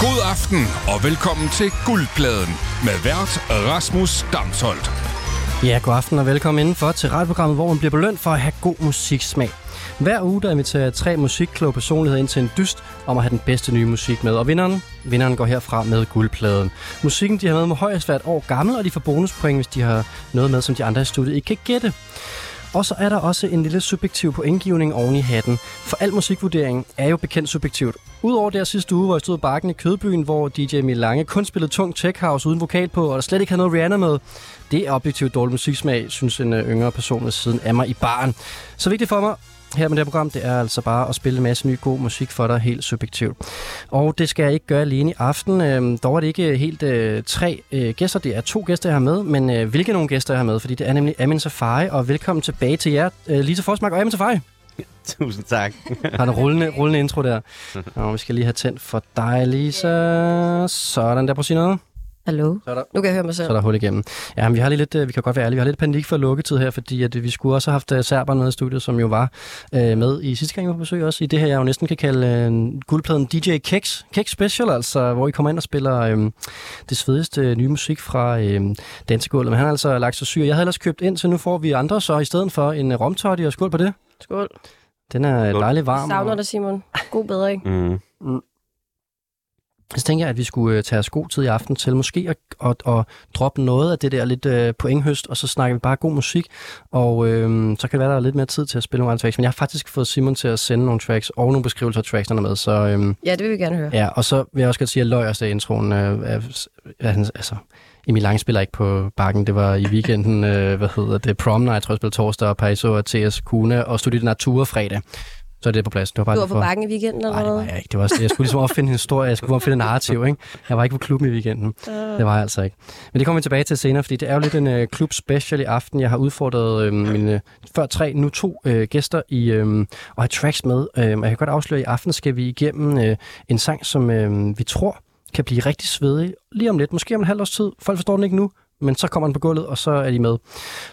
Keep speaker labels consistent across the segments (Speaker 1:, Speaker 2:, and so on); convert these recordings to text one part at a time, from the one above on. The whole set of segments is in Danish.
Speaker 1: God aften og velkommen til Guldpladen med vært Rasmus Damsholdt.
Speaker 2: Ja, god aften og velkommen indenfor til radioprogrammet, hvor man bliver belønt for at have god musiksmag. Hver uge der inviterer jeg tre musikkloge personligheder ind til en dyst om at have den bedste nye musik med. Og vinderen, vinderen går herfra med guldpladen. Musikken, de har med, må højst være et år gammel, og de får bonuspoint, hvis de har noget med, som de andre i studiet ikke kan gætte. Og så er der også en lille subjektiv pointgivning oven i hatten. For al musikvurdering er jo bekendt subjektivt. Udover der sidste uge, hvor jeg stod i bakken i Kødbyen, hvor DJ Milange kun spillede tung tech house uden vokal på, og der slet ikke havde noget Rihanna med. Det er objektivt dårlig musiksmag, synes en øh, yngre person ved siden af mig i baren. Så vigtigt for mig her med det her program, det er altså bare at spille en masse ny god musik for dig helt subjektivt. Og det skal jeg ikke gøre alene i aften. Øhm, dog er det ikke helt øh, tre øh, gæster, det er to gæster, jeg har med, men øh, hvilke nogle gæster jeg har med, fordi det er nemlig Amin Safari, og velkommen tilbage til jer, øh, Lisa Forsmark og Amin Safari.
Speaker 3: Tusind tak.
Speaker 2: Har en rullende, rullende intro der. Nå, vi skal lige have tændt for dig, Lisa. Sådan der, på sige noget.
Speaker 4: Hallo?
Speaker 2: Så er der-
Speaker 4: Nu kan jeg høre mig
Speaker 2: Så er
Speaker 4: selv.
Speaker 2: der hul igennem. Ja, men vi har lige lidt, øh, vi kan godt være ærlige, vi har lidt panik for lukketid her, fordi at øh, vi skulle også have haft øh, serberen med i studiet, som jo var øh, med i sidste gang, vi var på besøg også, i det her, jeg jo næsten kan kalde øh, guldpladen DJ Keks, Keks Special, altså, hvor I kommer ind og spiller øh, det svedeste øh, nye musik fra øh, dansegulvet. Men han har altså lagt sig syg, jeg havde ellers købt ind, så nu får vi andre så i stedet for en øh, romtotti og skål på det.
Speaker 4: Skål.
Speaker 2: Den er øh, dejligt varm.
Speaker 4: Savner
Speaker 2: og-
Speaker 4: dig, Simon. God bedring.
Speaker 3: Mm.
Speaker 2: Så tænker jeg, at vi skulle øh, tage os god tid i aften til måske at, at, at droppe noget af det der lidt øh, pointhøst, og så snakker vi bare god musik, og øh, så kan det være, der er lidt mere tid til at spille nogle andre tracks. Men jeg har faktisk fået Simon til at sende nogle tracks og nogle beskrivelser af tracksene med, så øh,
Speaker 4: Ja, det vil vi gerne høre.
Speaker 2: ja, og så vil jeg også godt sige, at jeg løg også af introen. Øh, af- af hans- altså, Emil Lange spiller ikke på bakken, det var i weekenden, øh, hvad hedder det, Prom Night, tror jeg, spillede torsdag, og Paiso og TS Kuna, og Studio Natura fredag. Så er det på plads. Det var bare
Speaker 4: Du
Speaker 2: lige
Speaker 4: var på
Speaker 2: for-
Speaker 4: bakken i weekenden eller
Speaker 2: Nej, det var
Speaker 4: hvad?
Speaker 2: jeg ikke. Det var, også- jeg skulle ligesom opfinde en historie, jeg skulle opfinde en narrativ. Ikke? Jeg var ikke på klubben i weekenden. Det var jeg altså ikke. Men det kommer vi tilbage til senere, fordi det er jo lidt en øh, klub special i aften. Jeg har udfordret øh, mine øh, før tre, nu to øh, gæster i, øh, og har tracks med. Øh, og jeg kan godt afsløre, at i aften skal vi igennem øh, en sang, som øh, vi tror kan blive rigtig svedig lige om lidt. Måske om en halv års tid. Folk forstår den ikke nu, men så kommer den på gulvet, og så er de med.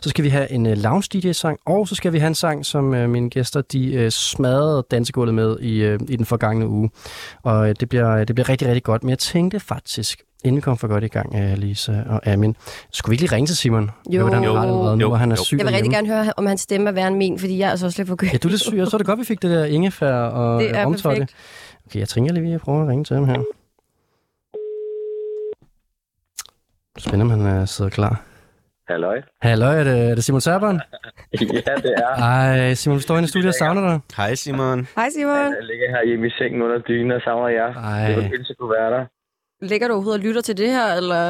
Speaker 2: Så skal vi have en uh, lounge DJ-sang, og så skal vi have en sang, som uh, mine gæster de uh, smadrede dansegulvet med i, uh, i den forgangne uge. Og uh, det, bliver, det bliver rigtig, rigtig godt. Men jeg tænkte faktisk, inden vi kom for godt i gang, uh, Lisa og Amin, skulle vi ikke lige ringe til Simon?
Speaker 4: Jo.
Speaker 2: Hvordan han har det allerede nu,
Speaker 3: Jo.
Speaker 2: og han er
Speaker 3: Jo.
Speaker 2: syg
Speaker 4: Jeg vil rigtig
Speaker 2: derhjemme.
Speaker 4: gerne høre, om hans stemme er værre end min, fordi jeg er altså også lidt for kød.
Speaker 2: Ja, du er lidt syg, og så er det godt, vi fik det der ingefær og
Speaker 4: Det er
Speaker 2: omtotte.
Speaker 4: perfekt.
Speaker 2: Okay, jeg tænker lige, at jeg prøver at ringe til ham her. Spændende, om han uh, sidder klar.
Speaker 5: Halløj.
Speaker 2: Hallo, er det, er det Simon Serberen?
Speaker 5: Ja, det er.
Speaker 2: Ej, Simon, vi står inde i studiet og savner dig.
Speaker 3: Hej Simon.
Speaker 4: Hej Simon.
Speaker 5: Jeg ligger her hjemme i sengen under dynen og savner jer.
Speaker 2: Ej.
Speaker 5: Det var pisse kunne være der.
Speaker 4: Ligger du overhovedet og lytter til det her, eller...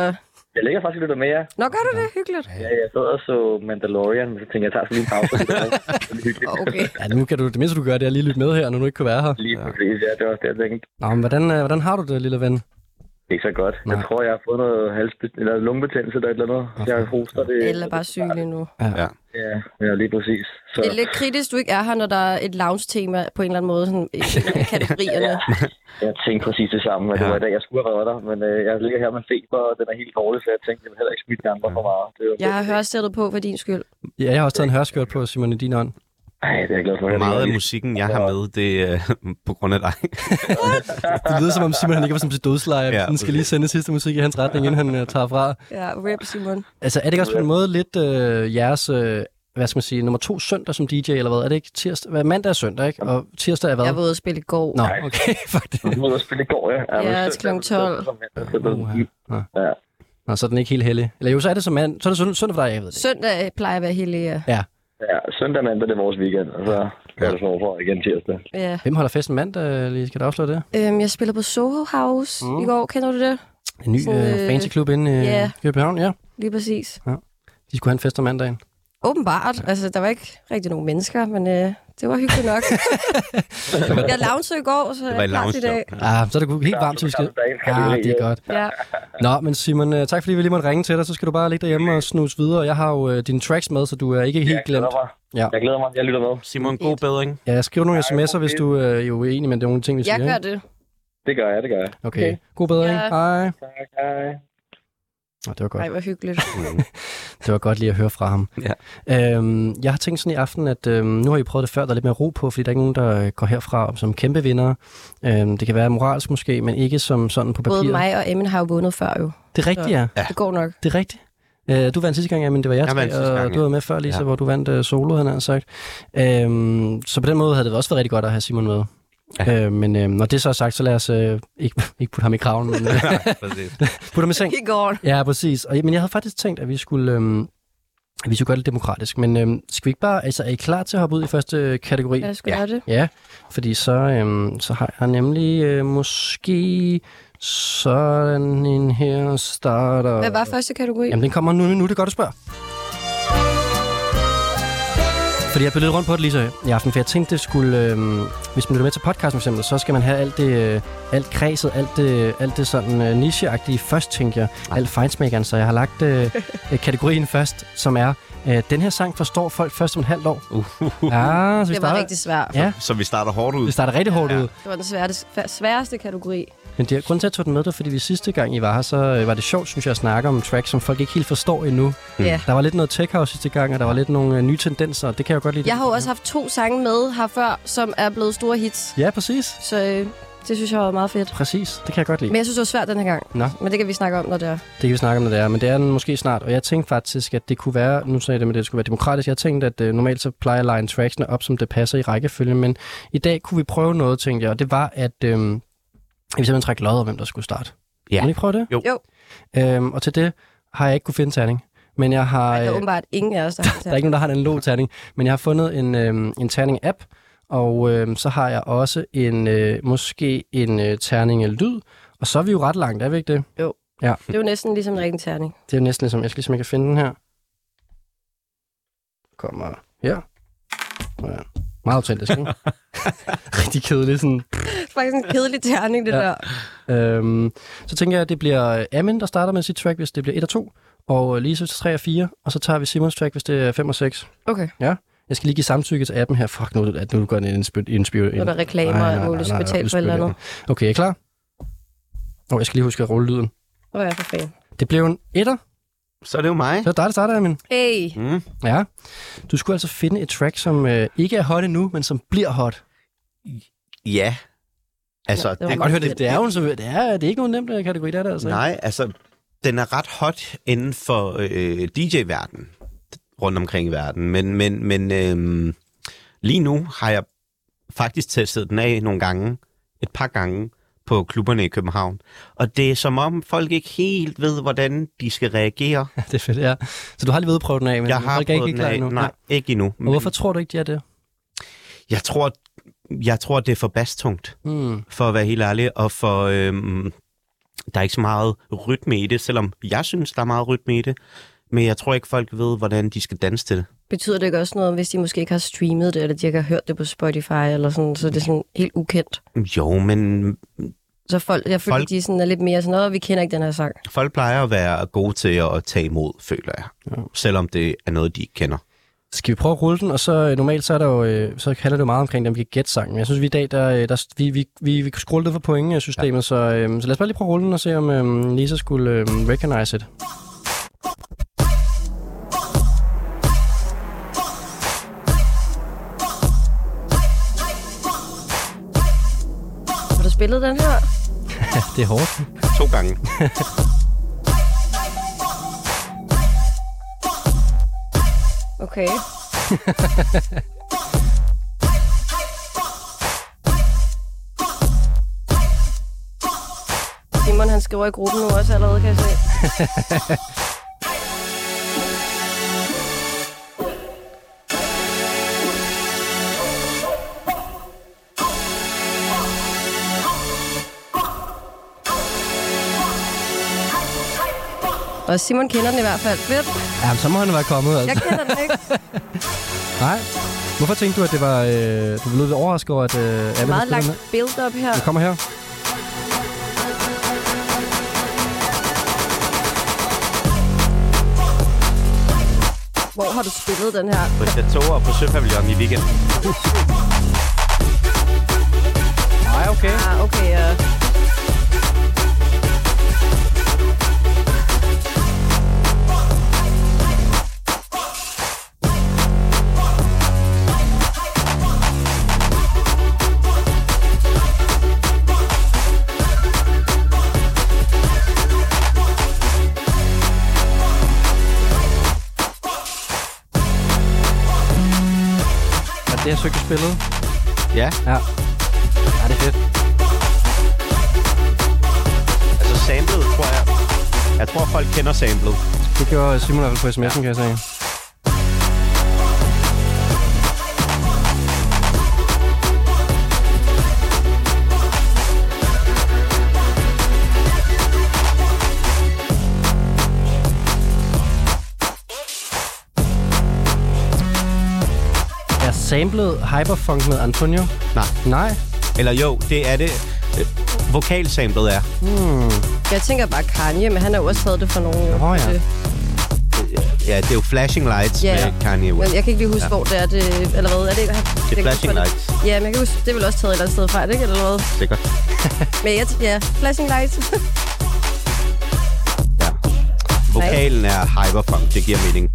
Speaker 5: Jeg ligger faktisk lidt med jer.
Speaker 4: Nå, gør du det? Hyggeligt.
Speaker 5: Ja, jeg sad og så Mandalorian, men så tænkte jeg, jeg tager sådan lige en pause. Det var lidt hyggeligt.
Speaker 4: Okay.
Speaker 2: Ja, nu kan du, det mindste du gør, det er at lige lytte med her, når du ikke kan være her.
Speaker 5: Lige præcis, ja, det var også det, jeg tænkte.
Speaker 2: Nå, men hvordan, øh, hvordan har du det, lille ven?
Speaker 5: Det er ikke så godt. Jeg
Speaker 2: Nej.
Speaker 5: tror, jeg har fået noget hals eller lungebetændelse eller et eller andet. Jeg hoster det.
Speaker 4: Eller bare syg lige nu.
Speaker 3: Ja.
Speaker 5: Ja, ja, lige præcis. Så
Speaker 4: Det er lidt kritisk, du ikke er her, når der er et lounge-tema på en eller anden måde sådan, i i kategorierne.
Speaker 5: jeg tænkte præcis det samme, og det
Speaker 3: Ja.
Speaker 5: var i dag, jeg skulle have været der. Men øh, jeg ligger her med feber, og den er helt dårlig, så jeg tænkte, jeg vil heller ikke smitte de andre for meget. Det var
Speaker 4: Jeg har hørsættet på for din skyld.
Speaker 2: Ja, jeg har også taget en hørskørt på, Simon, i din ånd.
Speaker 5: Ej, det er jeg glad for. at høre.
Speaker 3: Meget af musikken, jeg har med, det er øh, på grund af dig.
Speaker 2: Det lyder som om Simon han ikke var som til dødsleje.
Speaker 3: Ja,
Speaker 2: Ja, den skal lige
Speaker 3: præcis.
Speaker 2: sende sidste musik i hans retning, inden han uh, tager fra.
Speaker 4: Ja, rip Simon.
Speaker 2: Altså, er det ikke også på en måde lidt øh, jeres, øh, hvad skal man sige, nummer to søndag som DJ, eller hvad? Er det ikke tirsdag? Hvad, mandag er søndag, ikke? Og tirsdag er hvad?
Speaker 4: Jeg var ude at spille i går.
Speaker 2: Nå, okay, fuck det.
Speaker 5: Du var ude at spille i går, ja. men
Speaker 4: Ja,
Speaker 5: søndag,
Speaker 4: til klokken
Speaker 5: så-
Speaker 4: 12.
Speaker 5: så- så- så- så-
Speaker 2: Uha. Nå.
Speaker 5: Ja.
Speaker 2: Nå, så er den ikke helt heldig. Eller jo, så er det som mand. Så er det søndag, søndag for dig, jeg ved det.
Speaker 4: Søndag plejer at være helt ja.
Speaker 5: Ja, søndag mandag, det er vores weekend, og så er det sådan for igen tirsdag.
Speaker 4: ja.
Speaker 2: Hvem holder festen mandag, lige Skal du afsløre det?
Speaker 4: Øhm, jeg spillede på Soho House mm. i går, kender du det?
Speaker 2: En ny
Speaker 4: Sådan,
Speaker 2: øh,
Speaker 4: øh,
Speaker 2: fancyklub inde i
Speaker 4: ja.
Speaker 2: yeah. København, ja.
Speaker 4: Lige præcis.
Speaker 2: De skulle have en fest om mandagen.
Speaker 4: Åbenbart. Altså, der var ikke rigtig nogen mennesker, men øh, det var hyggeligt nok. jeg loungede i går, så
Speaker 3: Det
Speaker 4: jeg
Speaker 3: var
Speaker 4: er
Speaker 3: i
Speaker 4: klar
Speaker 3: lounge.
Speaker 4: til i dag.
Speaker 2: Ah, så er det helt varmt, så vi skal... Ja, det er godt.
Speaker 4: Ja.
Speaker 2: Nå, men Simon, øh, tak fordi vi lige måtte ringe til dig. Så skal du bare ligge derhjemme og snuse videre. Jeg har jo øh, dine tracks med, så du er ikke helt
Speaker 5: Jeg glæder
Speaker 2: glemt.
Speaker 5: mig.
Speaker 2: Ja.
Speaker 5: Jeg glæder mig. Jeg lytter med.
Speaker 3: Simon, god bedring.
Speaker 2: Ja, jeg skriver nogle sms'er, hvis du øh, jo er uenig med nogle ting, vi siger.
Speaker 4: Jeg gør
Speaker 2: ikke?
Speaker 4: det.
Speaker 5: Det gør jeg, det gør jeg.
Speaker 2: Okay. God bedring.
Speaker 4: Ja.
Speaker 2: Hej.
Speaker 5: Tak, hej.
Speaker 2: Nå, det var godt.
Speaker 4: Nej, hvor hyggeligt.
Speaker 2: Det var godt lige at høre fra ham.
Speaker 3: Ja.
Speaker 2: Øhm, jeg har tænkt sådan i aften, at øhm, nu har I prøvet det før, der er lidt mere ro på, fordi der er ikke nogen, der øh, går herfra som kæmpe vinder. Øhm, det kan være moralsk måske, men ikke som sådan på papiret.
Speaker 4: Både mig og Emmen har jo vundet før jo.
Speaker 2: Det er rigtigt, ja.
Speaker 4: Det går nok.
Speaker 2: Det er rigtigt. Øh, du vandt sidste gang, ja, men det var jeg,
Speaker 3: Jeg vandt
Speaker 2: tre,
Speaker 3: sidste
Speaker 2: og
Speaker 3: gang,
Speaker 2: du
Speaker 3: ja.
Speaker 2: var med før, Lisa, ja.
Speaker 3: Ja.
Speaker 2: hvor du vandt øh, solo, han har sagt. Øhm, så på den måde havde det også været rigtig godt at have Simon med. Ja. Øh, men øh, når det så er sagt, så lad os øh, ikke, ikke putte ham i kraven, men øh,
Speaker 3: Ja, præcis.
Speaker 2: putte ham i seng.
Speaker 4: I går.
Speaker 2: Ja, præcis. Og, men jeg havde faktisk tænkt, at vi skulle, øhm, at vi skulle gøre det demokratisk. Men øhm, skal vi ikke bare... Altså, er I klar til at hoppe ud i første øh, kategori?
Speaker 4: Lad os gøre det.
Speaker 2: Ja, fordi så, øhm, så har jeg nemlig øh, måske sådan en her starter.
Speaker 4: Hvad var første kategori?
Speaker 2: Jamen, den kommer nu. Nu er det godt, du spørger. Fordi jeg blev lidt rundt på det lige så i aften, for jeg tænkte, det skulle, øhm, hvis man lytter med til podcasten for eksempel, så skal man have alt det, øh, alt kredset, alt det, alt det sådan øh, nicheagtige først, tænker jeg, alt fejnsmækkeren, så jeg har lagt øh, øh, kategorien først, som er, øh, den her sang forstår folk først om et halvt år. Uh, ja, så vi
Speaker 4: Det var
Speaker 2: starter,
Speaker 4: rigtig svært.
Speaker 2: Ja.
Speaker 3: Så vi starter hårdt ud.
Speaker 2: vi starter rigtig hårdt ud.
Speaker 4: Det var den sværeste, sværeste kategori.
Speaker 2: Men det er grunden til, at jeg tog den med, det var, fordi vi sidste gang, I var her, så øh, var det sjovt, synes jeg, at snakke om en track, som folk ikke helt forstår endnu. Mm.
Speaker 4: Ja.
Speaker 2: Der var lidt noget tech house sidste gang, og der var lidt nogle øh, nye tendenser, og det kan jeg jo godt lide.
Speaker 4: Jeg har jo også haft to sange med her før, som er blevet store hits.
Speaker 2: Ja, præcis.
Speaker 4: Så øh, det synes jeg var meget fedt.
Speaker 2: Præcis, det kan jeg godt lide.
Speaker 4: Men jeg synes, det var svært den her gang.
Speaker 2: Nå.
Speaker 4: Men det kan vi snakke om, når det er.
Speaker 2: Det kan vi snakke om, når det er, men det er den måske snart. Og jeg tænkte faktisk, at det kunne være, nu sagde jeg det med, at det skulle være demokratisk. Jeg tænkte, at øh, normalt så plejer jeg at line tracksene op, som det passer i rækkefølge, men i dag kunne vi prøve noget, tænkte jeg, og det var, at øh, vi simpelthen trække lod om, hvem der skulle starte.
Speaker 3: Ja.
Speaker 2: Kan vi prøve det?
Speaker 3: Jo.
Speaker 4: Jo.
Speaker 2: Øhm, og til det har jeg ikke kunne finde en terning, men jeg har...
Speaker 4: Der er
Speaker 2: øh,
Speaker 4: åbenbart ingen af os, der
Speaker 2: Der er ikke nogen, der har en analog terning, men jeg har fundet en, øh, en terning-app, og øh, så har jeg også en øh, måske en øh, terning-lyd, og så er vi jo ret langt, er vi ikke det?
Speaker 4: Det er jo næsten ligesom en rigtig terning.
Speaker 2: Det er jo næsten ligesom, jeg skal ligesom, jeg kan finde den her. Kommer her. Ja. Meget autentisk, ikke? Rigtig kedelig sådan.
Speaker 4: Det er faktisk en kedelig terning, det
Speaker 2: Ja.
Speaker 4: ja. der.
Speaker 2: Øhm, så tænker jeg, at det bliver Amin, der starter med sit track, hvis det bliver 1 og 2, og Lise 3 og 4, og så tager vi Simons track, hvis det er 5 og 6.
Speaker 4: Okay,
Speaker 2: Jeg skal lige give samtykke til appen her. Fuck, nu, er det- at nu går den en spil. En spil
Speaker 4: nu er der reklamer og alt muligt, så betale for et eller andet.
Speaker 2: Okay, er I klar? Åh, oh, jeg skal lige huske at rulle lyden.
Speaker 4: Hvor er jeg for fan.
Speaker 2: Det blev en etter.
Speaker 3: Så er det jo mig.
Speaker 2: Så er det dig, der starter, Amin.
Speaker 4: Hey,
Speaker 3: Mm.
Speaker 2: Ja. Du skulle altså finde et track, som øh, ikke er hot endnu, men som bliver hot.
Speaker 3: Ja. Altså,
Speaker 4: Ja, det var
Speaker 2: Jeg kan godt høre, det, det er jo en, så, det er, det er ikke nogen nem øh, kategori, det er det altså. ikke?
Speaker 3: Nej, altså, den er ret hot inden for øh, DJ-verdenen rundt omkring i verden, men, men, men øh, lige nu har jeg faktisk testet den af nogle gange, et par gange, på klubberne i København. Og det er som om, folk ikke helt ved, hvordan de skal reagere.
Speaker 2: det er fedt, ja. Så du har lige ved at prøve den af, men
Speaker 3: jeg har
Speaker 2: folk er
Speaker 3: prøvet
Speaker 2: ikke
Speaker 3: den
Speaker 2: klar
Speaker 3: af.
Speaker 2: endnu.
Speaker 3: Nej, ikke endnu.
Speaker 2: Og hvorfor tror du ikke, de er det?
Speaker 3: Jeg tror, jeg tror, det er for bastungt.
Speaker 2: Mm.
Speaker 3: for at være helt ærlig, og for øhm, der er ikke så meget rytme i det, selvom jeg synes, der er meget rytme i det. Men jeg tror ikke, folk ved, hvordan de skal danse til det.
Speaker 4: betyder det ikke også noget, hvis de måske ikke har streamet det, eller de ikke har hørt det på Spotify, eller sådan, så det er sådan helt ukendt?
Speaker 3: Jo, men
Speaker 4: Så folk, jeg føler,
Speaker 3: Folk-
Speaker 4: folk... de sådan er lidt mere sådan, noget, vi kender ikke den her sang.
Speaker 3: folk plejer at være gode til at tage imod, føler jeg. Ja. Selvom det er noget, de ikke kender.
Speaker 2: Skal vi prøve at rulle den, og så øh, normalt så, er der jo, øh, så handler det jo meget omkring dem, vi kan gætte sangen. Men jeg synes, vi i dag, der, øh, der vi, vi, vi, vi skruer lidt for pointesystemet, ja. så, øh, så lad os bare lige prøve at rulle den og se, om øh, Lisa skulle øh, recognize it.
Speaker 4: Har du spillet den her?
Speaker 2: Ja, det er hårdt.
Speaker 3: To gange.
Speaker 4: Okay. Simon, han skriver i gruppen nu også allerede, kan jeg se. Og Simon kender den i hvert fald. Fedt.
Speaker 2: Ja, men så må han være kommet,
Speaker 4: Jeg
Speaker 2: altså.
Speaker 4: kender den ikke.
Speaker 2: Nej. Hvorfor tænkte du, at det var... Øh, du blev lidt overrasket over, at øh, Abel havde
Speaker 4: Meget
Speaker 2: spillet
Speaker 4: langt
Speaker 2: med?
Speaker 4: build-up her.
Speaker 2: Den kommer her.
Speaker 4: Hvor har du spillet den her?
Speaker 3: På Chateau og på Søpavillonen i weekenden.
Speaker 2: Nej, okay.
Speaker 4: Ah, okay. Uh...
Speaker 2: besøgte og spillede.
Speaker 3: Ja,
Speaker 2: Ja. Ja, det er fedt.
Speaker 3: altså samlet, tror jeg. Jeg tror, folk kender samlet.
Speaker 2: Det gjorde Simon i hvert fald på sms'en, kan jeg sige. Er samlet Hyperfunk med Antonio?
Speaker 3: Nej.
Speaker 2: Nej.
Speaker 3: Eller jo, det er det. øh, Vokalsamlet er.
Speaker 4: Jeg tænker bare Kanye, men han har jo også taget det fra nogen.
Speaker 2: Nå ja.
Speaker 4: Øh,
Speaker 3: Ja, det er jo Flashing Lights
Speaker 4: Ja.
Speaker 3: med Kanye
Speaker 4: Men
Speaker 3: West.
Speaker 4: jeg kan ikke lige huske, ja. hvor det er det, eller hvad. Er det, han,
Speaker 3: Det er Flashing Lights,
Speaker 4: Ja, men jeg kan huske, det er vel også taget et eller andet sted fra, er det ikke? Eller hvad?
Speaker 3: sikkert.
Speaker 4: Men jeg, t- ja, flashing lights.
Speaker 3: Ja. Vokalen er hyperfunk, det giver mening.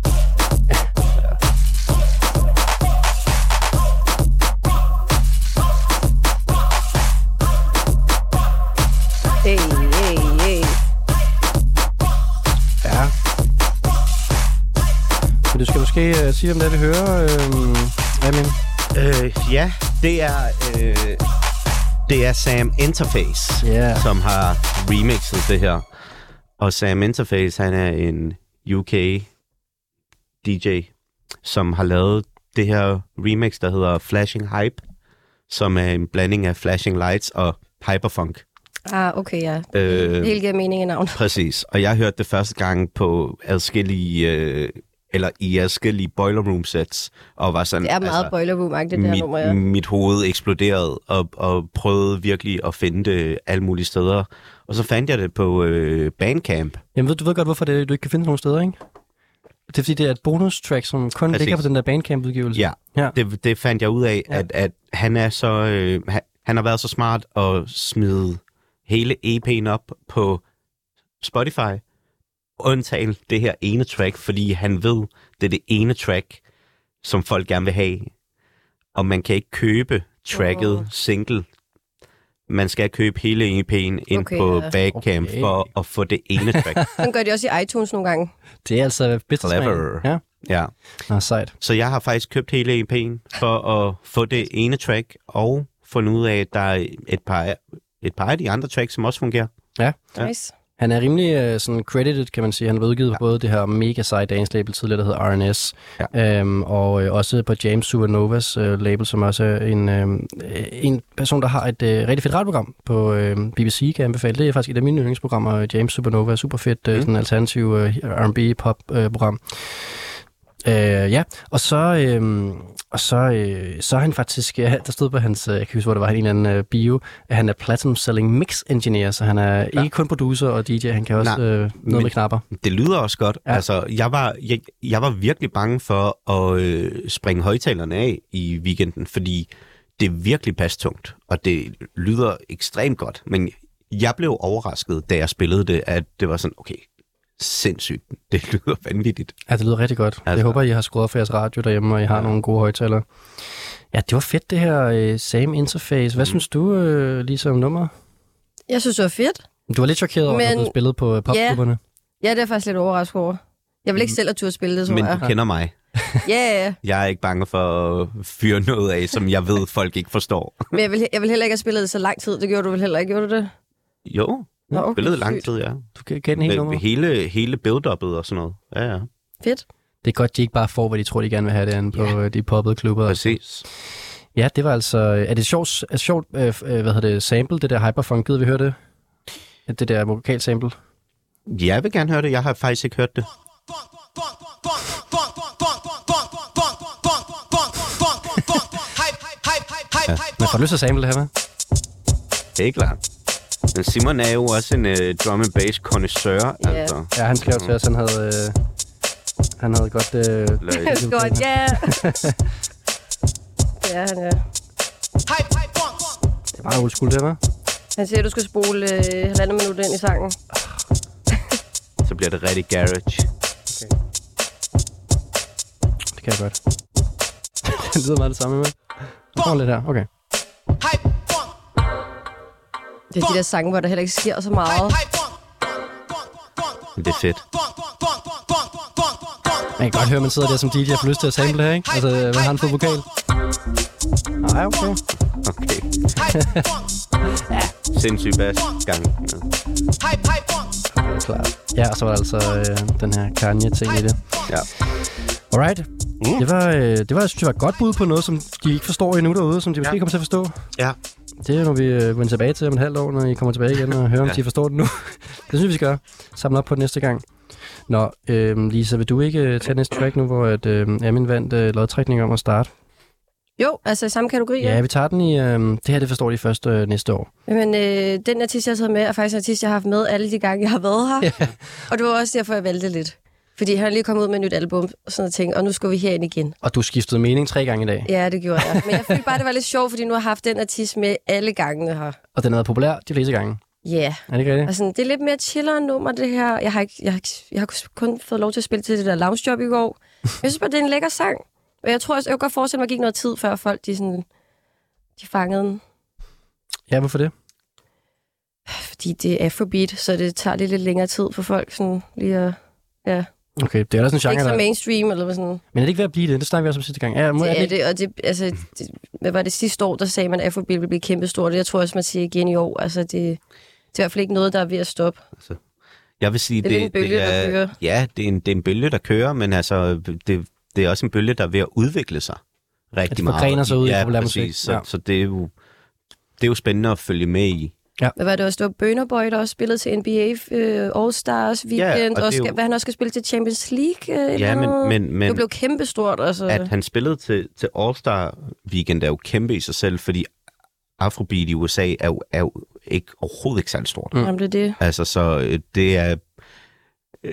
Speaker 4: hey, hey, hey.
Speaker 2: Ja. Men du skal måske uh, sige, om det er, vi hører. Øh, hvad mener
Speaker 3: Øh, ja, det er... Øh, det er Sam Interface,
Speaker 2: Ja.
Speaker 3: som har remixet det her. Og Sam Interface, han er en UK DJ, som har lavet det her remix, der hedder Flashing Hype, som er en blanding af Flashing Lights og Hyperfunk.
Speaker 4: Ah, okay, ja.
Speaker 3: Øh,
Speaker 4: Helt giver mening i navnet.
Speaker 3: Præcis, og jeg hørte det første gang på adskillige, øh, eller i adskillige boiler room sets, og var sådan, altså,
Speaker 4: Det er meget boiler room-agtigt, det her nummer, ja.
Speaker 3: mit, mit hoved eksploderede, og, og prøvede virkelig at finde det alle mulige steder. Og så fandt jeg det på øh, Bandcamp.
Speaker 2: Jamen, ved, du ved godt, hvorfor det, er, du ikke kan finde det nogen steder, ikke? Det er, fordi det er et bonustrack, som kun
Speaker 3: Præcis.
Speaker 2: Præcis. ligger på den der Bandcamp-udgivelse.
Speaker 3: Ja,
Speaker 2: ja.
Speaker 3: det, det fandt jeg ud af,
Speaker 2: Ja.
Speaker 3: ja. at, at han er så øh, han, han har været så smart at smide hele EP'en op på Spotify, undtagen det her ene track, fordi han ved, det er det ene track, som folk gerne vil have. Og man kan ikke købe tracket
Speaker 4: Åh.
Speaker 3: oh. single. Man skal købe hele EP'en ind
Speaker 4: Okay,
Speaker 3: okay, på
Speaker 4: ja.
Speaker 3: Bandcamp
Speaker 2: Okay.
Speaker 3: okay. for at få det ene track.
Speaker 4: Den gør de også i iTunes nogle gange.
Speaker 2: Det er altså business
Speaker 3: Clever.
Speaker 2: Ja,
Speaker 3: ja.
Speaker 2: Nå, sejt.
Speaker 3: Så jeg har faktisk købt hele EP'en for at få det ene track, og fundet ud af, at der er et par, et par af de andre tracks, som også fungerer. Ja.
Speaker 4: Nice.
Speaker 2: Han er rimelig øh, sådan credited, kan man sige. Han er blevet udgivet ja. på både det her mega seje dance label tidligere, der hedder RNS, ja. øhm, og øh, også på James Supernovas øh, label, som også er en, øh, en person, der har et øh, rigtig fedt radioprogram på øh, BBC, kan jeg anbefale. Det er faktisk et af mine yndlingsprogrammer, øh, James Supernova. er Super fedt, øh, mm. sådan en alternativ øh, R&B-pop-program. Øh, program. Øh, ja, og så, øh, og så, øh, så er han faktisk, ja, der stod på hans, øh, jeg kan huske, hvor det var, han i en eller anden øh, bio, at han er Platinum Selling Mix Engineer, så han er ja. ikke kun producer og DJ, han kan også
Speaker 3: Nej,
Speaker 2: øh, noget med
Speaker 3: men-
Speaker 2: knapper.
Speaker 3: Det lyder også godt.
Speaker 2: Ja.
Speaker 3: Ja. Altså, jeg var, jeg, jeg var virkelig bange for at øh, springe højtalerne af i weekenden, fordi det er virkelig pastungt, og det lyder ekstremt godt. Men jeg blev overrasket, da jeg spillede det, at det var sådan, okay, sindssygt, det lyder vanvittigt.
Speaker 2: Ja, det lyder rigtig godt. Altså. Jeg
Speaker 3: Altså.
Speaker 2: håber, I har skruet op for jeres radio derhjemme, og I har ja. nogle gode højtalere. Ja, det var fedt, det her øh, same interface. Hvad mm. synes du, øh, Lisa, om nummer?
Speaker 4: Jeg synes, det var fedt.
Speaker 2: Du var lidt chokeret over, at det
Speaker 4: Men-
Speaker 2: blev spillet på øh, popklubberne.
Speaker 4: Ja, det er jeg faktisk lidt overrasket over. Jeg vil ikke selv at turde spille det, tror
Speaker 3: Mm. Men
Speaker 4: jeg.
Speaker 3: du kender mig.
Speaker 4: Ja, ja, ja.
Speaker 3: Jeg er ikke bange for at fyre noget af, som jeg ved, folk ikke forstår.
Speaker 4: Men jeg vil, jeg vil heller ikke have spillet det så lang tid. Det gjorde du vel heller ikke, gjorde du det?
Speaker 3: Jo,
Speaker 4: Nå,
Speaker 3: okay, spillede lang
Speaker 4: sygt.
Speaker 3: tid, ja.
Speaker 2: Du kan kende helt
Speaker 3: Med
Speaker 2: nummer.
Speaker 3: hele, hele build-up'et og sådan noget. Ja, ja.
Speaker 4: Fedt.
Speaker 2: Det er godt, de ikke bare får, hvad de tror, de gerne vil have derinde på øh, de poppede klubber.
Speaker 3: Præcis.
Speaker 2: Ja, det var altså... Er det sjovt, er det sjovt øh, f- øh, hvad hedder det, sample, det der hyperfunk? Gider vi høre det? At Det der vokalsample?
Speaker 3: Jeg vil gerne høre det. Jeg har faktisk ikke hørt det.
Speaker 2: Man får lyst til at sample det her, hva'?
Speaker 3: Det er klart. Men Simon er jo også en øh, drum and bass connoisseur,
Speaker 4: Ja.
Speaker 3: altså.
Speaker 2: Ja, han skrev til os, han havde... Øh, han havde godt... Øh,
Speaker 3: Løg.
Speaker 4: Det er godt, ja. Det er han, ja.
Speaker 2: det er meget old school, det her, hva'?
Speaker 4: Han siger, at du skal spole øh, halvandet minut ind i sangen.
Speaker 3: Mm. Så bliver det rigtig garage.
Speaker 2: Det kan jeg godt. det lyder meget det samme, hva'? Prøv lidt her, okay.
Speaker 4: Det er de der sange, hvor der heller ikke sker så meget.
Speaker 3: Det er fedt.
Speaker 2: Man kan godt høre, at man sidder der som DJ og får lyst til at sample her, ikke? Altså, hvad har han fået vokal? Ej, okay.
Speaker 3: Okay. Sindssygt bas gang.
Speaker 2: Klart. Ja, og så var der altså øh, den her Kanye-ting i det.
Speaker 3: Ja.
Speaker 2: Alright. Mm. Det, var, øh, det var, jeg synes, det var et godt bud på noget, som de ikke forstår endnu derude, som de måske ja. kommer til at forstå.
Speaker 3: ja.
Speaker 2: Det må vi øh, vende tilbage til om en halv år, når I kommer tilbage igen og hører, om
Speaker 3: Ja.
Speaker 2: de forstår det nu. det synes jeg, vi skal gøre. Samle op på det næste gang. Nå, øh, Lisa, vil du ikke øh, tage næste track nu, hvor at, øh, Amin vandt øh, lodtrækning om at starte?
Speaker 4: Jo, altså i samme kategori.
Speaker 2: Ja, vi tager den i... Øh, det her, det forstår de først øh, næste år.
Speaker 4: Men øh, den artist, jeg har taget med, er faktisk en artist, jeg har haft med alle de gange, jeg har været her.
Speaker 2: Ja.
Speaker 4: Og det var også derfor, jeg valgte lidt. Fordi han er lige kommet ud med et nyt album, og sådan noget ting, og nu skal vi herind igen.
Speaker 2: Og du skiftede mening tre gange i dag.
Speaker 4: Ja, det gjorde jeg. Men jeg følte bare, det var lidt sjovt, fordi nu har jeg haft den artist med alle gangene her.
Speaker 2: Og den har været populær de fleste gange.
Speaker 4: Ja. Yeah.
Speaker 2: Er det ikke rigtigt?
Speaker 4: Og sådan, det er lidt mere chillere nummer, det her. Jeg har, ikke, jeg, har, ikke- jeg har kun fået lov til at spille til det der loungejob i går. Jeg synes bare, det er en lækker sang. Og jeg tror også, jeg kunne godt forestille mig, at der gik noget tid, før folk de sådan, de fangede den.
Speaker 2: Ja, hvorfor det?
Speaker 4: Fordi det er afrobeat, så det tager lige lidt længere tid for folk sådan lige at... Ja,
Speaker 2: Okay, det er ellers en
Speaker 4: Genre,
Speaker 2: genre,
Speaker 4: ikke så
Speaker 2: der...
Speaker 4: mainstream eller hvad sådan.
Speaker 2: Men er det ikke ved at blive det? Det snakker vi også om sidste gang. Ja, må,
Speaker 4: Det er
Speaker 2: ikke-
Speaker 4: det, og det, altså, det, hvad var det sidste år, der sagde man, at afrobeat ville blive kæmpestort, og jeg tror også, man siger igen i år. Altså, det, det er i hvert fald ikke noget, der er ved at stoppe.
Speaker 3: Jeg vil sige,
Speaker 4: Det er lidt en bølge, der
Speaker 3: det
Speaker 4: kører.
Speaker 3: er, ja, det er, en, det er en bølge, der kører, men altså, det, det er også en bølge, der er ved at udvikle sig rigtig
Speaker 2: At det
Speaker 3: meget.
Speaker 2: forgrener sig ud i
Speaker 3: ja,
Speaker 2: populær musik.
Speaker 3: præcis. Så,
Speaker 2: Ja.
Speaker 3: ja. så det, er jo, det er jo spændende at følge med i.
Speaker 4: Hvad var det også? Det var Burner Boy, der også spillede til NBA øh, All-Stars Weekend, og, og
Speaker 3: og det er
Speaker 4: skal,
Speaker 3: jo-
Speaker 4: hvad han også skal spille til Champions League. Øh, et
Speaker 3: Ja,
Speaker 4: eller andet.
Speaker 3: men, men,
Speaker 4: det
Speaker 3: men
Speaker 4: blev kæmpestort, altså.
Speaker 3: at han spillede til, til All-Star Weekend er jo kæmpe i sig selv, fordi Afrobeat i USA er jo, er jo ikke, overhovedet ikke særlig stort.
Speaker 4: Mm. Jamen, det er det.
Speaker 3: Altså, så øh, det er... Øh,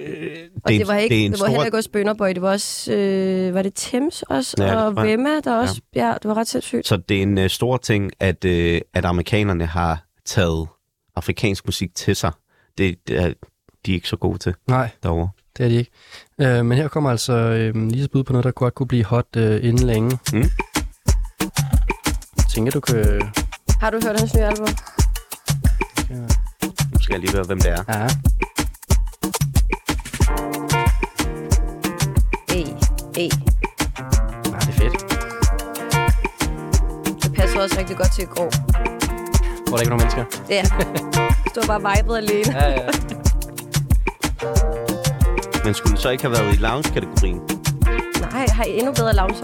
Speaker 4: Og det, det var, ikke,
Speaker 3: det er
Speaker 4: det det
Speaker 3: en
Speaker 4: var
Speaker 3: stor...
Speaker 4: heller ikke også Bønderboy, det var også, øh, var det Thames også,
Speaker 3: Ja, det
Speaker 4: ja, og
Speaker 3: tror jeg.
Speaker 4: Vemma, der også, ja. ja, det var ret sindssygt.
Speaker 3: Så det er en uh, stor ting, at, uh, at amerikanerne har taget afrikansk musik til sig. Det, det er de er ikke så gode til
Speaker 2: Nej,
Speaker 3: derovre.
Speaker 2: det er de ikke. Øh, men her kommer altså øh, lige bud på noget, der godt kunne blive hot øh, inden længe.
Speaker 3: Mm.
Speaker 2: Jeg tænker, du øh, kan...
Speaker 4: Har du hørt hans nye album?
Speaker 3: Nu skal jeg lige høre, hvem det er.
Speaker 2: Ja,
Speaker 4: Ej, ej.
Speaker 2: ja det er fedt.
Speaker 4: Det passer også rigtig godt til i går.
Speaker 2: Hvor er der ikke nogen mennesker?
Speaker 4: Ja. Stod bare vibet alene.
Speaker 2: Ja, ja.
Speaker 3: Men skulle det så ikke have været i lounge-kategorien?
Speaker 4: Nej, har I endnu bedre lounge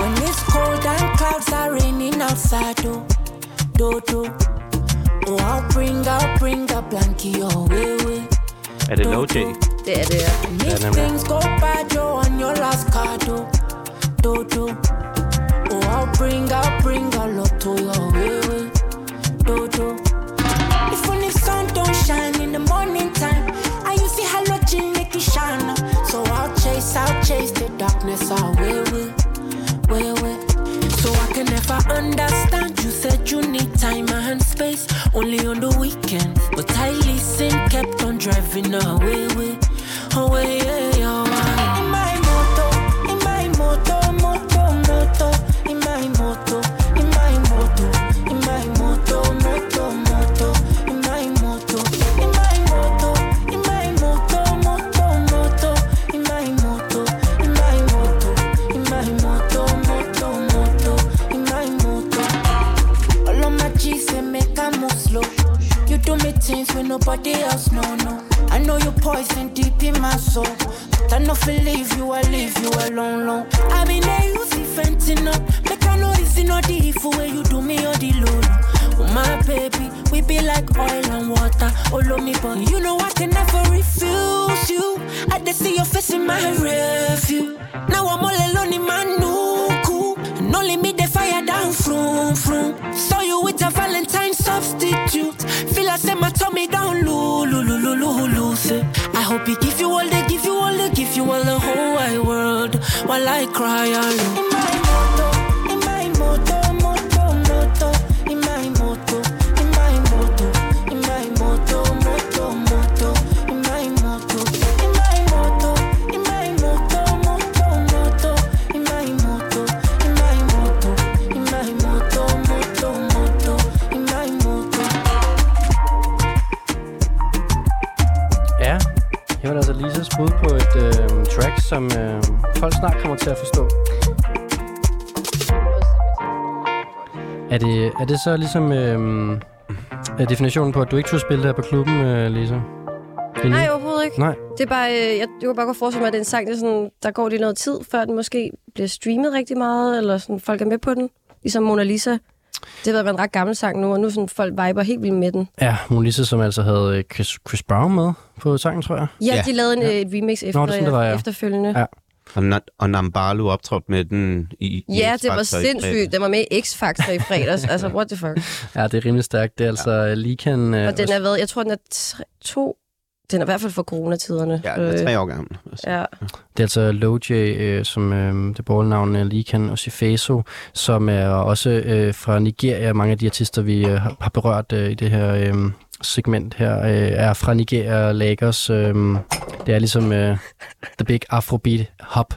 Speaker 6: When it's cold and clouds are raining outside, do, do, do. Oh, I'll bring, I'll bring a blanket your way, way.
Speaker 3: Er det Low J?
Speaker 4: Det er det, ja.
Speaker 6: And if
Speaker 2: Dynamic.
Speaker 6: things go bad, you're on your last card, do, do, do. Oh, I'll bring, I'll bring a lot to your way, way. Do, do. If only sun don't shine in the morning time, I use the halogen make it shine. up. So I'll chase, I'll chase the darkness away, oh. way, way, way. So I can never understand. You said you need time and space, only on the weekends. But I listened, kept on driving away, way, away, away. In my moto, in my moto, moto, moto, in my moto, in my moto, in my moto, moto, moto, in my moto, in my moto, in my moto, moto, moto, in my moto, in my moto, in my moto, moto, moto, in my moto. All of my G's say make I move slow. You do me things when nobody else know, no. I know you poison deep in my soul. But I know if leave you, I leave you alone, long. I been there, you see fentin up. Make I know it's not the evil way you do me or the low. Oh my baby, we be like oil and water. All of me, but you know I can never refuse you. I just see your face in my review. Now I'm all alone in my new cool. And only me the fire down from from. Saw you with a Valentine substitute. Feel I say my tummy down lulu lulu lulu I hope he give you all they give you all they give you all the whole wide world while I cry alone. In my moto, in my moto, moto, moto, in my moto, in my moto, in my moto, moto, moto, in my moto, in my moto, in my moto, moto, moto, in my moto, in my moto, in my moto, moto, moto, in my moto.
Speaker 2: ja. Her var der altså Lisas bud på et øh, track, som øh, folk snart kommer til at forstå. Er det, er det så ligesom øhm, er definitionen på, at du ikke turde spille der på klubben, øh, Lisa? Det er
Speaker 4: Nej,
Speaker 2: lige-
Speaker 4: overhovedet ikke.
Speaker 2: Nej.
Speaker 4: Det er bare, øh, jeg, jeg kunne bare godt forestille mig, at det er en sang, der, sådan, der går lige noget tid, før den måske bliver streamet rigtig meget, eller sådan, folk er med på den. Ligesom Mona Lisa. Det har været en ret gammel sang nu, og nu sådan, folk viber helt vildt med den.
Speaker 2: Ja, Mona Lisa, som altså havde øh, Chris, Chris Brown med på sangen, tror jeg.
Speaker 4: Ja,
Speaker 3: Ja.
Speaker 4: ja. de lavede en, øh, ja. et remix efter, Nå,
Speaker 2: sådan, det var, ja.
Speaker 4: efterfølgende.
Speaker 2: Ja.
Speaker 4: Ja,
Speaker 3: Og, Na- og Nambalu optrådte med den i, i
Speaker 4: ja det
Speaker 3: X-Factor
Speaker 4: var
Speaker 3: i
Speaker 4: sindssygt.
Speaker 3: fredags.
Speaker 4: Den var med i X-Factor i fredags. altså, what the fuck.
Speaker 2: Ja, det er rimelig stærkt. Det er altså ja. lige kan... Øh,
Speaker 4: Og den er været, jeg tror, den er tre, to... Den er i hvert fald fra coronatiderne.
Speaker 3: Ja, den er tre år gammel. Altså.
Speaker 4: ja.
Speaker 2: Det er altså Loj, øh, som øh, det borgernavn er Likan Osifeso, som er også øh, fra Nigeria. Mange af de artister, vi øh, har har berørt øh, i det her øh, segment her, øh, er fra Nigeria og Lagos. Øh, det er ligesom øh, The Big Afrobeat Hop.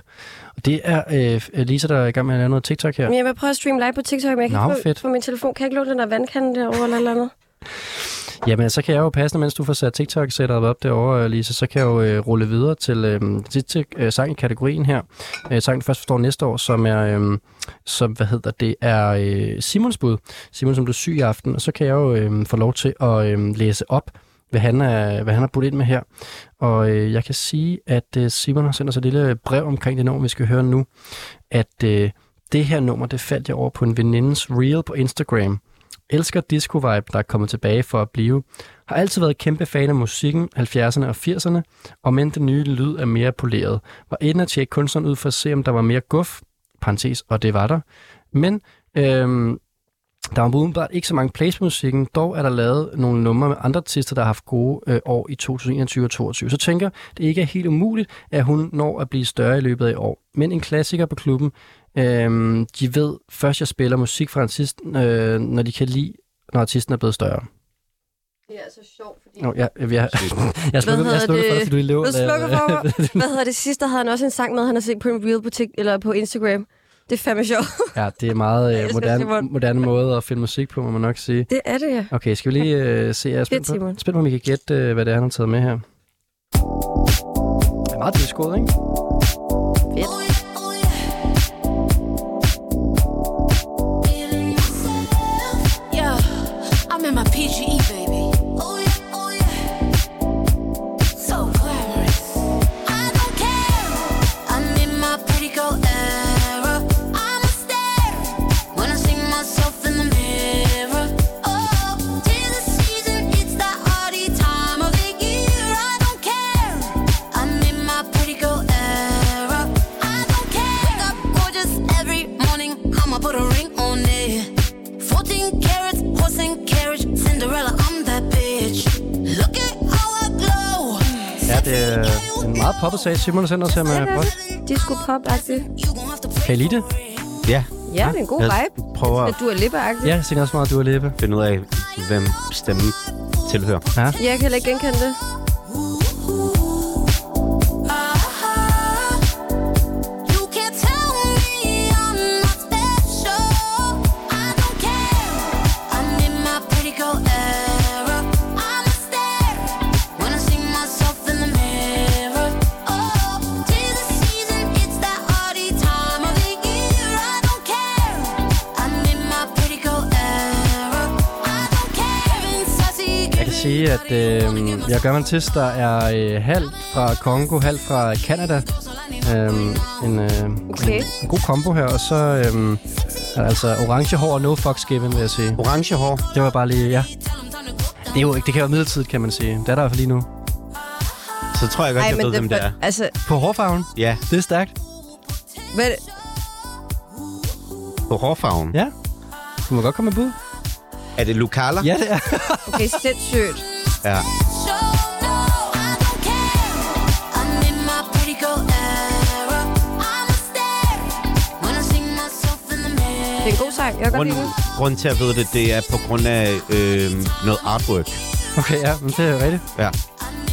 Speaker 2: Og det er øh, Lisa, der er i gang med at lave noget TikTok her.
Speaker 4: Men jeg vil prøve at streame live på TikTok, men jeg kan
Speaker 2: Nå,
Speaker 4: ikke få,
Speaker 2: fedt.
Speaker 4: på min telefon. Kan jeg ikke låne den der vandkande derovre eller et eller andet?
Speaker 2: Jamen, altså, så kan jeg jo passe, mens du får sat TikTok-sættet op derovre, Lisa, så kan jeg jo øh, rulle videre til øh, sidste øh, sang i kategorien her. Øh, sangen, du først forstår næste år, som er, øh, som, hvad hedder det, er øh, Simons bud. Simon, som blev syg i aften, og så kan jeg jo øh, få lov til at øh, læse op, hvad han, er, hvad han har budt ind med her. Og øh, jeg kan sige, at øh, Simon har sendt os et lille brev omkring det nummer, vi skal høre nu, at øh, det her nummer, det faldt jeg over på en venindens reel på Instagram. Elsker disco-vibe, der er kommet tilbage for at blive. Har altid været kæmpe fan af musikken, 70'erne og 80'erne, og men den nye lyd er mere poleret. Var inde at tjekke kunstneren ud for at se, om der var mere guf, parentes, og det var der. Men øhm, der var udenbart ikke så mange plays på musikken, dog er der lavet nogle numre med andre artister, der har haft gode øh, år i 2021 og 2022. Så tænker, det ikke er helt umuligt, at hun når at blive større i løbet af i år. Men en klassiker på klubben, øhm, de ved først, jeg spiller musik fra artisten, øh, når de kan lide, når artisten er blevet større.
Speaker 4: Det er altså sjovt, fordi...
Speaker 2: Nå, jeg, jeg, jeg, jeg
Speaker 4: Hvad
Speaker 2: slukker, jeg
Speaker 4: hedder
Speaker 2: slukker for dig,
Speaker 4: det?
Speaker 2: fordi du lige lever.
Speaker 4: Du slukker for mig. Hvad hedder det sidste? Der havde han også en sang med, han har set på en reel butik, eller på Instagram. Det er fandme sjovt.
Speaker 2: Ja, det er meget øh,
Speaker 4: elsker
Speaker 2: moderne,
Speaker 4: Simon.
Speaker 2: moderne måde at finde musik på, må man nok sige.
Speaker 4: Det er det, ja.
Speaker 2: Okay, skal vi lige øh, se, jeg er spændt på,
Speaker 4: Simon.
Speaker 2: spændt på, om I kan gætte, øh, hvad det er, han har taget med her. Det er meget tilskåret, ikke?
Speaker 7: Yeah, I'm in my PGE, baby. Oh yeah, oh yeah. So glamorous. I don't care. I'm in my pretty girl era. I'm a stare when I see myself in the mirror. Oh, tis the season, it's that hearty time of the year. I don't care. I'm in my pretty girl era. I don't care. Wake up gorgeous every morning. I'ma put a ring on it. 14 carats, horse and carriage, Cinderella, I'm that bitch. Look at how I glow.
Speaker 2: Ja, det er en meget poppet sag, Simon har sendt os her med Brøst.
Speaker 4: Disco pop -agtigt.
Speaker 7: You gon' have to pay
Speaker 2: Kan I lide det?
Speaker 3: Ja,
Speaker 4: Ja, det er en god
Speaker 3: jeg
Speaker 4: vibe.
Speaker 3: prøver at
Speaker 4: At du er lippeagtig.
Speaker 2: Ja, jeg synes også meget, du er læbe.
Speaker 3: finde ud af, hvem stemmen tilhører.
Speaker 2: Ja.
Speaker 4: Jeg kan heller ikke genkende det.
Speaker 7: You can't tell me I'm not special. I don't care. I'm in my pretty girl era. I'm a stare when I see myself in the mirror. Oh, tis the season, it's that hearty time of the year. I don't care. I'm in my pretty girl era. I don't care. Giving sassy,
Speaker 2: Jeg kan sige, at øh, jeg gør mig en test, der er øh, halvt fra Kongo, halvt fra Kanada. Øhm, en, øh,
Speaker 4: Okay.
Speaker 2: en, en god kombo her, og så øhm, er der altså orange hår og no fucks given, vil jeg sige.
Speaker 3: Orange hår.
Speaker 2: Det var bare lige, ja. Det, er jo, ikke- det kan jo være midlertidigt, kan man sige. Det er der i hvert fald lige nu.
Speaker 3: Så tror jeg godt,
Speaker 4: Ej,
Speaker 3: jeg
Speaker 4: men
Speaker 3: ved, hvem
Speaker 4: det,
Speaker 3: det er.
Speaker 4: altså,
Speaker 2: På hårfarven.
Speaker 3: Ja,
Speaker 2: Det er stærkt.
Speaker 4: hvad,
Speaker 3: på hårfarven.
Speaker 2: Ja. Du må godt komme med bud.
Speaker 3: Er det Lucala?
Speaker 2: Ja, det er.
Speaker 4: okay, sindssygt.
Speaker 3: ja.
Speaker 4: Det er en god sang. Jeg kan godt
Speaker 3: Grund,
Speaker 4: lide den.
Speaker 3: grund til at vide det, det er på grund af øh, noget artwork.
Speaker 2: Okay, ja, men det er jo rigtigt.
Speaker 3: Ja.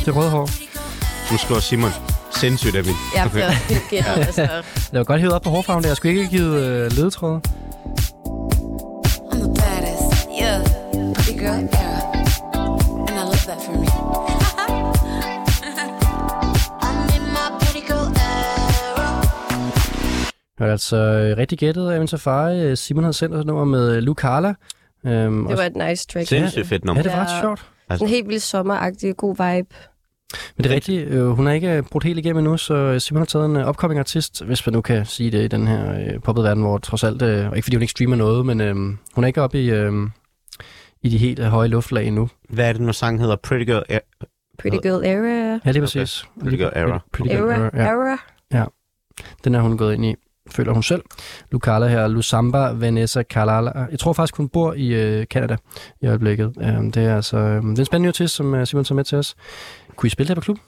Speaker 2: Det er røde hår.
Speaker 3: Nu skriver Simon. Sindssygt af min.
Speaker 4: Jeg bliver helt gættet, altså.
Speaker 2: Det var godt hævet op på hårfarven der. Jeg skulle ikke have givet øh, ledetråde.
Speaker 7: I'm the baddest, yeah. Pretty girl era. And I love that for me. I'm in my pretty girl era.
Speaker 2: Hørte altså øh, rigtig gættet af en safari. Øh, Simon havde sendt os et nummer med øh, Lou Carla. Øhm,
Speaker 4: Det var et nice track.
Speaker 3: Sindssygt fedt
Speaker 2: ja,
Speaker 3: nummer.
Speaker 2: det
Speaker 3: Altså-
Speaker 2: var ret
Speaker 4: Ja.
Speaker 2: sjovt.
Speaker 4: Sådan helt vildt sommeragtig, god vibe.
Speaker 2: Men det er rigtigt, øh, hun har ikke øh, brudt helt igennem endnu, så øh, Simon har taget en øh, upcoming artist, hvis man nu kan sige det i den her øh, poppet verden, hvor trods alt, øh, og ikke fordi hun ikke streamer noget, men øh, hun er ikke oppe i, øh, i de helt øh, høje luftlag endnu.
Speaker 3: Hvad er det nu, sangen hedder? Pretty Girl Air.
Speaker 4: Pretty Girl Era.
Speaker 2: Ja, det er
Speaker 3: Okay.
Speaker 2: præcis.
Speaker 3: Pretty Girl Era.
Speaker 2: Pretty Girl
Speaker 4: Era,
Speaker 2: Era, ja.
Speaker 4: era.
Speaker 2: Den er hun gået ind i, føler hun selv. Lucala her, Lusamba Vanessa Kalala. Jeg tror faktisk, hun bor i øh, Canada i øjeblikket. Øhm, det er altså øh, det er en spændende ny artist, som øh, Simon tager med til os. Kunne I spille det her på klub?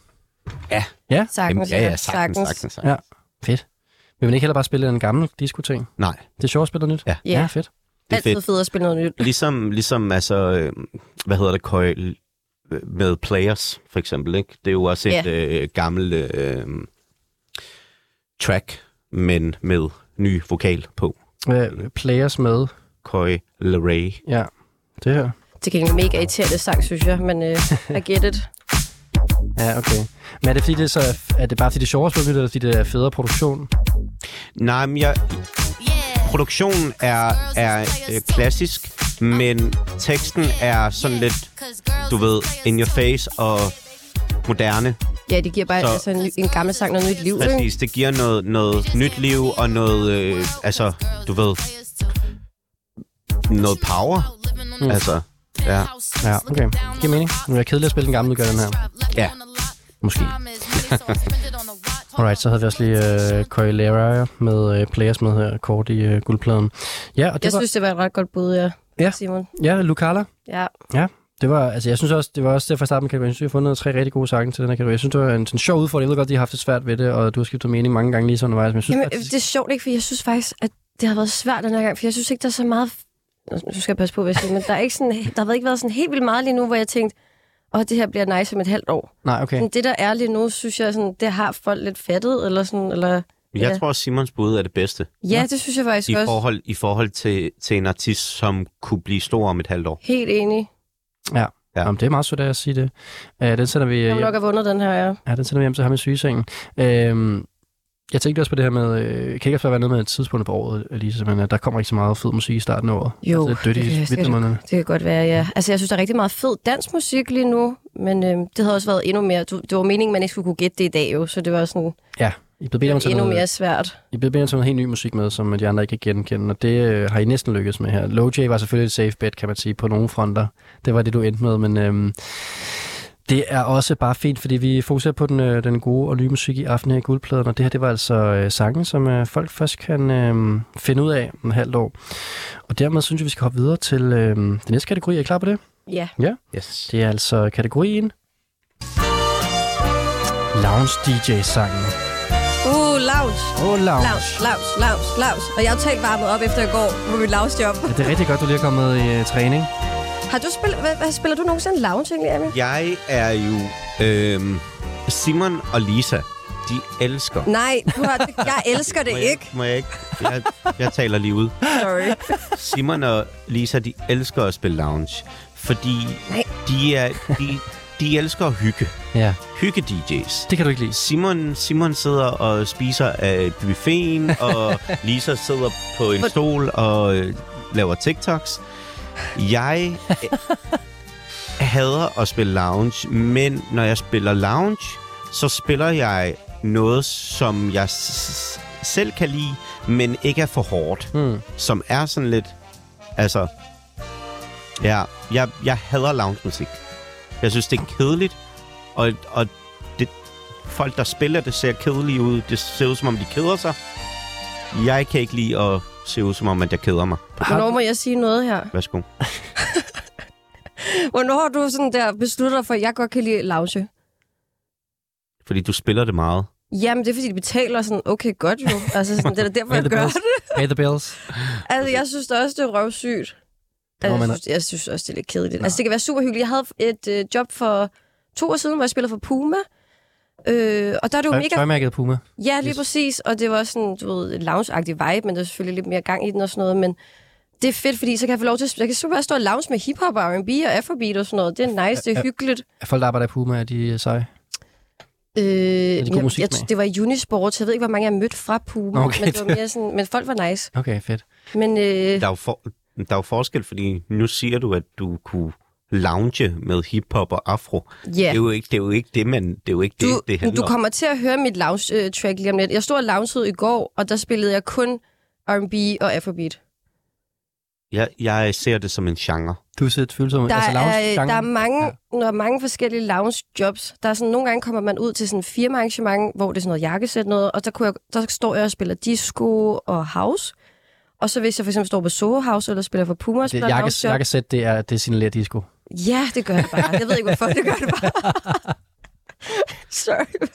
Speaker 4: Sagtens,
Speaker 3: ja, ja, sagtens, sagtens. sagtens.
Speaker 2: Ja. Fedt. Vil man ikke heller bare spille den gamle disco-ting?
Speaker 3: Nej,
Speaker 2: Det er sjovt at spille noget nyt.
Speaker 3: Ja.
Speaker 4: Ja.
Speaker 2: ja fedt.
Speaker 3: det er
Speaker 4: Altid
Speaker 3: fedt.
Speaker 4: fedt at spille noget nyt.
Speaker 3: Ligesom, ligesom altså, øh, hvad hedder det, Køj, med Players, for eksempel, ikke? Det er jo også et øh, gammelt øh, track, men med ny vokal på.
Speaker 2: øh, players med.
Speaker 3: Køj Leray.
Speaker 2: Ja, det her.
Speaker 4: Til gengæld mega irriterende sang, synes jeg, men øh, I get it.
Speaker 2: Ja, okay. Men er det, fordi det er, så, er det bare fordi det er sjovere at spille, nyt, eller fordi det er federe produktion?
Speaker 3: Nej, men jeg, produktionen er, er øh, klassisk, men teksten er sådan lidt, du ved, in your face og moderne.
Speaker 4: Ja, det giver bare
Speaker 3: Så-
Speaker 4: altså, en, ny- en gammel sang noget nyt liv, ikke?
Speaker 3: Præcis, det giver noget, noget nyt liv og noget, øh, altså, du ved, noget power. Mm. Altså, ja.
Speaker 2: Ja, okay. Det giver mening. Nu er jeg kedelig at spille den gamle, gør den her.
Speaker 3: Ja.
Speaker 2: Måske. Alright, så havde vi også lige øh, Corey Lera med øh, Players med her kort i øh, guldpladen. Ja, og det
Speaker 4: Jeg
Speaker 2: var...
Speaker 4: synes, det var et ret godt bud, ja,
Speaker 2: Ja.
Speaker 4: Simon.
Speaker 2: Ja, Lucala.
Speaker 4: Ja.
Speaker 2: Det var, altså, jeg synes også, det var også derfor, jeg startede med kategorien. Jeg synes, jeg har fundet tre rigtig gode sange til den her kategori. Jeg synes, det var en, en sjov udfordring. Jeg ved godt, de har haft det svært ved det, og du har skiftet mening mange gange lige så undervejs. Men jeg synes,
Speaker 4: Jamen,
Speaker 2: faktisk-
Speaker 4: det er sjovt, ikke? For jeg synes faktisk, at det har været svært den her gang, for jeg synes ikke, der er så meget... Nå, Nu skal jeg passe på, hvad jeg siger, men der, er ikke sådan, der har ikke været sådan helt vildt meget lige nu, hvor jeg tænkte, åh, det her bliver nice om et halvt år.
Speaker 2: Nej, okay.
Speaker 4: Men det, der er lige nu, synes jeg, sådan, det har folk lidt fattet, eller sådan, eller...
Speaker 3: Jeg
Speaker 4: Ja.
Speaker 3: tror, Simons bud er det bedste
Speaker 4: Ja, det synes jeg faktisk
Speaker 3: i
Speaker 4: også.
Speaker 3: forhold, i forhold til, til en artist, som kunne blive stor om et halvt år.
Speaker 4: Helt enig. øh-
Speaker 2: Ja.
Speaker 3: Ja.
Speaker 2: ja. Jamen, det er meget sødt af jer at sige det. Øh, den sender vi,
Speaker 4: Jeg må
Speaker 2: hjem,
Speaker 4: nok have vundet den her, ja.
Speaker 2: ja, den sender vi hjem til ham i sygesengen. Øh, jeg tænkte også på det her med, øh, kan ikke også være noget med et tidspunkt på året, Elise, men at der kommer ikke så meget fed musik i starten af året.
Speaker 4: Jo,
Speaker 2: altså, det er dødt
Speaker 4: det
Speaker 2: i
Speaker 4: er sikkert.
Speaker 2: midtnummerne.
Speaker 4: Det kan godt være, ja. Altså, jeg synes, der er rigtig meget fed dansmusik lige nu, men øhm, det havde også været endnu mere... Du, det var meningen, man ikke skulle kunne gætte det i dag, jo, så det var sådan
Speaker 2: Ja, I blev bedt om at tage
Speaker 4: endnu
Speaker 2: noget,
Speaker 4: mere svært.
Speaker 2: I blev bedt om at tage noget helt ny musik med, som de andre ikke kan genkende, og det øh, har I næsten lykkedes med her. Low J var selvfølgelig et safe bet, kan man sige, på nogle fronter. Det var det, du endte med, men øhm, det er også bare fint, fordi vi fokuserer på den, øh, den gode og nye musik i aften her i Guldpladen, og det her, det var altså øh, sange, som øh, folk først kan øh, finde ud af om et halvt år. Og dermed synes jeg, vi skal hoppe videre til øh, den næste kategori. Er I klar på det?
Speaker 4: Ja.
Speaker 3: Yes.
Speaker 2: Det er altså kategorien... Lounge DJ-sangen.
Speaker 4: Uh, lounge.
Speaker 2: Åh, oh, lounge.
Speaker 4: Lounge, lounge, lounge, lounge. Og jeg har totalt varmet op efter i går på mit loungejob.
Speaker 2: Ja, det er rigtig godt, du lige er kommet i øh, træning.
Speaker 4: Har du spillet... Hvad, hvad spiller du nogensinde lounge egentlig, Emil?
Speaker 3: Jeg er jo... Øh, Simon og Lisa, de elsker...
Speaker 4: Nej, du har, jeg elsker det
Speaker 3: må jeg,
Speaker 4: ikke.
Speaker 3: Må jeg ikke? Jeg, jeg taler lige ud.
Speaker 4: Sorry.
Speaker 3: Simon og Lisa, de elsker at spille lounge, fordi
Speaker 4: Nej.
Speaker 3: de, er, de, de elsker at hygge.
Speaker 2: Ja,
Speaker 3: Hygge-DJ's.
Speaker 2: det kan du ikke lide.
Speaker 3: Simon, Simon sidder og spiser af buffeten, og Lisa sidder på en stol og øh, laver TikToks. Jeg øh, hader at spille lounge, men når jeg spiller lounge, så spiller jeg noget, som jeg s- selv kan lide, men ikke er for hårdt.
Speaker 2: Hmm.
Speaker 3: Som er sådan lidt... Altså... Ja, jeg, jeg hader lounge-musik. Jeg synes, det er kedeligt, og, og det, folk, der spiller det, ser kedelige ud. Det ser ud, som om de keder sig. Jeg kan ikke lide at se ud, som om at jeg keder mig.
Speaker 4: Hvornår må jeg sige noget her?
Speaker 3: Værsgo.
Speaker 4: Hvornår har du sådan der besluttet dig for, at jeg godt kan lide lounge?
Speaker 3: Fordi du spiller det meget.
Speaker 4: Jamen, det er fordi, de betaler sådan, okay, godt jo. Altså, sådan, det er da derfor,
Speaker 2: Pay
Speaker 4: jeg
Speaker 2: the
Speaker 4: gør
Speaker 2: bills.
Speaker 4: det.
Speaker 2: Pay the bills.
Speaker 4: Altså, jeg synes da også, det er røvsygt.
Speaker 2: må
Speaker 4: Altså, jeg,
Speaker 2: man-
Speaker 4: synes, jeg synes også, det er lidt kedeligt. Altså, det kan være super hyggeligt. Jeg havde et øh, job for to år siden, hvor jeg spillede for Puma. Øh, og der er det jo mega...
Speaker 2: Tøjmærket Puma.
Speaker 4: Ja, lige
Speaker 2: Yes.
Speaker 4: præcis. Og det var sådan, du ved, et lounge-agtig vibe, men der er selvfølgelig lidt mere gang i den og sådan noget. Men det er fedt, fordi så kan jeg få lov til at... Jeg kan super stå og lounge med hiphop og R&B og afrobeat og sådan noget. Det er nice, det er hyggeligt.
Speaker 2: Er folk, der arbejder i Puma, er de øh, seje?
Speaker 4: Øh,
Speaker 2: god
Speaker 4: jeg,
Speaker 2: musiksmag?
Speaker 4: jeg, det var i Unisport, så jeg ved ikke, hvor mange jeg mødte fra Puma.
Speaker 2: Okay.
Speaker 4: Men, det var mere sådan, men folk var nice.
Speaker 2: Okay, fedt.
Speaker 4: Men øh,
Speaker 3: Der er, jo for, der er jo forskel, fordi nu siger du, at du kunne lounge med hiphop og afro. Det,
Speaker 4: ja,
Speaker 3: er jo ikke, det er jo ikke det, man, det, er jo ikke
Speaker 4: du,
Speaker 3: det, det handler
Speaker 4: du kommer til at høre mit lounge-track lige om lidt. Jeg stod og loungede i går, og der spillede jeg kun R&B og Afrobeat.
Speaker 3: om. Jeg, jeg ser det som en genre.
Speaker 2: Du ser
Speaker 3: Mm,
Speaker 2: tvivlsom.
Speaker 4: Der,
Speaker 2: altså,
Speaker 4: er, øh,
Speaker 2: lounge-genren?
Speaker 4: der er mange,
Speaker 2: Ja.
Speaker 4: ja. når mange forskellige lounge-jobs. Der er sådan, nogle gange kommer man ud til sådan et firmaarrangement, hvor det er sådan noget jakkesæt noget, og der, kunne jeg, der står jeg og spiller disco og house. Og så hvis jeg for eksempel står på Soho House, eller spiller for Puma og
Speaker 2: Det,
Speaker 4: spiller
Speaker 2: jakkes,
Speaker 4: lounge-job.
Speaker 2: jakkesæt, det er, det er sin disco.
Speaker 4: Ja, det gør det bare. Jeg ved ikke, hvorfor det gør det bare. Sorry.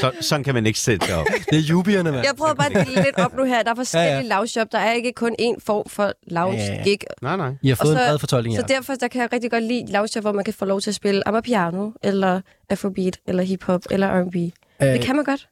Speaker 3: Så, sådan kan man ikke sætte det op.
Speaker 2: Det er jubierne, mand.
Speaker 4: Jeg prøver bare at dele lidt op nu her. Der er forskellige
Speaker 2: Ja,
Speaker 4: ja,
Speaker 2: ja.
Speaker 4: ja. lounge-job. Der er ikke kun én form for
Speaker 2: Ja, ja, ja.
Speaker 4: lounge-gig.
Speaker 3: nej, nej.
Speaker 2: I har fået
Speaker 4: Og
Speaker 2: en
Speaker 4: så-
Speaker 2: bred fortolkning
Speaker 4: Så
Speaker 2: her.
Speaker 4: derfor der kan jeg rigtig godt lide lounge hvor man kan få lov til at spille amapiano, eller afrobeat, eller hiphop, eller R&B.
Speaker 2: Øh,
Speaker 4: Det kan man godt.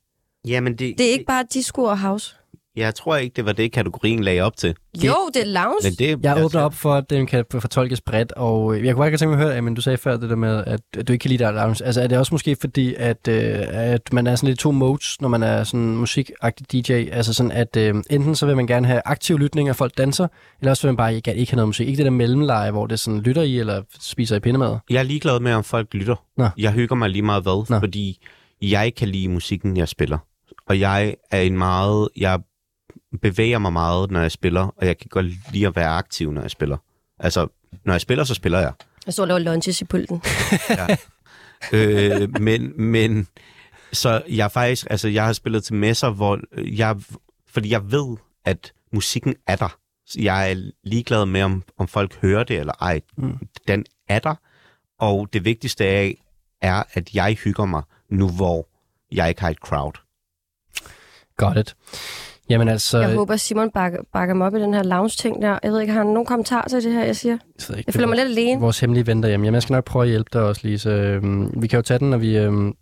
Speaker 3: Jamen, det,
Speaker 4: Det er ikke bare disco og house.
Speaker 3: Jeg tror ikke, det var det, kategorien lagde op til.
Speaker 4: Jo, det er lounge.
Speaker 3: Men det, altså-
Speaker 2: Jeg åbner op for, at den kan fortolkes bredt, og øh, jeg kunne bare godt tænke mig at høre, men du sagde før det der med, at at du ikke kan lide dig lounge. Altså er det også måske fordi, at, øh, at man er sådan lidt i to modes, når man er sådan musikagtig DJ? Altså sådan, at øh, enten så vil man gerne have aktiv lytning, og folk danser, eller også vil man bare ikke, ikke have noget musik. Ikke det der mellemleje, hvor det sådan lytter i, eller spiser i pindemad.
Speaker 3: Jeg er ligeglad med, om folk lytter.
Speaker 2: Nå.
Speaker 3: Jeg hygger mig lige meget hvad,
Speaker 2: Nå.
Speaker 3: Nå. fordi jeg kan lide musikken, jeg spiller. Og jeg er en meget... Jeg bevæger mig meget, når jeg spiller, og jeg kan godt lide at være aktiv, når jeg spiller. Altså, når jeg spiller, så spiller jeg.
Speaker 4: Jeg står og laver lunches i pulten.
Speaker 3: øh, men, men... Så jeg er faktisk... Altså, jeg har spillet til messer, hvor jeg... Fordi jeg ved, at musikken er der. Så jeg er ligeglad med, om, om folk hører det eller ej.
Speaker 2: Mm.
Speaker 3: den er der, og det vigtigste af er, at jeg hygger mig nu, hvor jeg ikke har et crowd.
Speaker 2: Got it. Jamen altså...
Speaker 4: Jeg håber, Simon bakker, bakker mig op i den her lounge-ting der. Jeg ved ikke, har han nogen kommentar til det her, jeg siger?
Speaker 2: jeg ved ikke,
Speaker 4: Jeg
Speaker 2: det
Speaker 4: føler mig lidt
Speaker 2: er
Speaker 4: alene.
Speaker 2: Vores hemmelige ven derhjemme. Jamen jeg skal nok prøve at hjælpe dig også, Lise. Øhm, Vi kan jo tage den, når vi... øhm,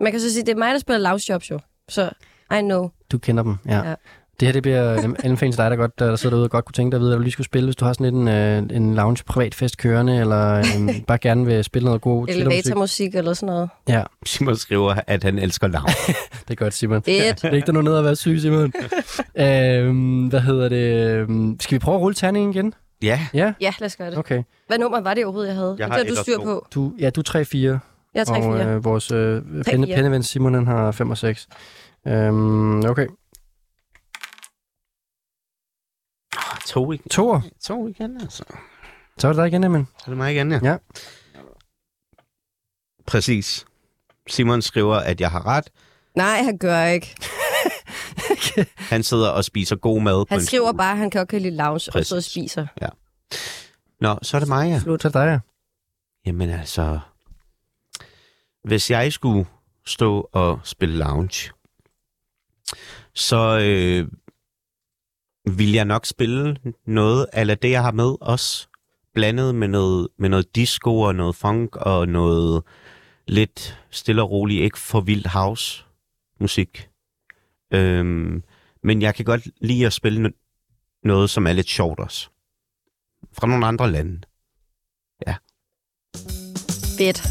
Speaker 4: Man kan så sige, det er mig, der spiller lounge jobs jo. Så I know.
Speaker 2: Du kender dem, ja. ja.
Speaker 4: Ja.
Speaker 2: Det her det bliver øh, en- en fan til dig, der, godt, der sidder derude og godt kunne tænke dig at vide, at du lige skulle spille, hvis du har sådan lidt en, øh, en lounge privatfest kørende, eller øh, bare gerne vil spille noget god chillermusik.
Speaker 4: Elevatormusik eller sådan noget.
Speaker 2: Ja,
Speaker 3: Simon skriver, at han elsker lounge.
Speaker 2: det er godt, Simon.
Speaker 4: Fedt.
Speaker 2: Læg dig nu ned og være syg, Simon. øhm, hvad hedder det? Øhm, Skal vi prøve at rulle terningen igen?
Speaker 3: ja,
Speaker 2: Ja?
Speaker 4: Ja, lad os gøre det.
Speaker 2: Okay.
Speaker 4: Hvad nummer var det overhovedet, jeg havde?
Speaker 3: Jeg
Speaker 4: Jeg
Speaker 3: har
Speaker 4: har det har
Speaker 3: et
Speaker 4: du
Speaker 3: og
Speaker 4: styr
Speaker 3: to.
Speaker 4: på.
Speaker 2: Du, ja, du er 3-4.
Speaker 4: Jeg har 3-4.
Speaker 2: Og øh, vores øh,
Speaker 4: Tre,
Speaker 2: penne,
Speaker 4: fire.
Speaker 2: penneven Simon han har 5 og 6. Øhm, okay.
Speaker 3: Ah, to, igen,
Speaker 2: Tor,
Speaker 3: to igen, altså.
Speaker 2: så er det dig igen, Emil.
Speaker 3: Så er det mig igen, ja.
Speaker 2: Ja.
Speaker 3: Præcis. Simon skriver, at jeg har ret.
Speaker 4: Nej, han gør ikke.
Speaker 3: Han sidder og spiser god mad. på
Speaker 4: Han
Speaker 3: en
Speaker 4: skriver
Speaker 3: skole.
Speaker 4: bare, at han kan godt kan lide lounge, og så
Speaker 3: Præcis.
Speaker 4: spiser.
Speaker 3: Nå, så er det mig, ja.
Speaker 2: Så er det dig, ja.
Speaker 3: Jamen altså, hvis jeg skulle stå og spille lounge, så øh, vil jeg nok spille noget af det, jeg har med også. Blandet med noget, med noget disco og noget funk og noget lidt stille og roligt, ikke for vild house musik. Øhm, men jeg kan godt lide at spille no- noget, som er lidt sjovt også. Fra nogle andre lande.
Speaker 4: Fedt.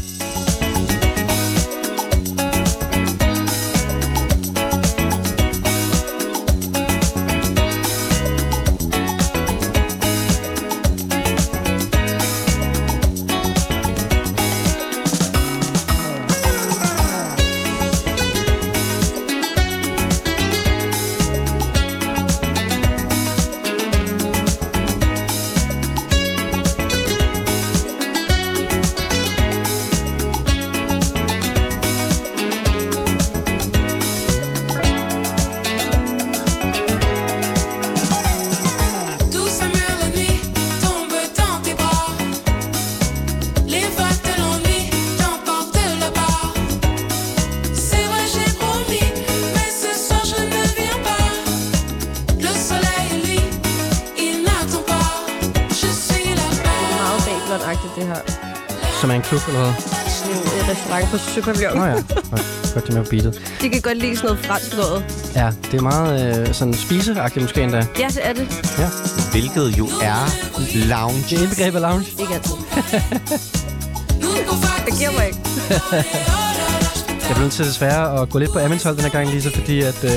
Speaker 6: Douce mur la nuit tombe dans tes bras. Les vagues de l'ennui t'emportent là-bas. C'est vrai, j'ai promis, mais ce soir je ne viens pas. Le soleil, lui, il n'attend pas. Je suis
Speaker 4: Meget
Speaker 6: là-bas.
Speaker 4: bagblond-agtigt, det her.
Speaker 2: Som er en klub, eller hvad?
Speaker 4: Det er jo et restaurant på Søpavillon.
Speaker 2: Nå ja, Godt, godt det med på beatet.
Speaker 4: Det kan godt lide sådan noget fransk noget.
Speaker 2: Ja, det er meget øh, sådan spiseagtigt måske endda.
Speaker 4: Ja, det er det.
Speaker 3: hvilket jo er
Speaker 2: Det
Speaker 3: lounge.
Speaker 2: er indbegrebet af lounge.
Speaker 4: Ikke altid.
Speaker 6: Nous, on va
Speaker 4: Det giver mig ikke.
Speaker 6: Oh là là, je peux
Speaker 2: Jeg bliver nødt til desværre at gå lidt på Amentol den her gang, Lisa, fordi at, øh,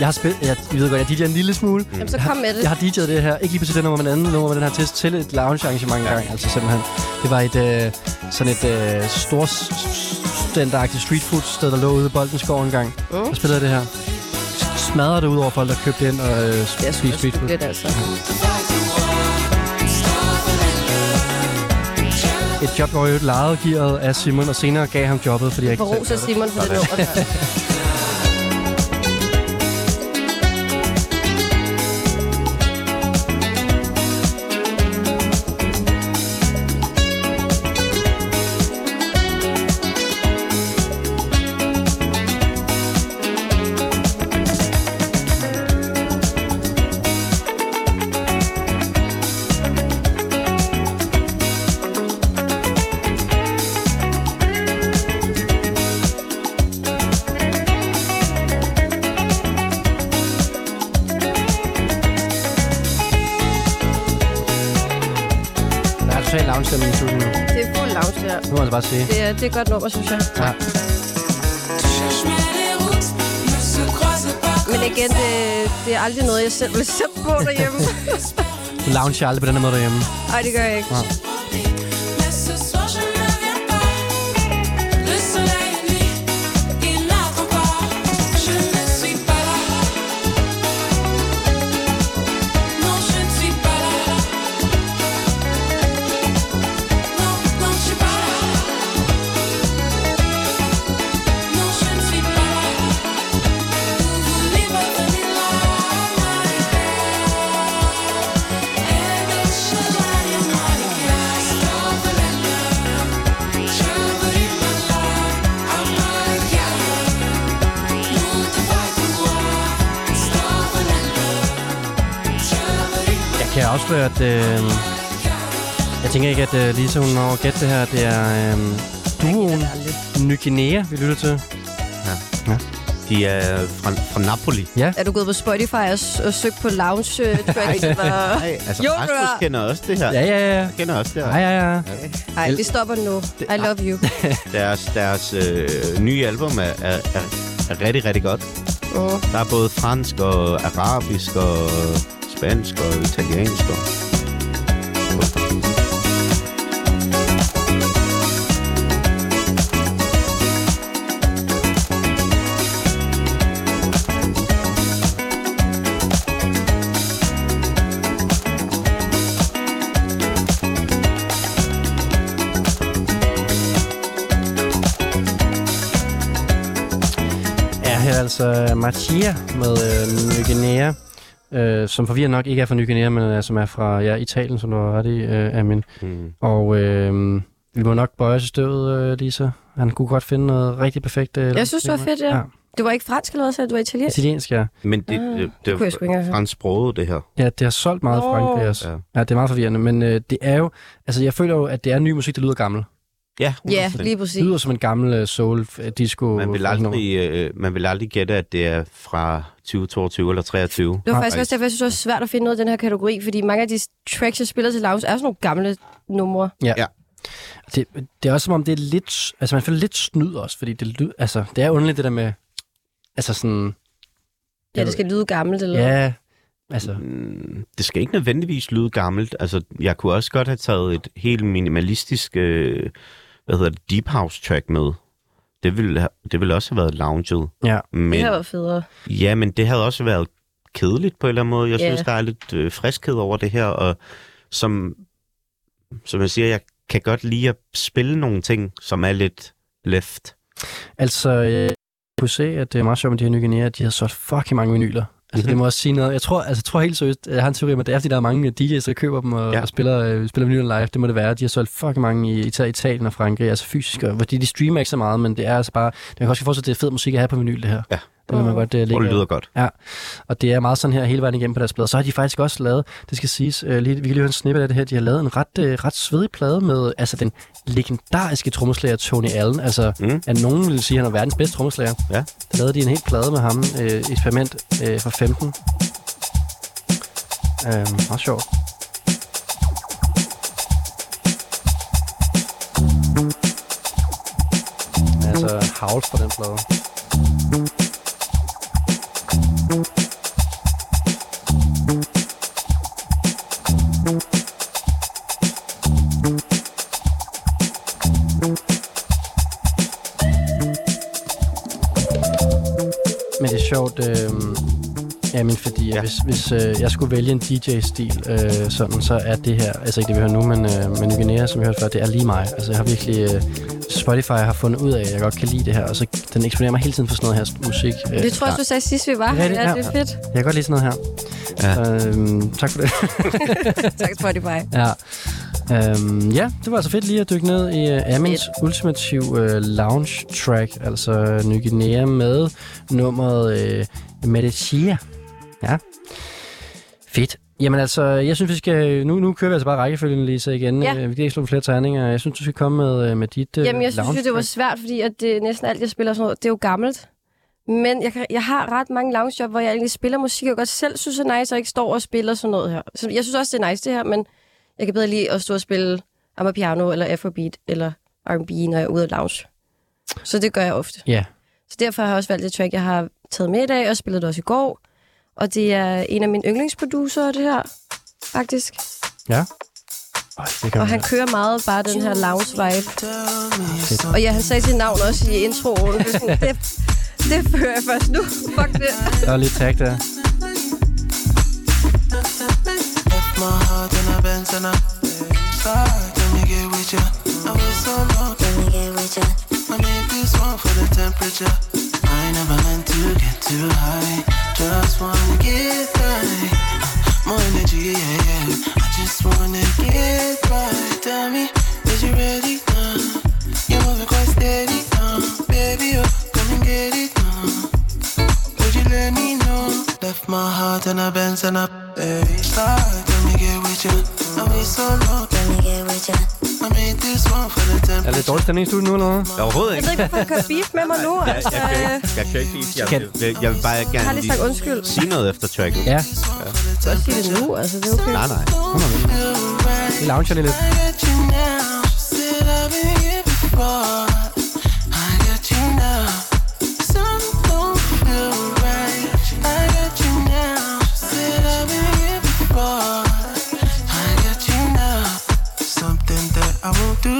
Speaker 2: jeg har spillet... Jeg, I ved godt, jeg DJ'er en lille smule.
Speaker 4: Jamen, så kom med det.
Speaker 2: Jeg har DJ'et det her, ikke lige præcis det nummer, men andet nummer med den her test, til et lounge-arrangement engang, altså simpelthen. Det var et øh, sådan et øh, stort standardagtigt street food sted, der lå ude i Boldenskov engang. Mm. Jeg spillede jeg det her. Smadrede det ud over folk, der købte ind og øh,
Speaker 8: Jeg synes
Speaker 2: spiste
Speaker 8: også,
Speaker 2: street food.
Speaker 8: det er det altså.
Speaker 2: Et job, hvor jeg øvrigt lejede gearet af Simon, og senere gav ham jobbet, fordi jeg ikke
Speaker 4: For
Speaker 2: selv
Speaker 4: Rosa
Speaker 2: gjorde
Speaker 4: Simon
Speaker 2: det.
Speaker 4: for det nummer. der.
Speaker 2: Der er totalt lavnstemning i studiet nu.
Speaker 4: Det er fuld lounge, det her.
Speaker 2: Nu må jeg altså bare sige.
Speaker 4: Det er, det er et godt nummer, synes jeg.
Speaker 2: Ja.
Speaker 4: Men igen, det, det er aldrig noget, jeg selv vil sætte på derhjemme.
Speaker 2: Du lounger aldrig på den her måde derhjemme.
Speaker 4: Nej, det gør jeg ikke.
Speaker 2: Jeg kan afsløre, at... Øh, jeg tænker ikke, at øh, Lisa, hun når at gætte det her. Det er øh, duoen Ny Guinea, vi lytter til.
Speaker 3: De er fra, fra Napoli.
Speaker 4: Er du gået på Spotify og, s- og søgt på lounge øh, tracks? eller?
Speaker 3: Nej, altså
Speaker 4: Jo,
Speaker 3: jo,
Speaker 4: det
Speaker 3: Rasmus
Speaker 4: var-
Speaker 3: kender også det her.
Speaker 2: Ja, ja, ja.
Speaker 3: Jeg kender også det her.
Speaker 2: Ja, ja, ja.
Speaker 4: Nej, vi stopper nu. I love you.
Speaker 3: Deres, deres øh, nye album er, er, er, er rigtig, rigtig godt.
Speaker 4: Mm.
Speaker 3: Der er både fransk og arabisk og spansk og italiensk. Og...
Speaker 2: Ja, her er altså Mattia med øh, Ny Guinea. Øh, som forvirrer nok ikke er fra Ny Guinea, men øh, som er fra ja, Italien, som du har ret i, øh, Amin.
Speaker 3: Mm.
Speaker 2: Og øh, vi må nok bøje os i støvet, øh, Lisa. Han kunne godt finde noget rigtig perfekt. Øh,
Speaker 4: Jeg synes, det var fedt, ja.
Speaker 2: Ja.
Speaker 4: Det var ikke fransk eller hvad, så du var italiensk?
Speaker 2: Italiensk, ja.
Speaker 3: Men det,
Speaker 4: Ah,
Speaker 3: det,
Speaker 4: det
Speaker 3: det,
Speaker 4: kunne jeg sgu ikke
Speaker 3: det
Speaker 4: engang høre.
Speaker 3: fransksproget, det her.
Speaker 2: Ja, det har solgt meget i
Speaker 4: Åh.
Speaker 2: Frankrig også.
Speaker 3: Ja.
Speaker 2: Ja, det er meget forvirrende, men øh, det er jo... Altså, jeg føler jo, at det er ny musik, der lyder gammel.
Speaker 3: Ja,
Speaker 4: Ja,
Speaker 3: 100%.
Speaker 4: lige
Speaker 2: Det
Speaker 4: præcis.
Speaker 2: lyder som en gammel øh, soul øh, disco.
Speaker 3: Man vil, aldrig, øh, man vil aldrig gætte, at det er fra 2022 eller 23.
Speaker 4: Det var
Speaker 2: Nej.
Speaker 4: faktisk også derfor, jeg synes, det var svært at finde noget i den her kategori, fordi mange af de tracks, jeg spiller til lounge, er sådan nogle gamle numre.
Speaker 2: Det, det er også som om, det er lidt... Altså, man føler lidt snyd også, fordi det, lyd, altså, det er underligt, det der med... Altså sådan...
Speaker 4: Ja, det skal lyde gammelt, eller?
Speaker 2: Ja, altså...
Speaker 3: Mm, Det skal ikke nødvendigvis lyde gammelt. Altså, jeg kunne også godt have taget et helt minimalistisk, øh, hvad hedder det, deep house track med. Det ville, ha- det ville også have været lounget.
Speaker 2: Ja.
Speaker 4: Det
Speaker 3: Men,
Speaker 4: her var federe.
Speaker 3: ja, men det havde også været kedeligt på en eller anden måde. Jeg
Speaker 4: Ja.
Speaker 3: synes, der er lidt øh, friskhed over det her, og som, som jeg siger, jeg kan godt lide at spille nogle ting, som er lidt left.
Speaker 2: Altså, øh, jeg kunne se, at det er meget sjovt med de her nye Guinea, at de har solgt fucking mange vinyler.
Speaker 3: Mhm.
Speaker 2: Altså, det må også sige noget. Jeg tror, altså, jeg tror helt seriøst, jeg har en teori om, at det er, fordi der er mange DJ's, der køber dem og, ja.
Speaker 3: Ja.
Speaker 2: og spiller, øh, spiller vinyler live. Det må det være. De har solgt fucking mange i især Italien og Frankrig, altså fysisk. Og, fordi de streamer ikke så meget, men det er altså bare... Jeg kan også forstå, at det er fed musik at have på vinyl, det her.
Speaker 3: Ja.
Speaker 2: Det kan man godt uh, lægge
Speaker 3: Og det
Speaker 2: af.
Speaker 3: lyder godt.
Speaker 2: Og det er meget sådan her hele vejen igennem på deres plader. Så har de faktisk også lavet, det skal siges, øh, lige, vi kan lige høre en snippet af det her, de har lavet en ret, øh, ret svedig plade med altså den legendariske trommeslager Tony Allen. Altså, mm.
Speaker 3: Mm.
Speaker 2: at nogen ville sige, at han er verdens bedste trommeslager.
Speaker 3: Ja.
Speaker 2: Der lavede de en helt plade med ham, øh, eksperiment øh, fra 15. Øh, meget sjovt. Altså, altså havl fra den plade. Men det er sjovt, øh, jamen fordi ja.
Speaker 3: Ja.
Speaker 2: hvis, hvis øh, jeg skulle vælge en DJ-stil, øh, sådan, så er det her, altså ikke det vi hører nu, men, øh, men New Guinea, som vi hørte før, det er lige mig. Altså jeg har virkelig, øh, Spotify har fundet ud af, at jeg godt kan lide det her, og så den eksponerer mig hele tiden for sådan noget her musik. Øh,
Speaker 4: Det tror jeg, du sagde sidst, vi var her.
Speaker 2: Rigtigt,
Speaker 4: Ja,
Speaker 2: ja.
Speaker 4: det er fedt.
Speaker 2: Jeg kan godt lide sådan noget her.
Speaker 3: Ja.
Speaker 2: Øhm, tak for det.
Speaker 4: Tak Spotify.
Speaker 2: ja. Øhm, ja, det var altså fedt lige at dykke ned i uh, Amins ultimative uh, lounge track, altså Ny Guinea med nummeret uh, Medicina. Ja. Fedt. Jamen altså, jeg synes, vi skal... Nu, nu kører vi altså bare rækkefølgen, Lisa, igen.
Speaker 4: Ja.
Speaker 2: Øh, Vi kan ikke slå på flere tegninger. Jeg synes, du skal komme med, øh, med dit øh,
Speaker 4: Jamen, jeg synes jo,
Speaker 2: lounge
Speaker 4: det var
Speaker 2: track.
Speaker 4: svært, fordi at det, næsten alt, jeg spiller og sådan noget, det er jo gammelt. Men jeg, kan, jeg har ret mange loungejob, hvor jeg egentlig spiller musik, jeg godt selv synes er nice, og ikke står og spiller sådan noget her. Så jeg synes også, det er nice det her, men jeg kan bedre lide at stå og spille Amapiano, eller Afrobeat, eller R&B, når jeg er ude af lounge. Så det gør jeg ofte.
Speaker 2: Ja.
Speaker 4: Så derfor har jeg også valgt det track, jeg har taget med i dag, og spillede det også i går. Og det er en af mine yndlingsproducerer, det her, faktisk.
Speaker 2: Ja. Øj, det kan
Speaker 4: Og
Speaker 2: man-
Speaker 4: han kører meget bare den her lounge-vibe. Og ja, han sagde sit navn også i introen. Det, er sådan, det, det hører jeg først nu. Fuck det.
Speaker 2: Der er lidt tag der.
Speaker 9: Left my heart in a Benz and I Sorry, let me get with ya I was so long, let me get with ya I made this one for the temperature I never meant to get too high Just wanna get high More energy, yeah, yeah I just wanna get right Tell me, is you ready? Uh, you're moving quite steady, uh, Baby, oh, come and get it, uh. Would you let me know? Left my heart in a Benz and a baby. Start, let me get with you. I wait so long, let me get with you. I made this one for the
Speaker 2: Er der
Speaker 9: temperature.
Speaker 2: lidt dårlig stemning i studiet nu, eller hvad?
Speaker 3: Overhovedet
Speaker 4: Jeg
Speaker 3: ikke.
Speaker 4: ved ikke, hvorfor han kører beef med mig nu. Altså,
Speaker 3: Jeg kan
Speaker 4: øh,
Speaker 3: ikke, jeg kan ikke lide, jeg, vil- jeg vil bare
Speaker 4: jeg har
Speaker 3: gerne
Speaker 4: lige sagt
Speaker 3: lige
Speaker 4: undskyld.
Speaker 3: sige noget efter tracket.
Speaker 2: Ja,
Speaker 4: Jeg siger det nu, altså det er okay.
Speaker 3: Nej, nej.
Speaker 2: vi lounger lige lidt.
Speaker 9: I got you now. Said I've been here before. I got you now. Some don't feel right. I got you now. Said I've been here before. I got you now. Something that I won't do.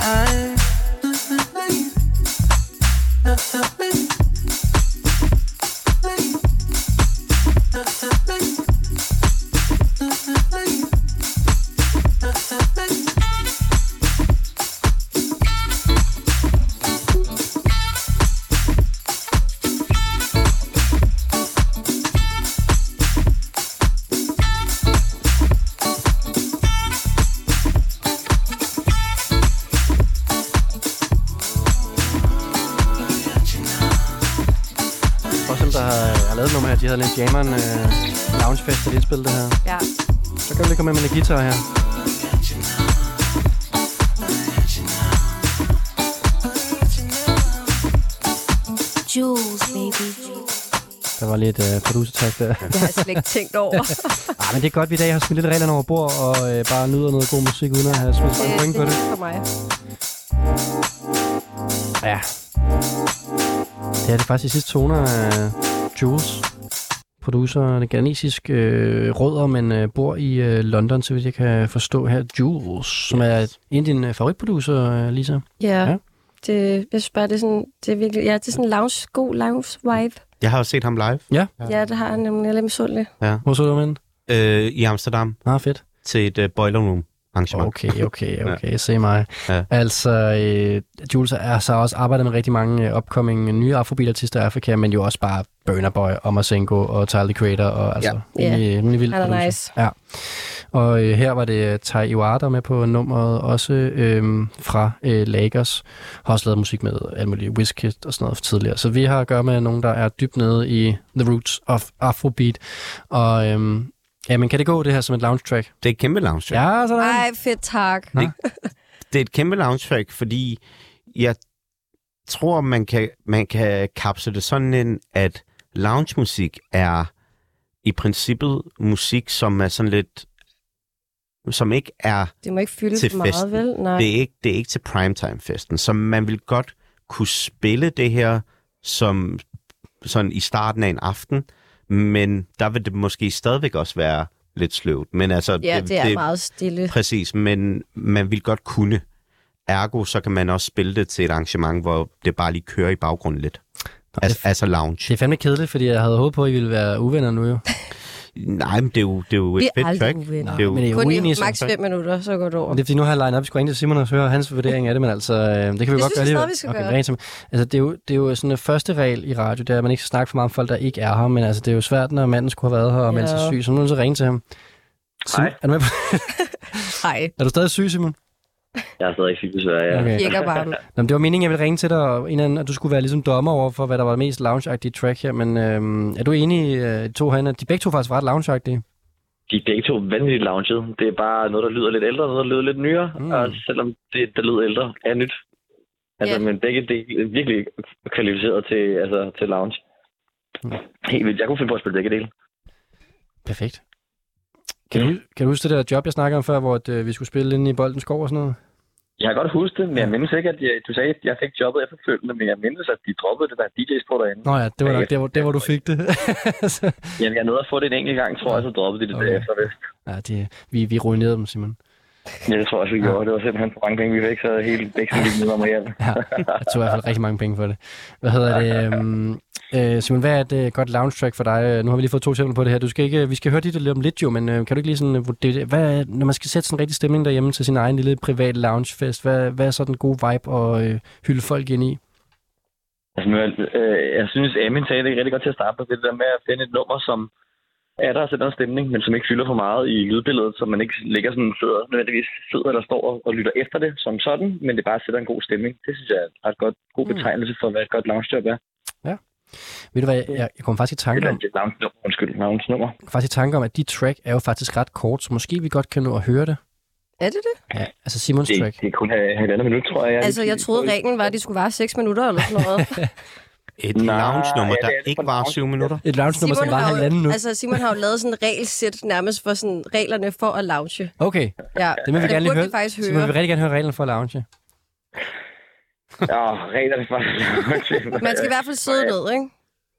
Speaker 9: I
Speaker 2: Prøv at se, om der har, har lavet et nummer her. De havde lidt jammeren øh, loungefest, da de spillede det her.
Speaker 4: Ja.
Speaker 2: Så kan vi lige komme med med lidt guitar her.
Speaker 7: Jules, baby.
Speaker 2: Der var lidt øh, producertag der.
Speaker 4: Det altså har jeg slet ikke tænkt over.
Speaker 2: Ah, men det er godt, vi i dag har smidt lidt reglerne over bord og øh, bare nyder noget god musik, uden at have smidt mange
Speaker 4: Det, det
Speaker 2: point på
Speaker 4: er
Speaker 2: det.
Speaker 4: nyt for mig.
Speaker 2: Ja. Det er det faktisk i sidste toner af Jules. Producer, det ghanesisk øh, rødder, men øh, bor i øh, London, så vidt jeg kan forstå her. Jules, som er en af dine øh, favoritproducer, øh, Lisa. Ja.
Speaker 4: Ja. Det, jeg synes bare, det er sådan, det er virkelig, ja, det er sådan lounge, god lounge-vibe.
Speaker 3: Jeg har jo set ham live
Speaker 4: Ja, det har han nemlig. Jeg er lidt misundelig.
Speaker 2: Hvor så du med den?
Speaker 3: øh, i Amsterdam
Speaker 2: Ah, fedt.
Speaker 3: til et øh, Boiler Room arrangement.
Speaker 2: Okay, okay, okay. Se mig. Ja.
Speaker 3: Ja.
Speaker 2: Altså, øh, Jules er så også arbejdet med rigtig mange øh, upcoming nye afrobeat-artister i Afrika, men jo også bare Burner Boy og Masengo og Tyler, The Creator. Og, altså,
Speaker 4: Ja.
Speaker 2: ja. Rimelig, rimelig vildt.
Speaker 4: Han er
Speaker 2: producer.
Speaker 4: nice.
Speaker 2: Ja. Og øh, her var det øh, Tai Iwata, der er med på nummeret, også øh, fra øh, Lagos. Har også lavet musik med alt muligt Wizkid og sådan noget tidligere. Så vi har at gøre med nogen, der er dybt nede i The Roots of Afrobeat. Og øh, jamen, kan det gå det her som et lounge track?
Speaker 3: Det er et kæmpe lounge track.
Speaker 2: Ja, sådan.
Speaker 4: Ej, fedt tak.
Speaker 3: Det er et kæmpe lounge track, fordi jeg tror, man kan, man kan kapsle det sådan ind, at loungemusik er i princippet musik, som er sådan lidt som ikke er
Speaker 4: Det må ikke fylde
Speaker 3: til
Speaker 4: for meget,
Speaker 3: festen.
Speaker 4: vel? Nej.
Speaker 3: Det er ikke, det er ikke til primetime-festen, så man vil godt kunne spille det her som sådan i starten af en aften, men der vil det måske stadigvæk også være lidt sløvt. Men altså,
Speaker 4: ja, det er meget stille.
Speaker 3: Præcis, men man vil godt kunne. Ergo, så kan man også spille det til et arrangement, hvor det bare lige kører i baggrunden lidt. Altså, altså
Speaker 2: Det
Speaker 3: lounge.
Speaker 2: er fandme kedeligt, fordi jeg havde håbet på, at I ville være uvenner nu jo.
Speaker 3: Nej, men det er jo, det er jo et
Speaker 4: Vi er
Speaker 3: fedt
Speaker 4: aldrig
Speaker 3: track.
Speaker 4: uvenner.
Speaker 3: Det er jo,
Speaker 2: Men det er
Speaker 4: Kun
Speaker 2: uenige,
Speaker 4: i
Speaker 2: som
Speaker 4: maks 5 minutter, så går det over.
Speaker 2: Det er fordi, nu har jeg legnet op, vi skulle ringe til Simon og høre hans vurdering af det, men altså, øh, det kan vi det godt
Speaker 4: synes
Speaker 2: gøre
Speaker 4: jeg
Speaker 2: alligevel.
Speaker 4: stadig, vi skal
Speaker 2: okay,
Speaker 4: gøre.
Speaker 2: ring til mig. Altså, det er, jo, det er jo sådan en første regel i radio, det er, at man ikke skal snakke for meget om folk, der ikke er her, men altså, det er jo svært, når manden skulle have været her og meldt sig
Speaker 4: Ja.
Speaker 2: syg, så nu er man så ringe til ham. Sim-
Speaker 5: Hej.
Speaker 2: Er du, med på,
Speaker 4: Nej,
Speaker 2: er du stadig syg, Simon?
Speaker 5: Jeg er stadig syg, desværre. Ja.
Speaker 2: Okay.
Speaker 4: virker bare du.
Speaker 2: Nå, men det var meningen, jeg ville ringe til dig, og en eller anden, at du skulle være ligesom dommer over for, hvad der var det mest loungeagtige track her, men øhm, er du enig, øh, to herinde, at de begge to faktisk var ret loungeagtige?
Speaker 5: De er begge to vanvittigt lounget. Det er bare noget, der lyder lidt ældre, noget, der lyder lidt nyere.
Speaker 2: Mm.
Speaker 5: Mm. Og selvom det, der lyder ældre, er nyt. Altså,
Speaker 4: Ja.
Speaker 5: yeah. men begge dele er virkelig kvalificeret til, altså, til lounge.
Speaker 2: Mm.
Speaker 5: Helt vildt. Jeg kunne finde på at spille begge dele.
Speaker 2: Perfekt. Mm. Kan, du, kan du huske det der job, jeg snakkede om før, hvor at, øh, vi skulle spille inde i Boldens Skov og sådan noget?
Speaker 5: Jeg har godt husket det, men jeg mindes ikke, at jeg, du sagde, at jeg fik jobbet efterfølgende, men jeg mindes, at de droppede det der DJ's på derinde.
Speaker 2: Nå ja, det var
Speaker 5: Ja,
Speaker 2: nok
Speaker 5: ja.
Speaker 2: der, hvor, der, hvor du fik det. Så-
Speaker 5: Jamen, jeg nåede at få det en enkelt gang, tror jeg, så droppede de det
Speaker 2: Okay.
Speaker 5: okay. derefter. vist.
Speaker 2: ja, det, vi, vi ruinerede dem, Simon.
Speaker 5: Ja, det tror jeg også, vi gjorde. Det var simpelthen for mange penge, vi fik, så hele væksten gik ned om hjem.
Speaker 2: Ja, jeg tog i hvert fald rigtig mange penge for det. Hvad hedder det? øhm, Øh, Simon, hvad er et øh, godt lounge track for dig? Øh, Nu har vi lige fået to eksempler på det her. Du skal ikke, øh, vi skal høre dit lidt om lidt jo, men øh, kan du ikke lige sådan, øh, vurdere, hvad, er- når man skal sætte sådan en rigtig stemning derhjemme til sin egen lille privat loungefest, hvad, hvad er så den gode vibe at øh, hylde folk ind i?
Speaker 5: Altså, nu, er- øh, jeg synes, Amin sagde det rigtig godt til at starte med, det der med at finde et nummer, som er der sådan en stemning, men som ikke fylder for meget i lydbilledet, så man ikke ligger sådan sidder, nødvendigvis sidder eller står og, og lytter efter det som sådan, men det bare sætter en god stemning. Det synes jeg er en ret godt, god betegnelse for, hvad et godt lounge-job er.
Speaker 2: Ved du hvad, jeg, jeg kom faktisk i tanke
Speaker 5: Eller
Speaker 2: om,
Speaker 5: et lounge-nummer, undskyld, lounge-nummer.
Speaker 2: kom faktisk i tanke om, at dit track er jo faktisk ret kort, så måske vi godt kan nå at høre det.
Speaker 4: Er det det?
Speaker 2: Ja, altså Simons
Speaker 5: Det,
Speaker 2: track.
Speaker 5: det er kun et halvandet minut, tror jeg. jeg
Speaker 4: Altså, jeg troede, reglen var, at de skulle vare 6 minutter eller sådan noget.
Speaker 3: et
Speaker 5: Nej,
Speaker 3: lounge-nummer,
Speaker 5: ja,
Speaker 3: der
Speaker 5: det er det
Speaker 3: ikke
Speaker 5: for
Speaker 3: var
Speaker 5: lounge.
Speaker 3: syv minutter.
Speaker 2: Et lounge nummer, som var
Speaker 4: har
Speaker 2: halvanden
Speaker 4: jo,
Speaker 2: nu.
Speaker 4: altså, Simon har jo lavet sådan en regelsæt nærmest for sådan reglerne for at lounge.
Speaker 2: Okay,
Speaker 4: Ja,
Speaker 2: det vil vi gerne lige
Speaker 4: burde
Speaker 2: høre.
Speaker 4: vi faktisk
Speaker 2: Så må vi
Speaker 4: høre.
Speaker 2: rigtig gerne høre reglerne for at lounge.
Speaker 5: Ja, reglerne for lounge.
Speaker 4: Man skal i hvert fald sidde ned, ikke?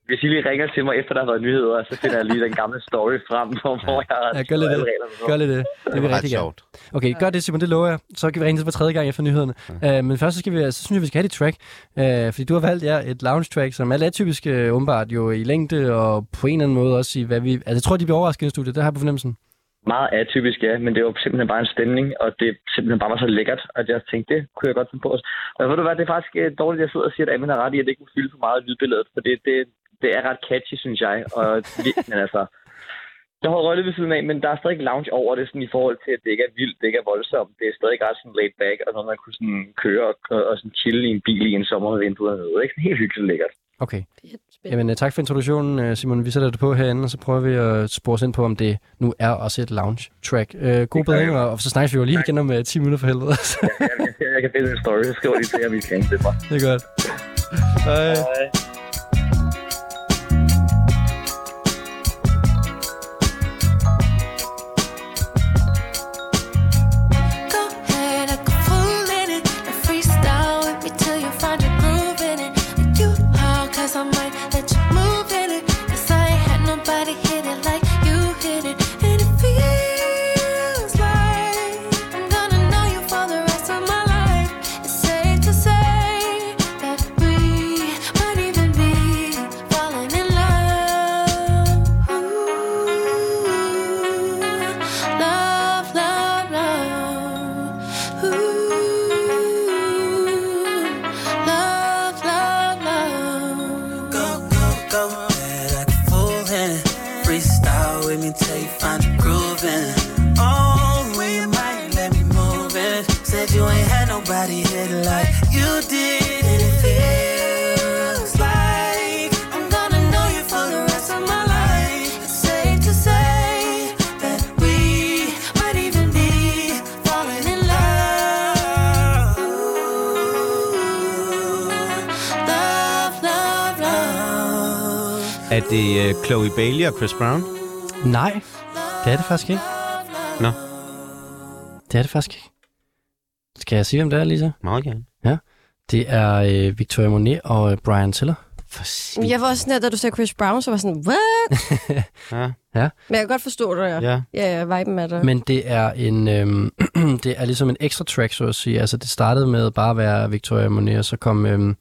Speaker 5: Hvis I lige ringer til mig, efter der har været nyheder, så finder jeg lige den gamle story frem, hvor, hvor jeg har
Speaker 2: Ja, gør lidt det.
Speaker 5: alle reglerne for.
Speaker 2: Gør lige det. Det
Speaker 3: Det
Speaker 2: vil
Speaker 3: var
Speaker 2: vi rigtig
Speaker 3: ret
Speaker 2: gerne.
Speaker 3: sjovt.
Speaker 2: Okay, gør det, Simon, det lover jeg. Så kan vi ringe til for tredje gang efter nyhederne. Ja. Øh, men først så, skal vi, så synes jeg, vi skal have dit track. Øh, fordi du har valgt ja, et lounge track, som er lidt atypisk øh, åbenbart jo i længde og på en eller anden måde også i, hvad vi... Altså, jeg tror, de bliver overrasket i studiet. Det har jeg på fornemmelsen.
Speaker 5: Meget atypisk, ja, men det var simpelthen bare en stemning, og det simpelthen bare var så lækkert, at jeg tænkte, det kunne jeg godt finde på. os. Og ved du hvad, det er faktisk øh, dårligt, at jeg sidder og siger, at Amin har ret i, at det ikke må fylde for meget i lydbilledet, for det, det, det er ret catchy, synes jeg. Og, vi- men altså, der har røget ved siden af, men der er stadig lounge over det, sådan i forhold til, at det ikke er vildt, det ikke er voldsomt. Det er stadig ret sådan laid back, og noget, man kunne sådan køre og, og, og sådan chille i en bil i en sommervindue eller noget. Ikke? Sådan helt hyggeligt lækkert.
Speaker 2: Okay. Jamen, øh, tak for introduktionen, øh, Simon. Vi sætter det på herinde, og så prøver vi at spore os ind på, om det nu er også et lounge track. Øh, god bedring, og, og så snakkes vi jo lige igen om øh, 10 minutter for helvede.
Speaker 5: Jeg, jeg, jeg kan finde en story, så skriver jeg lige til jer, vi kan det mig.
Speaker 2: det er godt. Hej.
Speaker 6: Go ahead, act a fool in it. And freestyle with me till you find your groove in it. And you hard, cause I might let you move in it. Cause I ain't had nobody hit it like you hit it. And it feels like I'm gonna know you for the rest of my life. It's safe to say that we might even be falling in love. Ooh, love, love, love. Ooh, love, love, love.
Speaker 8: Go, go, go. Bad like a fool in it. Freestyle with me till you find the groove in it. Oh, we might let me move in it. Said you ain't had nobody hit it like you did. And it feels like
Speaker 6: I'm gonna know you for the rest of my life. It's safe to say that we might even be falling in love. Ooh, love, love, love.
Speaker 3: Er det øh, Chloe Bailey og Chris Brown?
Speaker 2: Nej, det er det faktisk ikke.
Speaker 3: Nå.
Speaker 2: Det er det faktisk ikke. Skal jeg sige, hvem det er, Lisa?
Speaker 3: Meget gerne.
Speaker 2: Det er øh, Victoria Monet og øh, Brian Tiller.
Speaker 3: For
Speaker 4: Men
Speaker 3: sig.
Speaker 4: Jeg var også sådan her, da du sagde Chris Brown, så var jeg sådan, what?
Speaker 3: Ja,
Speaker 4: Men jeg kan godt forstå dig, ja.
Speaker 3: ja.
Speaker 4: Ja, ja, viben er der.
Speaker 2: Men det er en, øhm, det er ligesom en ekstra track, så at sige. Altså, det startede med bare at være Victoria Monet, og så kom øhm,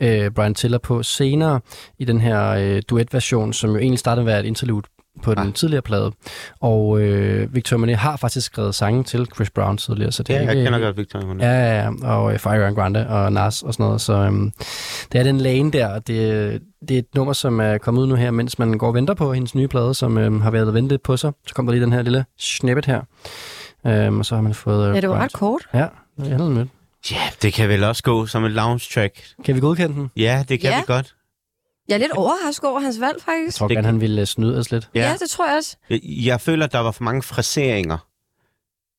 Speaker 2: øh, Brian Tiller på senere i den her øh, duetversion, som jo egentlig startede med at være et interlude på den
Speaker 3: Ah.
Speaker 2: tidligere plade. Og øh, Victoria Monet har faktisk skrevet sange til Chris Brown tidligere, så det
Speaker 3: ja
Speaker 2: er
Speaker 3: jeg
Speaker 2: ikke,
Speaker 3: kender godt Victoria Monet.
Speaker 2: Ja, ja, ja, og øh, Fire and Grande og Nas og sådan noget. Så øhm, det er den lane der, og det, det er et nummer, som er kommet ud nu her, mens man går og venter på hendes nye plade, som øhm, har været ventet på sig. Så kom der lige den her lille snippet her, øhm, og så har man fået... Øh,
Speaker 4: Ja, det var
Speaker 2: Brian-
Speaker 4: ret kort.
Speaker 2: Ja, det er lidt.
Speaker 3: Ja, det kan vel også gå som et lounge track.
Speaker 2: Kan vi godkende den?
Speaker 3: Ja, det kan
Speaker 4: Ja.
Speaker 3: vi godt.
Speaker 4: Jeg er lidt overrasket over hans valg,
Speaker 2: Jeg
Speaker 4: faktisk.
Speaker 2: tror
Speaker 3: Det-
Speaker 2: gerne, han ville øh, snyde os lidt.
Speaker 4: Ja, ja det tror jeg også.
Speaker 3: Jeg, jeg føler, der var for mange fraseringer.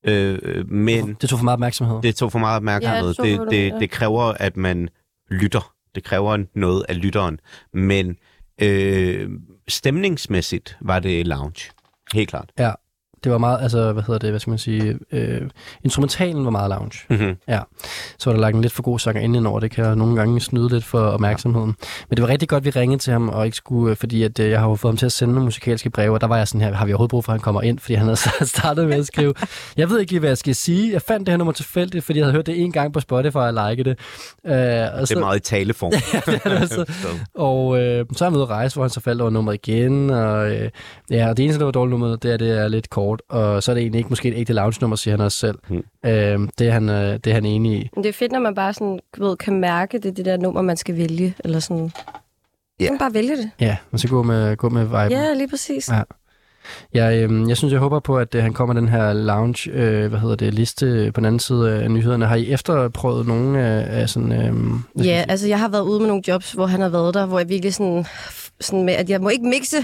Speaker 3: Øh, øh, men
Speaker 2: Det tog for meget opmærksomhed.
Speaker 3: det tog for meget
Speaker 4: Ja,
Speaker 3: opmærksomhed.
Speaker 4: det tog
Speaker 3: det,
Speaker 4: for meget,
Speaker 3: det, det,
Speaker 4: ja.
Speaker 3: det kræver, at man lytter. Det kræver noget af lytteren. Men øh, stemningsmæssigt var det lounge. Helt klart.
Speaker 2: Det var meget, altså, hvad hedder det, hvad skal man sige, øh, instrumentalen var meget lounge.
Speaker 8: Mhm.
Speaker 3: Mm-hmm.
Speaker 2: så var der lagt en lidt for god sanger inden over. Det kan nogle gange snyde lidt for opmærksomheden. Men det var rigtig godt, vi ringede til ham, og ikke skulle, fordi at, øh, jeg har jo fået ham til at sende nogle musikalske breve, og der var jeg sådan her, har vi overhovedet brug for, at han kommer ind? Fordi han havde så startet med at skrive, jeg ved ikke lige, hvad jeg skal sige. Jeg fandt det her nummer tilfældigt, fordi jeg havde hørt det en gang på Spotify og liket det. Øh, og
Speaker 3: Det er
Speaker 2: så,
Speaker 3: meget i taleform.
Speaker 2: det er så- og øh, så er han ude at rejse, hvor han så faldt over nummeret igen. Og, øh, ja, og det eneste, der var dårligt nummeret, det er, det er lidt kort. Og så er det egentlig ikke måske et ægte lounge-nummer, siger han også selv.
Speaker 3: Mm.
Speaker 2: Øh, det, er han, øh, det er han enig i.
Speaker 4: Men det er fedt, når man bare sådan, du ved, kan mærke, det er det der nummer, man skal vælge. Eller sådan.
Speaker 3: Ja.
Speaker 4: Yeah. Man bare vælge det.
Speaker 2: Ja, men så gå med, gå med viben.
Speaker 4: Ja, lige præcis.
Speaker 2: Ja. Jeg, øh, jeg synes, jeg håber på, at øh, han kommer den her lounge, øh, hvad hedder det, liste på den anden side af nyhederne. Har I efterprøvet nogen øh, af sådan... Øh, hvad skal
Speaker 4: Ja,
Speaker 2: man sige?
Speaker 4: altså jeg har været ude med nogle jobs, hvor han har været der, hvor jeg virkelig sådan, sådan med, at jeg må ikke mixe.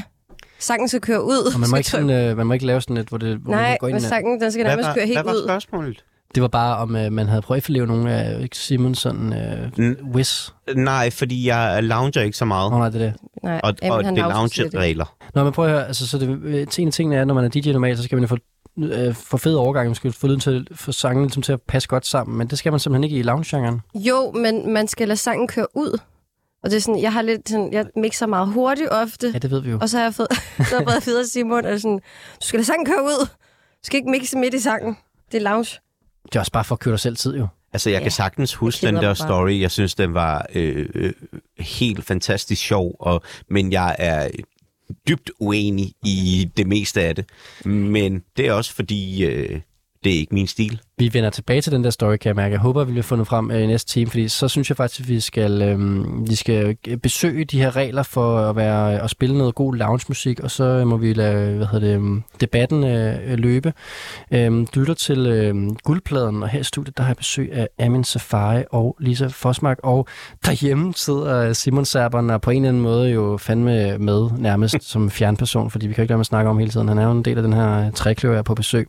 Speaker 4: Sangen skal køre ud.
Speaker 2: Og man må,
Speaker 4: Så
Speaker 2: ikke
Speaker 4: tror jeg-
Speaker 2: sådan, øh, man må ikke lave sådan et, hvor det hvor man
Speaker 4: Nej,
Speaker 2: går ind
Speaker 4: men
Speaker 2: i-
Speaker 4: sangen, den skal
Speaker 3: Hvad
Speaker 4: nærmest
Speaker 3: var,
Speaker 4: køre
Speaker 3: hvad
Speaker 4: helt
Speaker 3: var
Speaker 4: ud.
Speaker 3: spørgsmålet?
Speaker 2: Det var bare, om øh, man havde prøvet at forleve nogle af Simons sådan øh,
Speaker 3: Mm.
Speaker 2: whiz.
Speaker 3: Nej, fordi jeg lounger ikke så meget.
Speaker 2: Nå, nej, det er det.
Speaker 4: Nej,
Speaker 3: Og,
Speaker 4: jamen,
Speaker 3: og
Speaker 4: han
Speaker 3: det er
Speaker 4: har også slet ikke.
Speaker 3: lounge-regler.
Speaker 2: Nå, men prøv at høre, altså, så det, øh, en af tingene er, når man er DJ normalt, så skal man jo få øh, for fed overgang, man skal få lyden til, for sangen ligesom, til at passe godt sammen, men det skal man simpelthen ikke i lounge-genren.
Speaker 4: Jo, men man skal lade sangen køre ud. Og det er sådan, jeg har lidt sådan, jeg mixer meget hurtigt ofte.
Speaker 2: Ja, det ved vi jo.
Speaker 4: Og så har jeg fået, så har jeg fået videre af Simon, at sådan, du skal lade sangen køre ud. Du skal ikke mixe midt i sangen. Det er lounge.
Speaker 2: Det er også bare for at køre dig selv tid, jo.
Speaker 3: Altså, jeg
Speaker 4: Ja.
Speaker 3: kan sagtens huske
Speaker 4: Jeg
Speaker 3: den
Speaker 4: keder
Speaker 3: der
Speaker 4: mig bare.
Speaker 3: story. Jeg synes, den var øh, øh, helt fantastisk sjov, og, men jeg er dybt uenig i det meste af det. Men det er også fordi, øh, det er ikke min stil.
Speaker 2: Vi vender tilbage til den der story, kan jeg mærke. Jeg håber, at vi bliver fundet frem øh, i næste time, fordi så synes jeg faktisk, at vi skal, øh, vi skal besøge de her regler for at, være, at spille noget god lounge-musik, og så øh, må vi lade hvad hedder det, øh, debatten øh, øh, løbe. Øh, du lytter til øh, guldpladen, og her i studiet, der har jeg besøg af Amin Safari og Lisa Fosmark, og derhjemme sidder Simon Serberen, og på en eller anden måde jo fandme med nærmest som fjernperson, fordi vi kan jo ikke lade med at snakke om hele tiden. Han er jo en del af den her øh, trækløver, jeg er på besøg.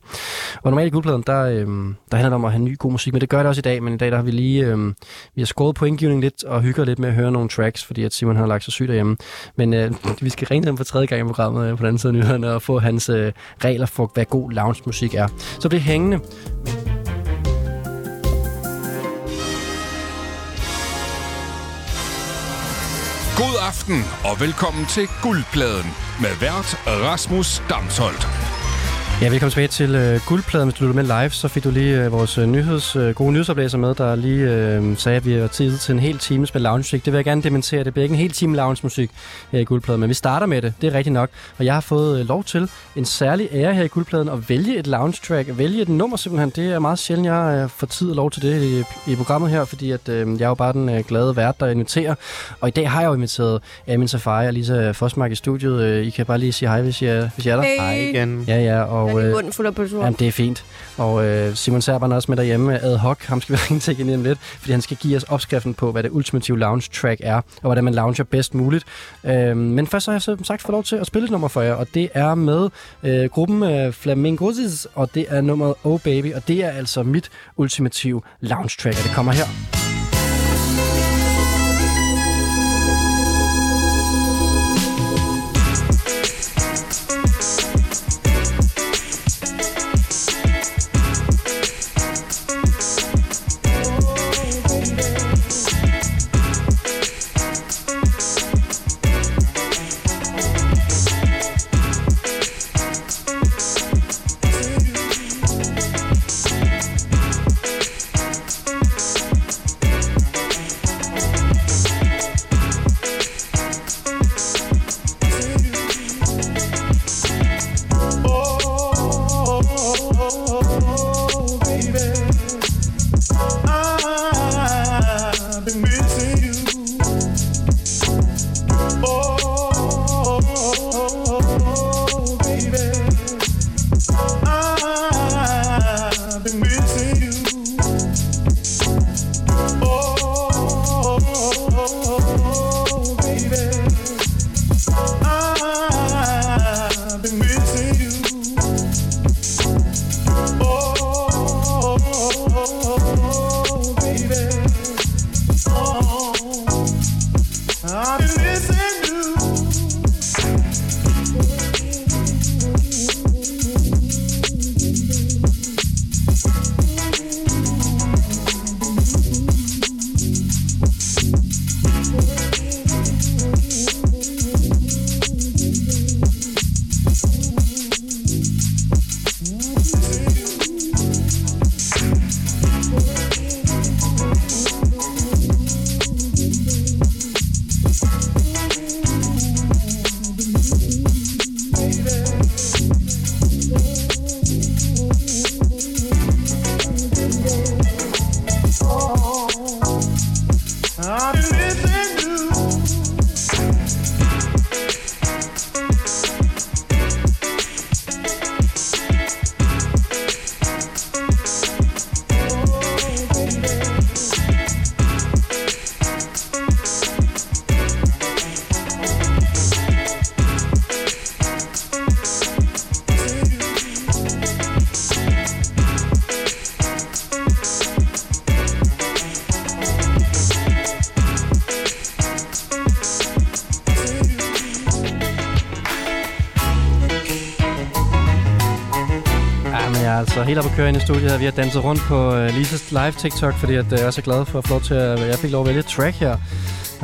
Speaker 2: Og normalt i guldpladen, der, øhm, der handler det om at have ny god musik, men det gør det også i dag, men i dag der har vi lige, øhm, vi har skåret pointgivningen lidt og hygger lidt med at høre nogle tracks, fordi at Simon har lagt sig syg derhjemme. Men øh, vi skal ringe til ham for tredje gang i programmet øh, på den anden side af nyhederne og få hans øh, regler for, hvad god lounge-musik er. Så bliv hængende.
Speaker 1: God aften og velkommen til Guldpladen med vært Rasmus Damsholdt.
Speaker 2: Ja, velkommen tilbage til øh, Guldpladen. Hvis du lytter med live, så fik du lige øh, vores øh, nyheds, øh, gode nyhedsoplæser med, der lige øh, sagde, at vi har tid til en hel time med loungemusik. Det vil jeg gerne dementere. Det bliver ikke en hel time loungemusik her i Guldpladen, men vi starter med det. Det er rigtigt nok. Og jeg har fået øh, lov til en særlig ære her i Guldpladen at vælge et lounge track. Vælge et nummer simpelthen. Det er meget sjældent, jeg øh, får tid og lov til det i, i programmet her, fordi at, øh, jeg er jo bare den øh, glade vært, der inviterer. Og i dag har jeg jo inviteret Amin Safari og Lisa Fosmark i studiet. Øh, I kan bare lige sige hej, hvis I er, hvis I er der.
Speaker 3: Hej
Speaker 4: Hey.
Speaker 3: igen.
Speaker 2: Ja, ja, og...
Speaker 4: Jeg er
Speaker 2: øh,
Speaker 4: lige munden fuld af pølser.
Speaker 2: Jamen, det er fint. Og øh, Simon Serberen er også med derhjemme ad hoc. Ham skal vi ringe til igen lige om lidt, fordi han skal give os opskriften på, hvad det ultimative lounge track er, og hvordan man lounger bedst muligt. Øh, men først så har jeg som sagt fået lov til at spille et nummer for jer, og det er med øh, gruppen øh, Flamingoses, og det er nummeret Oh Baby, og det er altså mit ultimative lounge track, og det kommer her.
Speaker 8: Oh, Oh, Oh, been missing you. Oh, oh, oh, oh, baby. I've been missing you. Oh, oh, oh, oh, baby. Oh, I've been missing you. I'm missing you.
Speaker 2: Ja, men jeg er altså helt oppe at køre ind i studiet her. Vi har danset rundt på øh, Lises live TikTok, fordi at, øh, jeg er så glad for at få lov til at, jeg fik lov at vælge et track her.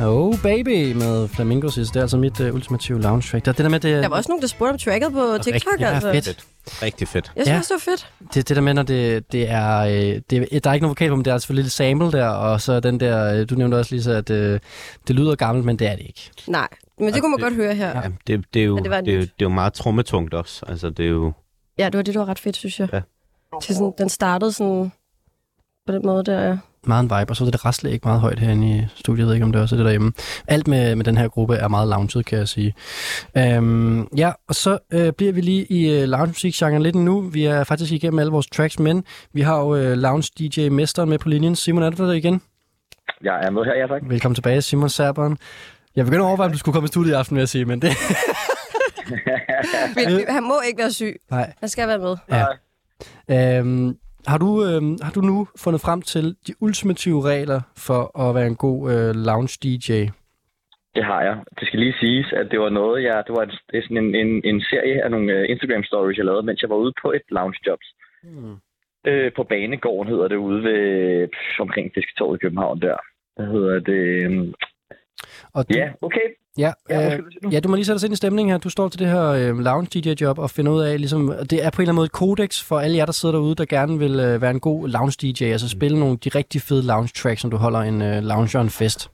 Speaker 2: Oh baby med Flamingos is. Det er altså mit øh, ultimative lounge track. Der, er det der med, det,
Speaker 4: Der var også nogen, der spurgte om tracket på TikTok,
Speaker 2: ja,
Speaker 4: altså.
Speaker 2: fedt.
Speaker 3: Rigtig fedt.
Speaker 4: Jeg
Speaker 2: Ja.
Speaker 4: synes, det var fedt.
Speaker 2: Det, det der med, når det, det er... Øh, det, der er ikke nogen vokal på, men det er selvfølgelig lidt sample der, og så den der... Øh, du nævnte også lige så, at øh, det lyder gammelt, men det er det ikke.
Speaker 4: Nej, men det kunne man godt høre her.
Speaker 3: Ja, det, det, er jo,
Speaker 4: Men det
Speaker 3: det,
Speaker 4: var
Speaker 3: er
Speaker 4: en
Speaker 3: jo,
Speaker 4: nyt.
Speaker 3: det er jo meget trummetungt også. Altså, det er jo...
Speaker 4: Ja, det var det, der var ret fedt, synes jeg.
Speaker 3: Ja.
Speaker 4: Så sådan, den startede sådan på den måde der, ja.
Speaker 2: Meget en vibe, og så er det rasle ikke meget højt herinde i studiet. Jeg ved ikke, om det også er det derhjemme. Alt med, med den her gruppe er meget lounget, kan jeg sige. Øhm, ja, og så øh, bliver vi lige i øh, lounge-musik-genren lidt nu. Vi er faktisk igennem alle vores tracks, men vi har jo øh, lounge-DJ-mesteren med på linjen. Simon, er du der igen?
Speaker 5: Jeg er med her, ja tak.
Speaker 2: Velkommen tilbage, Simon Serberen. Jeg begynder at overveje, om du skulle komme i studiet i aften, vil jeg sige, men det...
Speaker 4: Men Han må ikke være syg.
Speaker 2: Nej.
Speaker 4: Han skal være med.
Speaker 2: Ja. Øhm, har, du, øhm, har du nu fundet frem til de ultimative regler for at være en god øh, lounge-DJ?
Speaker 5: Det har jeg. Det skal lige siges, at det var noget, jeg, det var en, det er sådan en, en, en serie af nogle øh, Instagram stories, jeg lavede, mens jeg var ude på et lounge jobs. Mm. Øh, på Banegården hedder det, ude ved, pff, omkring Fisketorvet i København der. Hvad hedder det? øhm,
Speaker 2: Og du,
Speaker 5: Ja, okay.
Speaker 2: ja,
Speaker 5: Ja,
Speaker 2: øh,
Speaker 5: undskyld, hvad siger du?
Speaker 2: ja, du må lige sætte os ind i stemningen her. Du står til det her øh, lounge-DJ-job og finder ud af, ligesom, og det er på en eller anden måde et kodex for alle jer, der sidder derude, der gerne vil øh, være en god lounge-DJ, altså
Speaker 5: Mm.
Speaker 2: spille nogle de rigtig fede lounge-tracks, som du holder en øh, lounge og en fest.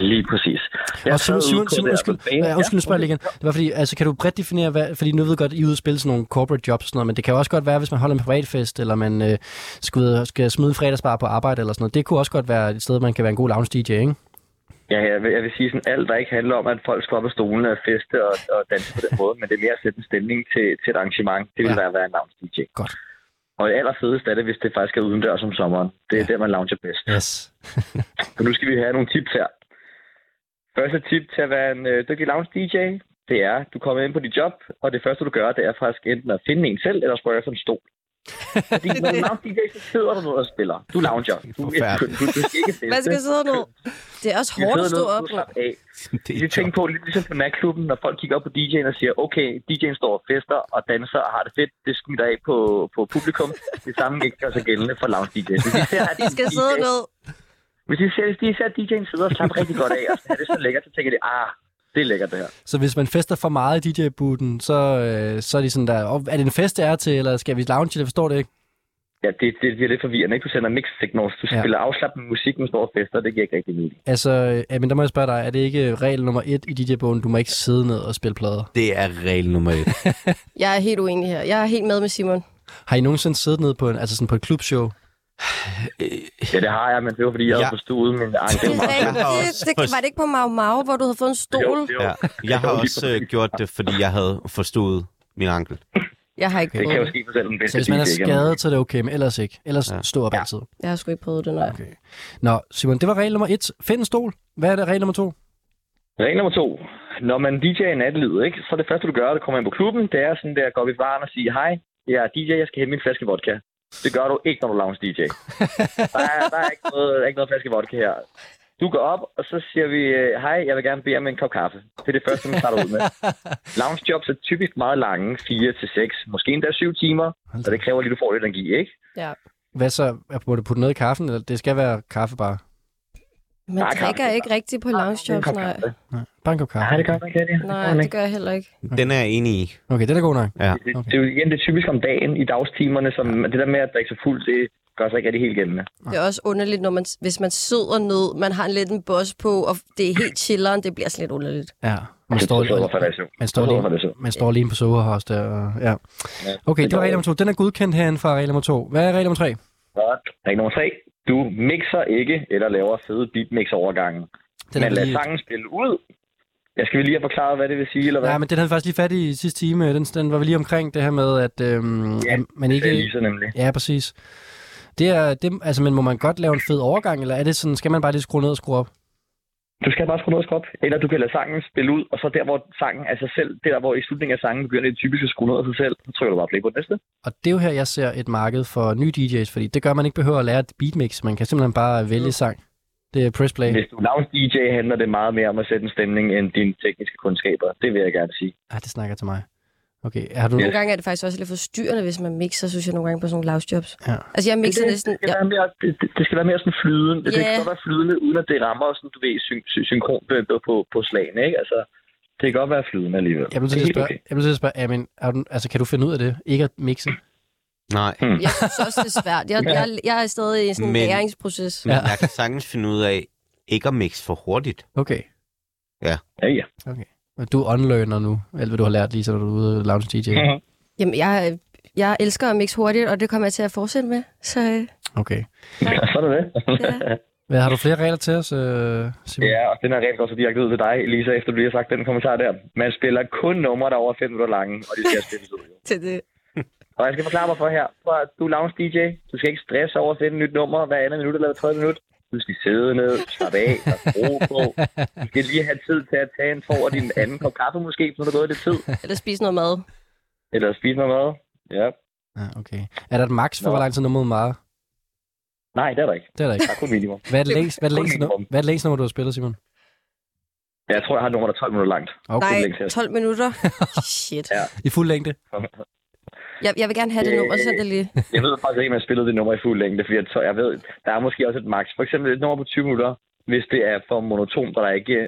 Speaker 5: Lige præcis. Jeg
Speaker 2: og Simon,
Speaker 5: sad ude
Speaker 2: Simon,
Speaker 5: på
Speaker 2: Simon
Speaker 5: der
Speaker 2: undskyld,
Speaker 5: på Bane-
Speaker 2: ja, undskyld,
Speaker 5: Ja,
Speaker 2: jeg spørger lige igen. Det var fordi, altså, kan du bredt definere, hvad, fordi nu ved jeg godt, I er ude og spille sådan nogle corporate jobs og sådan noget, men det kan jo også godt være, hvis man holder en privatfest, eller man øh, skal, ud, og- skal smide en fredagsbar på arbejde eller sådan noget. Det kunne også godt være et sted, man kan være en god lounge DJ, ikke?
Speaker 5: Ja, jeg vil, jeg vil sige sådan, alt der ikke handler om, at folk skal op af stolen og feste og, og danse på den måde, men det er mere at sætte en stemning til, til et arrangement. Det vil
Speaker 2: Ja.
Speaker 5: ja. være en lounge DJ.
Speaker 2: Godt.
Speaker 5: Og det allerfedeste er det, hvis det faktisk er udendørs om sommeren. Det er ja. der, man lounger bedst.
Speaker 2: Yes.
Speaker 5: Så nu skal vi have nogle tips her. Første tip til at være en øh, dygtig lounge DJ, det er, du kommer ind på dit job, og det første, du gør, det er faktisk enten at finde en selv, eller spørge efter en stol. Fordi når du er lounge DJ, så sidder du ned og spiller. Du lounger. Du, du,
Speaker 3: Forfærdeligt.
Speaker 5: du, du skal ikke feste.
Speaker 4: Man skal sidde ned. Det er også
Speaker 5: Du
Speaker 4: hårdt at stå
Speaker 5: sidder ned,
Speaker 4: op.
Speaker 5: du slapper af.
Speaker 3: Det
Speaker 5: Vi tænker på, lidt ligesom på natklubben, når folk kigger op på DJ'en og siger, okay, DJ'en står og fester og danser og har det fedt, det smitter af på, på publikum. Det samme gør sig gældende for lounge DJ's. Hvis I ser, at
Speaker 4: De skal sidde ned.
Speaker 5: Hvis I ser, hvis de ser at DJ'en sidder og slapper rigtig godt af, og sådan, er det så lækkert, så tænker de, ah, det er lækkert det her.
Speaker 2: Så hvis man fester for meget i DJ-booten, så, øh, så er de sådan der, "Åh, er det en fest, det er til, eller skal vi lounge? Jeg forstår det ikke.
Speaker 5: Ja, det, det bliver lidt forvirrende, ikke? Du sender mixed signals, du
Speaker 2: Ja.
Speaker 5: spiller afslappende musik, men står og fester, det giver ikke rigtig mening.
Speaker 2: Altså, øh, ja, men der må jeg spørge dig, er det ikke regel nummer et i DJ-bogen, du må ikke sidde ned og spille plader?
Speaker 3: Det er regel nummer et.
Speaker 4: Jeg er helt uenig her. Jeg er helt med med Simon.
Speaker 2: Har I nogensinde siddet ned på, en, altså sådan på et klubshow?
Speaker 5: Ja, det har jeg, men det var fordi, jeg
Speaker 3: Ja.
Speaker 5: ja. var på stue uden min egen
Speaker 4: Det,
Speaker 5: kamera.
Speaker 4: er
Speaker 3: har
Speaker 4: rigtigt.
Speaker 3: også-
Speaker 4: det, det, var det ikke på Mau Mau, hvor du havde fået en stol?
Speaker 5: Jo, jo.
Speaker 3: Ja. Jeg har også øh, gjort det, fordi jeg havde forstået min ankel.
Speaker 4: Jeg har ikke
Speaker 5: Det kan
Speaker 4: prøvet
Speaker 5: jeg
Speaker 4: det.
Speaker 5: måske fortælle den bedste
Speaker 2: Så hvis man er
Speaker 5: DJ -gennem.
Speaker 2: skadet, så er det okay, men ellers ikke. Ellers ja.
Speaker 3: Ja.
Speaker 2: stå op altid.
Speaker 4: Jeg har sgu ikke prøvet det, nej. Okay.
Speaker 2: Okay. Nå, Simon, det var regel nummer et. Find en stol. Hvad er det regel nummer to?
Speaker 5: Regel nummer to. Når man DJ'er i nattelivet, ikke, så er det første, du gør, det kommer ind på klubben, det er sådan der, går op i baren og siger, hej, jeg er DJ, jeg skal hente min flaske vodka. Det gør du ikke, når du er lounge DJ. Der er, der er ikke, noget, der er ikke noget flaske vodka her. Du går op, og så siger vi, øh, hej, jeg vil gerne bede om en kop kaffe. Det er det første, man starter ud med. Lounge jobs er typisk meget lange, 4 til 6, måske endda 7 timer, så det kræver lige, at du får lidt energi, ikke?
Speaker 4: Ja.
Speaker 2: Hvad så? Må du putte noget i kaffen? Eller det skal være kaffe bare?
Speaker 4: Man
Speaker 5: Der er
Speaker 4: drikker
Speaker 5: kaffe.
Speaker 4: ikke rigtigt på
Speaker 5: En
Speaker 4: loungejobs,
Speaker 5: kop
Speaker 4: nej.
Speaker 5: kaffe.
Speaker 2: Bare en kop kaffe.
Speaker 5: Nej, det gør man ikke. det.
Speaker 4: Nej,
Speaker 5: man
Speaker 4: det gør jeg heller ikke.
Speaker 3: Den er jeg enig i.
Speaker 2: Okay, det er god nok.
Speaker 3: Ja.
Speaker 5: Det, det er jo igen det er typisk om dagen i dagstimerne, som det der med at drikke sig fuld, det gør sig ikke rigtig helt gældende.
Speaker 4: Det er også underligt, når man, hvis man sidder ned, man har en lidt en boss på, og det er helt chilleren, det bliver sådan lidt underligt.
Speaker 2: Ja. Man står,
Speaker 5: det er for relation.
Speaker 2: man står,
Speaker 5: Det er for
Speaker 2: lige,
Speaker 5: relation.
Speaker 2: man står lige på sofa også der. Og, ja. Okay, det var regel nummer to. Den er godkendt herinde fra regel nummer to. Hvad er regel nummer tre?
Speaker 5: Godt. Regel nummer tre. Du mixer ikke eller laver fede beatmix-overgange.
Speaker 2: Den
Speaker 5: Men
Speaker 2: er
Speaker 5: lad
Speaker 2: lige-
Speaker 5: sangen spille ud. Jeg skal vi lige have forklaret, hvad det vil sige, eller hvad?
Speaker 2: Ja, men den havde vi faktisk lige fat i i sidste time. Den, den var vi lige omkring det her med, at, øhm,
Speaker 5: Ja,
Speaker 2: at man
Speaker 5: det er
Speaker 2: ikke...
Speaker 5: lige så nemlig.
Speaker 2: Ja, præcis. Det er, det, altså, men må man godt lave en fed overgang, eller er det sådan, skal man bare lige skrue ned og skrue op?
Speaker 5: Du skal bare skrue noget op, eller du kan lade sangen spille ud, og så der, hvor sangen er sig selv, det der, hvor i slutningen af sangen begynder det typisk at skrue noget af sig selv, så trykker du bare play på det næste.
Speaker 2: Og det er jo her, jeg ser et marked for nye DJ's, fordi det gør, at man ikke behøver at lære et beatmix. Man kan simpelthen bare vælge
Speaker 5: Mm.
Speaker 2: sang. Det er press play.
Speaker 5: Hvis du er lounge DJ, handler det meget mere om at sætte en stemning end dine tekniske kundskaber. Det vil jeg gerne sige.
Speaker 2: Ah, det snakker til mig. Okay, har du...
Speaker 4: Nogle gange er det faktisk også lidt forstyrrende, hvis man mixer, synes jeg nogle gange på sådan nogle loungejobs.
Speaker 2: Ja.
Speaker 4: Altså jeg mixer
Speaker 5: det,
Speaker 4: næsten...
Speaker 5: Det skal,
Speaker 4: Ja,
Speaker 5: være mere, det, det- det skal være mere sådan flydende. Yeah. Det
Speaker 4: Ja.
Speaker 5: skal godt være flydende, uden at det rammer sådan, du ved, syn, syn, synkron på, på, på slagene, ikke? Altså, det kan godt være flydende alligevel.
Speaker 2: Jeg bliver
Speaker 5: Det
Speaker 2: nødt
Speaker 5: er
Speaker 2: til at
Speaker 5: helt
Speaker 2: spørge, jeg bliver nødt til at spørge Amin, er du, altså, kan du finde ud af det? Ikke at mixe?
Speaker 3: Nej.
Speaker 5: Hmm.
Speaker 4: jeg synes også, det er svært. Jeg, jeg, jeg er stadig i sådan en
Speaker 3: Men-
Speaker 4: læringsproces.
Speaker 3: Men
Speaker 2: Ja.
Speaker 3: ja. jeg kan sagtens finde ud af ikke at mixe for hurtigt.
Speaker 2: Okay.
Speaker 5: Ja, ja.
Speaker 2: Men Du unlearner nu, alt hvad du har lært, lige så når du er ude og lounge DJ.
Speaker 5: Mhm.
Speaker 4: Jamen, jeg, jeg elsker at mixe hurtigt, og det kommer jeg til at fortsætte med. Så øh,
Speaker 2: Okay.
Speaker 5: Så er det det.
Speaker 4: ja.
Speaker 2: Hvad, har du flere regler til os, øh, Simon?
Speaker 5: Ja, og den er rent godt så direkte ud til dig, Lisa, efter du lige har sagt den kommentar der. Man spiller kun numre, der er over 5 minutter lange, og de skal spilles ud. jo.
Speaker 4: til det.
Speaker 5: Og jeg skal forklare mig for her. For at du er lounge DJ. Du skal ikke stresse over at finde et nyt nummer hver anden minut eller hver tredje minut. Du skal sidde ned, slappe af og ro på. Du skal lige have tid til at tage en for og din anden kop kaffe måske, når du er gået lidt tid.
Speaker 4: Eller spise noget mad.
Speaker 5: Eller spise noget mad. Ja.
Speaker 2: Ja, okay. Er der et max for,
Speaker 5: Nå.
Speaker 2: hvor lang tid nummeret meget?
Speaker 5: Nej, det er der ikke.
Speaker 2: Det er der ikke.
Speaker 5: Der er kun minimum.
Speaker 2: Hvad er det længst, hvad er det
Speaker 5: Kun
Speaker 2: længste,
Speaker 5: minimum.
Speaker 2: nu- hvad er det længste nummer, du har spillet, Simon?
Speaker 5: Jeg tror, jeg har et nummer, der er 12 minutter langt.
Speaker 2: Okay.
Speaker 5: længe
Speaker 4: Nej,
Speaker 5: til.
Speaker 4: 12 minutter. Shit.
Speaker 5: Ja.
Speaker 2: I fuld længde?
Speaker 4: Jeg, jeg vil gerne have det nummer, send det lige.
Speaker 5: Jeg ved faktisk ikke, om jeg spillede det nummer i fuld længde, fordi jeg, tror, jeg ved, der er måske også et max. For eksempel et nummer på 20 minutter, hvis det er for monotont, og der ikke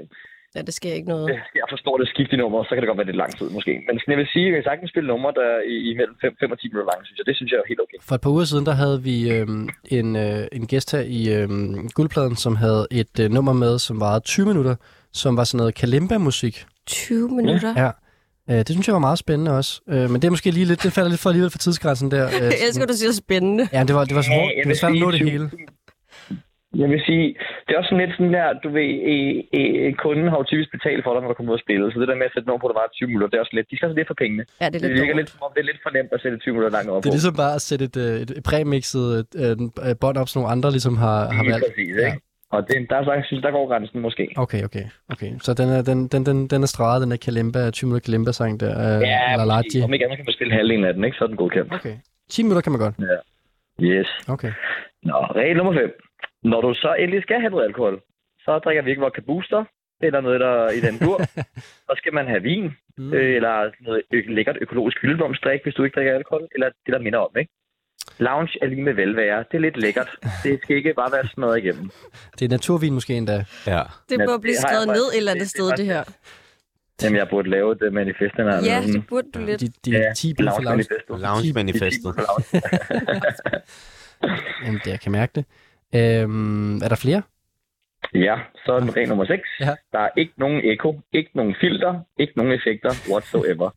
Speaker 4: Ja, det sker ikke noget.
Speaker 5: øh, jeg forstår det skift i nummer, så kan det godt være lidt lang tid måske. Men sådan, jeg vil sige, at jeg kan sagtens spille numre, der er i, i mellem 5, 5 og 10 minutter lange, synes jeg. Det synes jeg er helt okay.
Speaker 2: For et par uger siden, der havde vi øhm, en, øh, en gæst her i øhm, Guldpladen, som havde et øh, nummer med, som varede 20 minutter, som var sådan noget kalimba-musik.
Speaker 4: 20 minutter.
Speaker 2: Ja. Øh, det synes jeg var meget spændende også. Øh, men det er måske lige lidt, det falder lidt for alligevel for tidsgrænsen der. Øh,
Speaker 4: Jeg elsker, at du siger spændende.
Speaker 2: Ja, det var, det var så
Speaker 5: Ja,
Speaker 2: hårdt.
Speaker 5: jeg
Speaker 2: Det var
Speaker 5: vil
Speaker 2: svært at
Speaker 5: sige
Speaker 2: nå det
Speaker 5: 20.
Speaker 2: hele.
Speaker 5: Jeg vil sige, det er også sådan lidt sådan der, du ved, øh, øh, kunden har jo typisk betalt for dig, når du kommer ud og spille. Så det der med at sætte nummer på, der var 20 minutter, det er også lidt, de skal så lidt for pengene.
Speaker 4: Ja, det er
Speaker 5: Det
Speaker 4: lidt
Speaker 5: virker lidt
Speaker 4: dårligt.
Speaker 5: som om, det er lidt for nemt at sætte 20 minutter langt op.
Speaker 2: Det er ligesom bare at sætte et, øh, et præmixet øh, øh, bånd op, som nogle andre ligesom har, har
Speaker 5: Lige
Speaker 2: valgt.
Speaker 5: præcis, ikke? Og det, der, der, synes, jeg, der går grænsen måske.
Speaker 2: Okay, okay, okay. Så den er, den, den, den, den er streget, den er Kalimba, 20 minutter Kalimba-sang der. Øh, La La
Speaker 5: præcis.
Speaker 2: Di.
Speaker 5: Om ikke andet kan man spille halvdelen af den, ikke? Så er den godkendt.
Speaker 2: Okay. 10 minutter kan man godt.
Speaker 5: Yes.
Speaker 2: Okay.
Speaker 5: Nå, regel nummer 5. Når du så endelig skal have noget alkohol, så drikker vi ikke vodka booster, eller noget der i den dur. så skal man have vin,
Speaker 2: Mm.
Speaker 5: øh, eller noget ø- lækkert økologisk hyldeblomstdrik, hvis du ikke drikker alkohol, eller det, der minder om, ikke? Lounge er lige med velvære. Det er lidt lækkert. Det skal ikke bare være smadret igennem.
Speaker 2: Det er naturvin måske endda.
Speaker 3: Ja.
Speaker 4: Det må
Speaker 5: Ja,
Speaker 4: blive
Speaker 5: det har jeg
Speaker 4: skrevet ned
Speaker 5: faktisk-
Speaker 4: et eller andet
Speaker 5: det- det
Speaker 4: sted,
Speaker 5: er
Speaker 4: det her.
Speaker 5: Jamen, jeg burde lave det manifest. eller
Speaker 4: Ja,
Speaker 5: sådan.
Speaker 4: det burde du lidt.
Speaker 2: De, de er 10 bud for
Speaker 5: Lounge
Speaker 2: lounge.
Speaker 5: manifesto.
Speaker 3: Lounge-manifestet.
Speaker 2: Jamen, det, jeg kan mærke det. Øhm, er der flere?
Speaker 5: Ja, så er den regel nummer 6.
Speaker 2: Ja.
Speaker 5: Ja. Der er ikke nogen eko, ikke nogen filter, ikke nogen effekter whatsoever.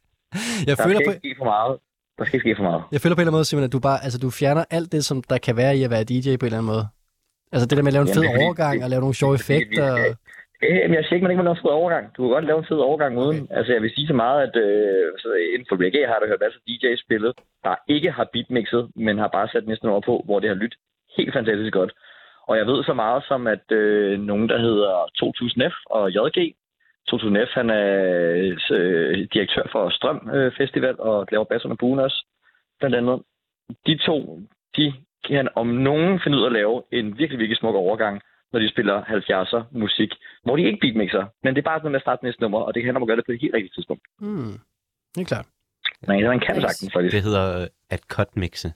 Speaker 2: Jeg
Speaker 5: Der
Speaker 2: føler
Speaker 5: skal
Speaker 2: på,
Speaker 5: ikke ske for meget. Der skal ikke ske for meget.
Speaker 2: jeg føler på en eller anden måde, Simon, at du bare, altså, du fjerner alt det, som der kan være i at være DJ på en eller anden måde. Altså det der med at lave en fed
Speaker 5: Jamen, det er fordi-
Speaker 2: overgang og lave nogle sjove
Speaker 5: det er fordi, vi
Speaker 2: effekter.
Speaker 5: skal- Øh, men jeg siger ikke, man ikke må lave en fed overgang. Du kan godt lave en fed overgang uden. Okay. Altså, jeg vil sige så meget, at øh, så inden for BG har der hørt masser af DJ's spillet, der ikke har beatmixet, men har bare sat næsten over på, hvor det har lyttet helt fantastisk godt. Og jeg ved så meget som, at øh, nogen, der hedder 2000F og JG, 2000F, han er øh, direktør for Strøm øh, Festival og laver bass under buen også, blandt andet. De to, de kan om nogen finde ud af at lave en virkelig, virkelig smuk overgang, når de spiller 70'er musik, hvor de ikke beatmixer, men det er bare sådan med at starte næste nummer, og det handler om at gøre det på et helt rigtigt tidspunkt.
Speaker 2: Hmm. Det er klart.
Speaker 5: Men man kan sagtens, faktisk.
Speaker 3: Det hedder øh, at cut mixe.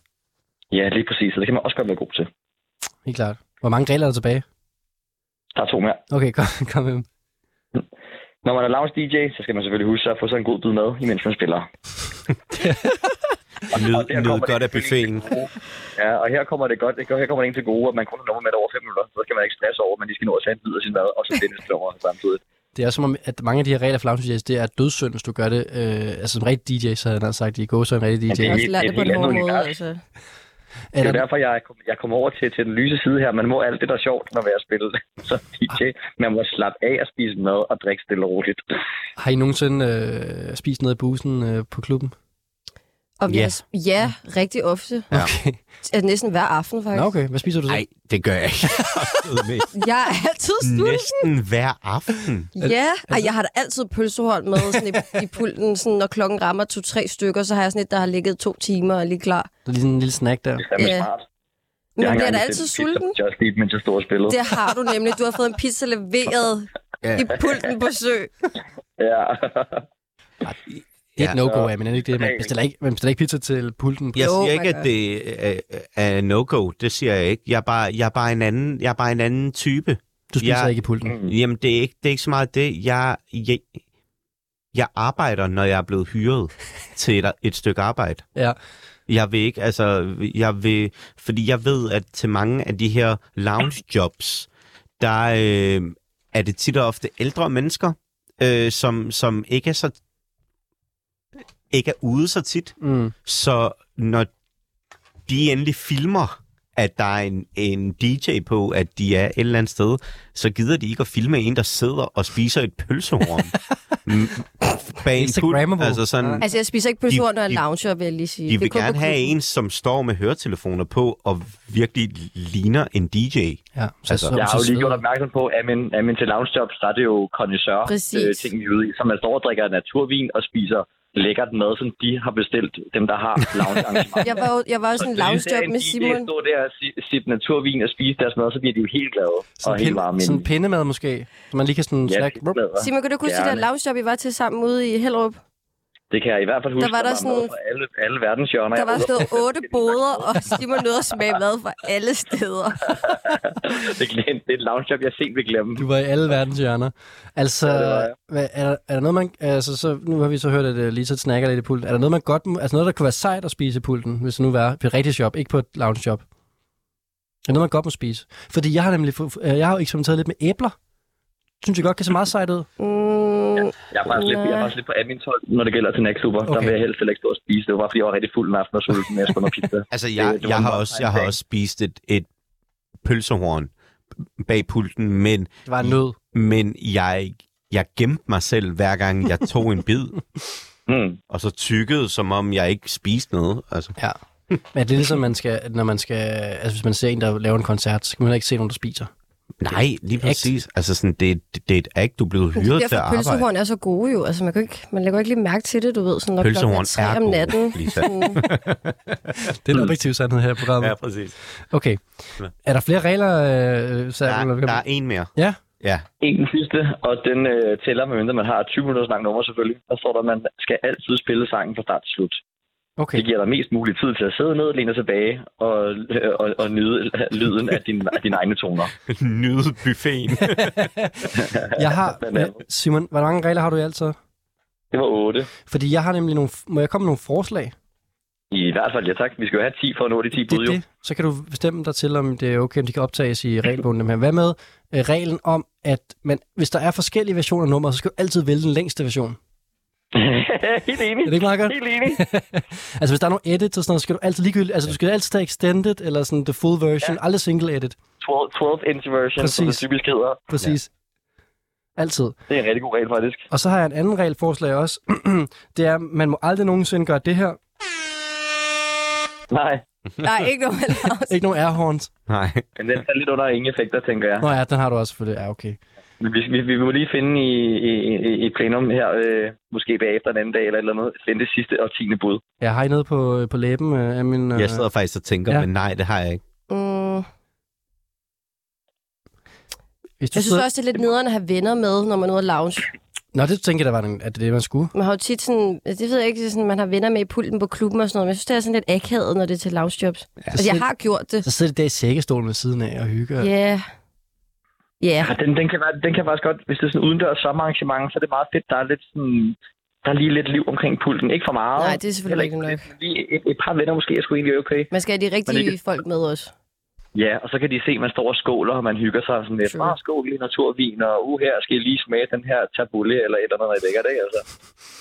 Speaker 5: Ja, lige præcis, og det kan man også godt være god til.
Speaker 2: Helt klart. Hvor mange regler er der tilbage?
Speaker 5: Der er to mere.
Speaker 2: Okay, kom, kom med dem.
Speaker 5: Når man er lounge DJ, så skal man selvfølgelig huske at få sig en god bid med, imens man spiller. Og- og der
Speaker 3: Nyd,
Speaker 5: kommer
Speaker 3: nyd
Speaker 5: det
Speaker 3: godt af
Speaker 5: selvfølgelig
Speaker 3: buffeten.
Speaker 5: ikke til gode. Ja, og her kommer det godt. Her kommer det ikke til gode, at man kun har nummer med det over 5 minutter. Så skal man ikke stresse over, at man lige skal nå at tage en bid af sin mad, og så finde et nummer samtidig.
Speaker 2: Det er også som om, at mange af de her regler for lounge DJ's, det er dødssynd, hvis du gør det. Øh, altså som rigtig DJ, så havde jeg nærmest sagt, i går så en rigtig DJ.
Speaker 5: det
Speaker 4: Jeg har
Speaker 5: er
Speaker 4: også lært
Speaker 5: et-
Speaker 4: det på
Speaker 5: et
Speaker 4: en
Speaker 5: helt
Speaker 4: hård måde.
Speaker 5: andet univers.
Speaker 4: Altså.
Speaker 5: Det er jo
Speaker 2: Eller,
Speaker 5: derfor, jeg kom, jeg kom over til, til den lyse side her. Man må alt det, der er sjovt, når jeg spiller som DJ. Man må slappe af og spise mad og drikke stille og roligt.
Speaker 2: har I nogensinde øh, spist noget i busen øh, på klubben?
Speaker 4: Og vi
Speaker 3: Ja.
Speaker 4: ja. ja, rigtig ofte.
Speaker 3: Ja.
Speaker 2: Okay.
Speaker 4: Altså, næsten hver aften, faktisk.
Speaker 2: Nå, okay. Hvad spiser du så?
Speaker 3: Nej, det gør jeg ikke.
Speaker 4: Jeg er altid sulten.
Speaker 3: Næsten hver aften.
Speaker 4: Ja,
Speaker 3: altså-
Speaker 4: og jeg har da altid pølsehold med sådan i, i pulten. Sådan, når klokken rammer to-tre stykker, så har jeg sådan et, der har ligget to timer og er lige klar.
Speaker 2: Der er lige sådan en lille snack der.
Speaker 5: Det er fandme
Speaker 4: Ja.
Speaker 5: smart.
Speaker 4: Men
Speaker 5: Jeg
Speaker 4: man
Speaker 5: har
Speaker 4: bliver da
Speaker 5: engang
Speaker 4: altid
Speaker 5: bestilt en
Speaker 4: sulten.
Speaker 5: pizza Just Eat, mens jeg stod og spillede.
Speaker 4: Det har du nemlig. Du har fået en pizza leveret
Speaker 3: Ja.
Speaker 4: i pulten på sø.
Speaker 5: Ja.
Speaker 2: Det er et
Speaker 3: Ja.
Speaker 2: no-go, ja, men er det ikke det? Man bestiller ikke, man bestiller ikke pizza til pulten.
Speaker 3: Jeg
Speaker 4: Jo,
Speaker 3: siger
Speaker 4: man
Speaker 3: ikke,
Speaker 4: gør.
Speaker 3: at det er, er no-go. Det siger jeg ikke. Jeg er bare, jeg er bare, en, anden, jeg er bare en anden type.
Speaker 2: Du spiser
Speaker 3: jeg-
Speaker 2: ikke i pulten.
Speaker 3: Jamen, det er ikke, det er ikke så meget det. Jeg, jeg, jeg arbejder, når jeg er blevet hyret til et, et stykke arbejde.
Speaker 2: Ja.
Speaker 3: Jeg vil ikke, altså, jeg vil, fordi jeg ved, at til mange af de her lounge jobs, der øh, er det tit og ofte ældre mennesker, øh, som, som ikke er så ikke er ude så tit.
Speaker 2: Mm.
Speaker 3: Så når de endelig filmer, at der er en, en DJ på, at de er et eller andet sted, så gider de ikke at filme en, der sidder og spiser et pølsehorn. Mm, bag en pult.
Speaker 2: Instagrammable.
Speaker 3: Altså sådan,
Speaker 4: Altså, jeg spiser ikke pølsehold, når jeg
Speaker 3: De- de-
Speaker 4: lounger, vil jeg lige sige.
Speaker 3: de
Speaker 4: Det er
Speaker 3: vil
Speaker 4: kun på
Speaker 3: gerne have
Speaker 4: klubben.
Speaker 3: en, som står med høretelefoner på og virkelig ligner en DJ.
Speaker 2: Ja, så,
Speaker 3: Altså,
Speaker 2: så,
Speaker 5: Jeg har jo
Speaker 2: så
Speaker 5: lige gjort
Speaker 2: sveder.
Speaker 5: opmærksom på, at min, at min til loungejobs, der er det jo connoisseur
Speaker 4: Præcis.
Speaker 5: øh, ting, vi er ude i. Så man står og drikker naturvin og spiser lækkert mad, som de har bestilt, dem der har lounge
Speaker 4: Jeg var, jo- jeg var jo sådan en loungejob med Simon.
Speaker 5: stå der og si- sippe naturvin og spise deres mad, så bliver de jo helt glade og
Speaker 2: Sådan,
Speaker 5: helt varme.
Speaker 2: pin,
Speaker 5: indeni.
Speaker 2: sådan pindemad måske, så man lige kan sådan
Speaker 5: ja,
Speaker 2: snack.
Speaker 5: helt glade.
Speaker 4: Simon, kan du ikke huske det der
Speaker 5: Gerne.
Speaker 4: loungejob, I var til sammen ude i Hellerup?
Speaker 5: Det kan jeg i hvert fald huske.
Speaker 4: Der var der sådan-
Speaker 5: mad fra alle, alle verdens hjørner.
Speaker 4: Der var
Speaker 5: Jeg-
Speaker 4: stået otte boder, og Simon nåede at smage mad fra alle steder.
Speaker 5: det, er- det er et loungejob, jeg sent vil glemme.
Speaker 2: Du var i alle verdens hjørner. Altså,
Speaker 5: det var jeg.
Speaker 2: hvad, er, der, er der noget, man... Altså, så, nu har vi så hørt, at uh, Lisa snakker lidt i pulten. Er der noget, man godt... må- Altså, noget, der kunne være sejt at spise i pulten, hvis det nu var på et rigtigt job, ikke på et lounge job. Er der noget, man godt må spise? Fordi jeg har nemlig... fu- øh, Jeg har jo eksperimenteret lidt med æbler. Synes jeg godt kan se meget sejt ud.
Speaker 4: Mm,
Speaker 5: Jeg er faktisk, lidt, jeg er
Speaker 4: Nej.
Speaker 5: faktisk lidt på admin-tolv, når det gælder til Nacksuper. Okay. Der
Speaker 2: Okay.
Speaker 5: vil jeg helst heller ikke stå og spise. Det var bare, fordi jeg var rigtig fuld en aften og sulten, når jeg skulle noget pizza.
Speaker 3: Altså, jeg,
Speaker 5: Det- det var
Speaker 3: jeg,
Speaker 5: en
Speaker 3: har,
Speaker 5: meget
Speaker 3: også,
Speaker 5: sej
Speaker 3: jeg har
Speaker 5: dag.
Speaker 3: også spist et, et pølsehorn bag pulten, men,
Speaker 2: Det var en nød.
Speaker 3: men jeg, jeg gemte mig selv, hver gang jeg tog en bid,
Speaker 5: Mm.
Speaker 3: og så tykkede, som om jeg ikke spiste noget. Altså,
Speaker 2: Ja. Men er det er ligesom, man skal, når man skal... Altså, hvis man ser en, der laver en koncert, så kan man heller ikke se nogen, der spiser.
Speaker 3: nej, lige
Speaker 2: act.
Speaker 3: præcis. Altså, sådan, det, er- det er et act, du er blevet
Speaker 4: Men det er
Speaker 3: hyret til at
Speaker 4: derfor,
Speaker 3: arbejde.
Speaker 4: pølsehorn er så gode jo. Altså, man, kan jo ikke, man lægger jo ikke lige mærke til det, du ved, sådan, når klokken er
Speaker 3: Pølsehorn
Speaker 4: tre
Speaker 3: er
Speaker 4: om natten. Mm,
Speaker 3: god, Lisa.
Speaker 4: Sådan,
Speaker 2: Det er en objektiv sandhed her i programmet.
Speaker 3: Oh. Ja, præcis.
Speaker 2: Okay. Er der flere regler, øh,
Speaker 3: Der,
Speaker 2: Samuel?
Speaker 3: er- der er en mere.
Speaker 2: Ja.
Speaker 3: Ja,
Speaker 5: En sidste, og den øh, tæller, medmindre man har 20 minutters lang nummer selvfølgelig. Der står der, at man skal altid spille sangen fra start til slut.
Speaker 2: Okay.
Speaker 5: Det giver dig mest mulig tid til at sidde ned, læne dig tilbage og, øh, og, og nyde lyden af, din, af dine egne toner.
Speaker 3: nyde buffeten.
Speaker 2: Jeg har,
Speaker 5: Blandt andet.
Speaker 2: Simon, hvor mange regler har du i alt så?
Speaker 5: Det var 8.
Speaker 2: Fordi jeg har nemlig nogle, må jeg komme med nogle forslag?
Speaker 5: I hvert fald, ja tak. Vi skal jo have 10 for at nå de 10
Speaker 2: Det, er
Speaker 5: bud, jo.
Speaker 2: det, så kan du bestemme dig til, om det er okay, om de kan optages i regelbogen. dem her. Hvad med øh, reglen om, at man, hvis der er forskellige versioner af nummeret, så skal du altid vælge den længste version. Er
Speaker 5: Helt enig.
Speaker 2: det ikke meget godt?
Speaker 5: Helt enig.
Speaker 2: altså hvis der er nogle edits og sådan noget, så skal du altid ligegyldigt, altså du skal altid tage extended eller sådan the full version, ja. aldrig single edit.
Speaker 5: 12, 12 inch version, som det
Speaker 2: Præcis.
Speaker 5: typisk hedder.
Speaker 2: Præcis. Altid.
Speaker 5: Det er en rigtig god regel, faktisk.
Speaker 2: Og så har jeg en anden regelforslag også. det er, man må aldrig nogensinde gøre det her.
Speaker 5: Nej,
Speaker 4: Nej, ikke noget alarms.
Speaker 2: Ikke nogen airhorns.
Speaker 3: Nej.
Speaker 5: men den er lidt under ingen effekter, tænker jeg.
Speaker 2: Nå ja, den har du også selvfølgelig. Ja, okay.
Speaker 5: Men Vi, vi, vi må lige finde i, i, i- i plenum her, øh, måske bagefter en anden dag eller et eller andet, finde det sidste og tiende bud.
Speaker 2: Jeg har I nede på, på læben øh, af min... øh,
Speaker 3: Jeg sidder faktisk og tænker,
Speaker 2: Ja.
Speaker 3: ja. men nej, det har jeg ikke.
Speaker 4: Mm.
Speaker 2: hvis du
Speaker 4: Jeg synes
Speaker 2: sidder...
Speaker 4: også, det er lidt nederen at have venner med, når man er ude at lounge.
Speaker 2: Nå, det tænker jeg, der var den, at det er det, man skulle.
Speaker 4: Man har jo tit sådan, det ved jeg ikke, det er sådan, man har venner med i pulten på klubben og sådan noget, men jeg synes, det er sådan lidt akavet, når det er til loungejobs. Ja, altså, jeg
Speaker 2: så-
Speaker 4: har gjort det.
Speaker 2: Så sidder de der i sækkestolen ved siden af og hygger.
Speaker 4: Ja. Yeah. Ja.
Speaker 5: Ja, Den, den, kan, være- den kan faktisk godt, hvis det er sådan udendørs sommerarrangement, så er det meget fedt, der er lidt sådan... Der er lige lidt liv omkring pulten. Ikke for meget.
Speaker 4: Nej, det er selvfølgelig
Speaker 5: Heller
Speaker 4: rigtigt
Speaker 5: for lidt, men Lige et, et, par venner måske er sgu egentlig okay.
Speaker 4: Man skal have de rigtige
Speaker 5: Men ikke-
Speaker 4: folk med også.
Speaker 5: Ja, og så kan de se, at man står og skåler, og man hygger sig sådan lidt.
Speaker 4: True.
Speaker 5: Ah, skål i naturvin, og uh, her skal jeg lige smage den her tabule eller et eller andet, der lækkert af. Altså.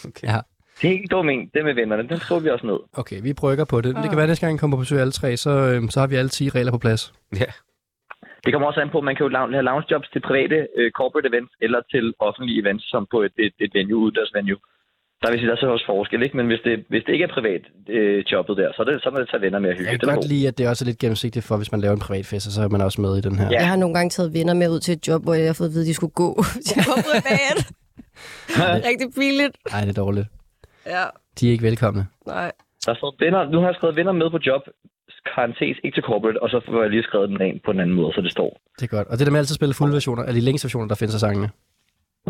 Speaker 3: Okay.
Speaker 2: Ja.
Speaker 5: Det er ikke en dum en, det med vennerne. Den skriver vi også ned.
Speaker 2: Okay, vi brygger på det. Det
Speaker 5: Ah.
Speaker 2: kan være, at næste gang, jeg kommer på besøg alle tre, så, øhm, så har vi alle 10 regler på plads.
Speaker 3: Ja.
Speaker 5: Det kommer også an på, at man kan jo lave- have lounge jobs til private øh, corporate events eller til offentlige events, som på et, et, et venue, udendørs venue. Der vil sige, der er så også forskel, ikke? Men hvis det, hvis det ikke er privat øh, jobbet der, så, er det, så må det tage venner med at hygge.
Speaker 2: Jeg kan
Speaker 5: Den er
Speaker 2: godt
Speaker 5: god.
Speaker 2: lide, at det også er lidt gennemsigtigt for, hvis man laver en privat fest, og så er man også med i den her.
Speaker 5: Ja.
Speaker 4: Jeg har nogle gange taget venner med ud til et job, hvor jeg har fået at vide, at de skulle gå. De kom privat. Rigtig pinligt.
Speaker 2: Nej, det er dårligt.
Speaker 4: Ja,
Speaker 2: De er ikke velkomne.
Speaker 4: nej.
Speaker 5: Der står venner, nu har jeg skrevet venner med på job, parentes, ikke til corporate, og så får jeg lige skrevet den rent på en anden måde, så det står.
Speaker 2: Det er godt. Og det der med altid at spille fulde versioner, eller de længste versioner, der findes af sangene.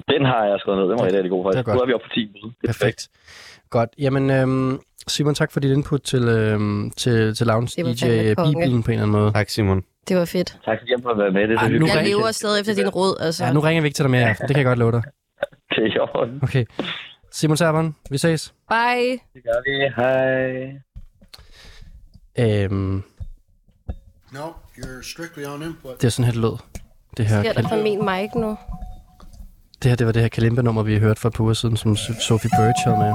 Speaker 5: Den har jeg skrevet ned, den var
Speaker 2: Det-
Speaker 5: rigtig, rigtig god
Speaker 2: det er
Speaker 5: faktisk.
Speaker 2: godt.
Speaker 5: Nu er vi oppe på 10 minutter. Det er
Speaker 2: Perfekt. Godt. Jamen, øhm, Simon, tak for dit input til, øhm, til, til Lounge
Speaker 4: Det var fandme konge.
Speaker 2: DJ-bibelen på en eller anden måde.
Speaker 3: Tak, Simon.
Speaker 4: Det var fedt.
Speaker 5: Tak fordi jeg for at være med, det er så
Speaker 2: Ej, nu
Speaker 5: hyggeligt.
Speaker 4: Jeg
Speaker 2: ringer-
Speaker 4: lever stadig efter din råd, altså.
Speaker 2: Ja, nu ringer vi ikke til dig mere i aften. Det kan jeg godt love dig.
Speaker 5: Det er i orden.
Speaker 2: Okay. Simon Serban, vi ses.
Speaker 4: Bye.
Speaker 5: Det gør vi. Hej.
Speaker 2: Øhm,
Speaker 10: No, you're strictly on input.
Speaker 2: det er sådan her, det lød. Det her,
Speaker 4: Sker der
Speaker 2: kal-
Speaker 4: fra min mic nu?
Speaker 2: det her, det var det her kalimba-nummer, vi hørte for et par uger siden, som So- Sophie Birch havde med.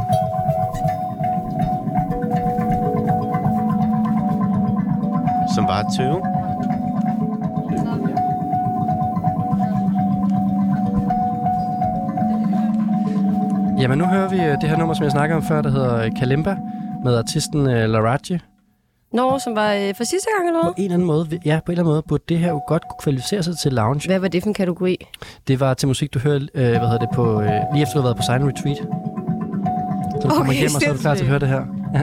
Speaker 3: Som var 20.
Speaker 2: Jamen, nu hører vi øh, det her nummer, som jeg snakker om før, der hedder øh, Kalimba, med artisten øh, Laraji.
Speaker 4: Nå, som var øh, for sidste gang eller
Speaker 2: På
Speaker 4: noget?
Speaker 2: en eller anden måde, vi- ja, på en eller anden måde, burde det her jo godt kunne kvalificere sig til lounge.
Speaker 4: Hvad var det for en kategori?
Speaker 2: Det var til musik, du hørte, øh, hvad hedder det, på, øh, lige efter du har været på Sign Retreat. Så du kommer
Speaker 4: Okay,
Speaker 2: hjem, og så er du klar til at høre det her. Ja.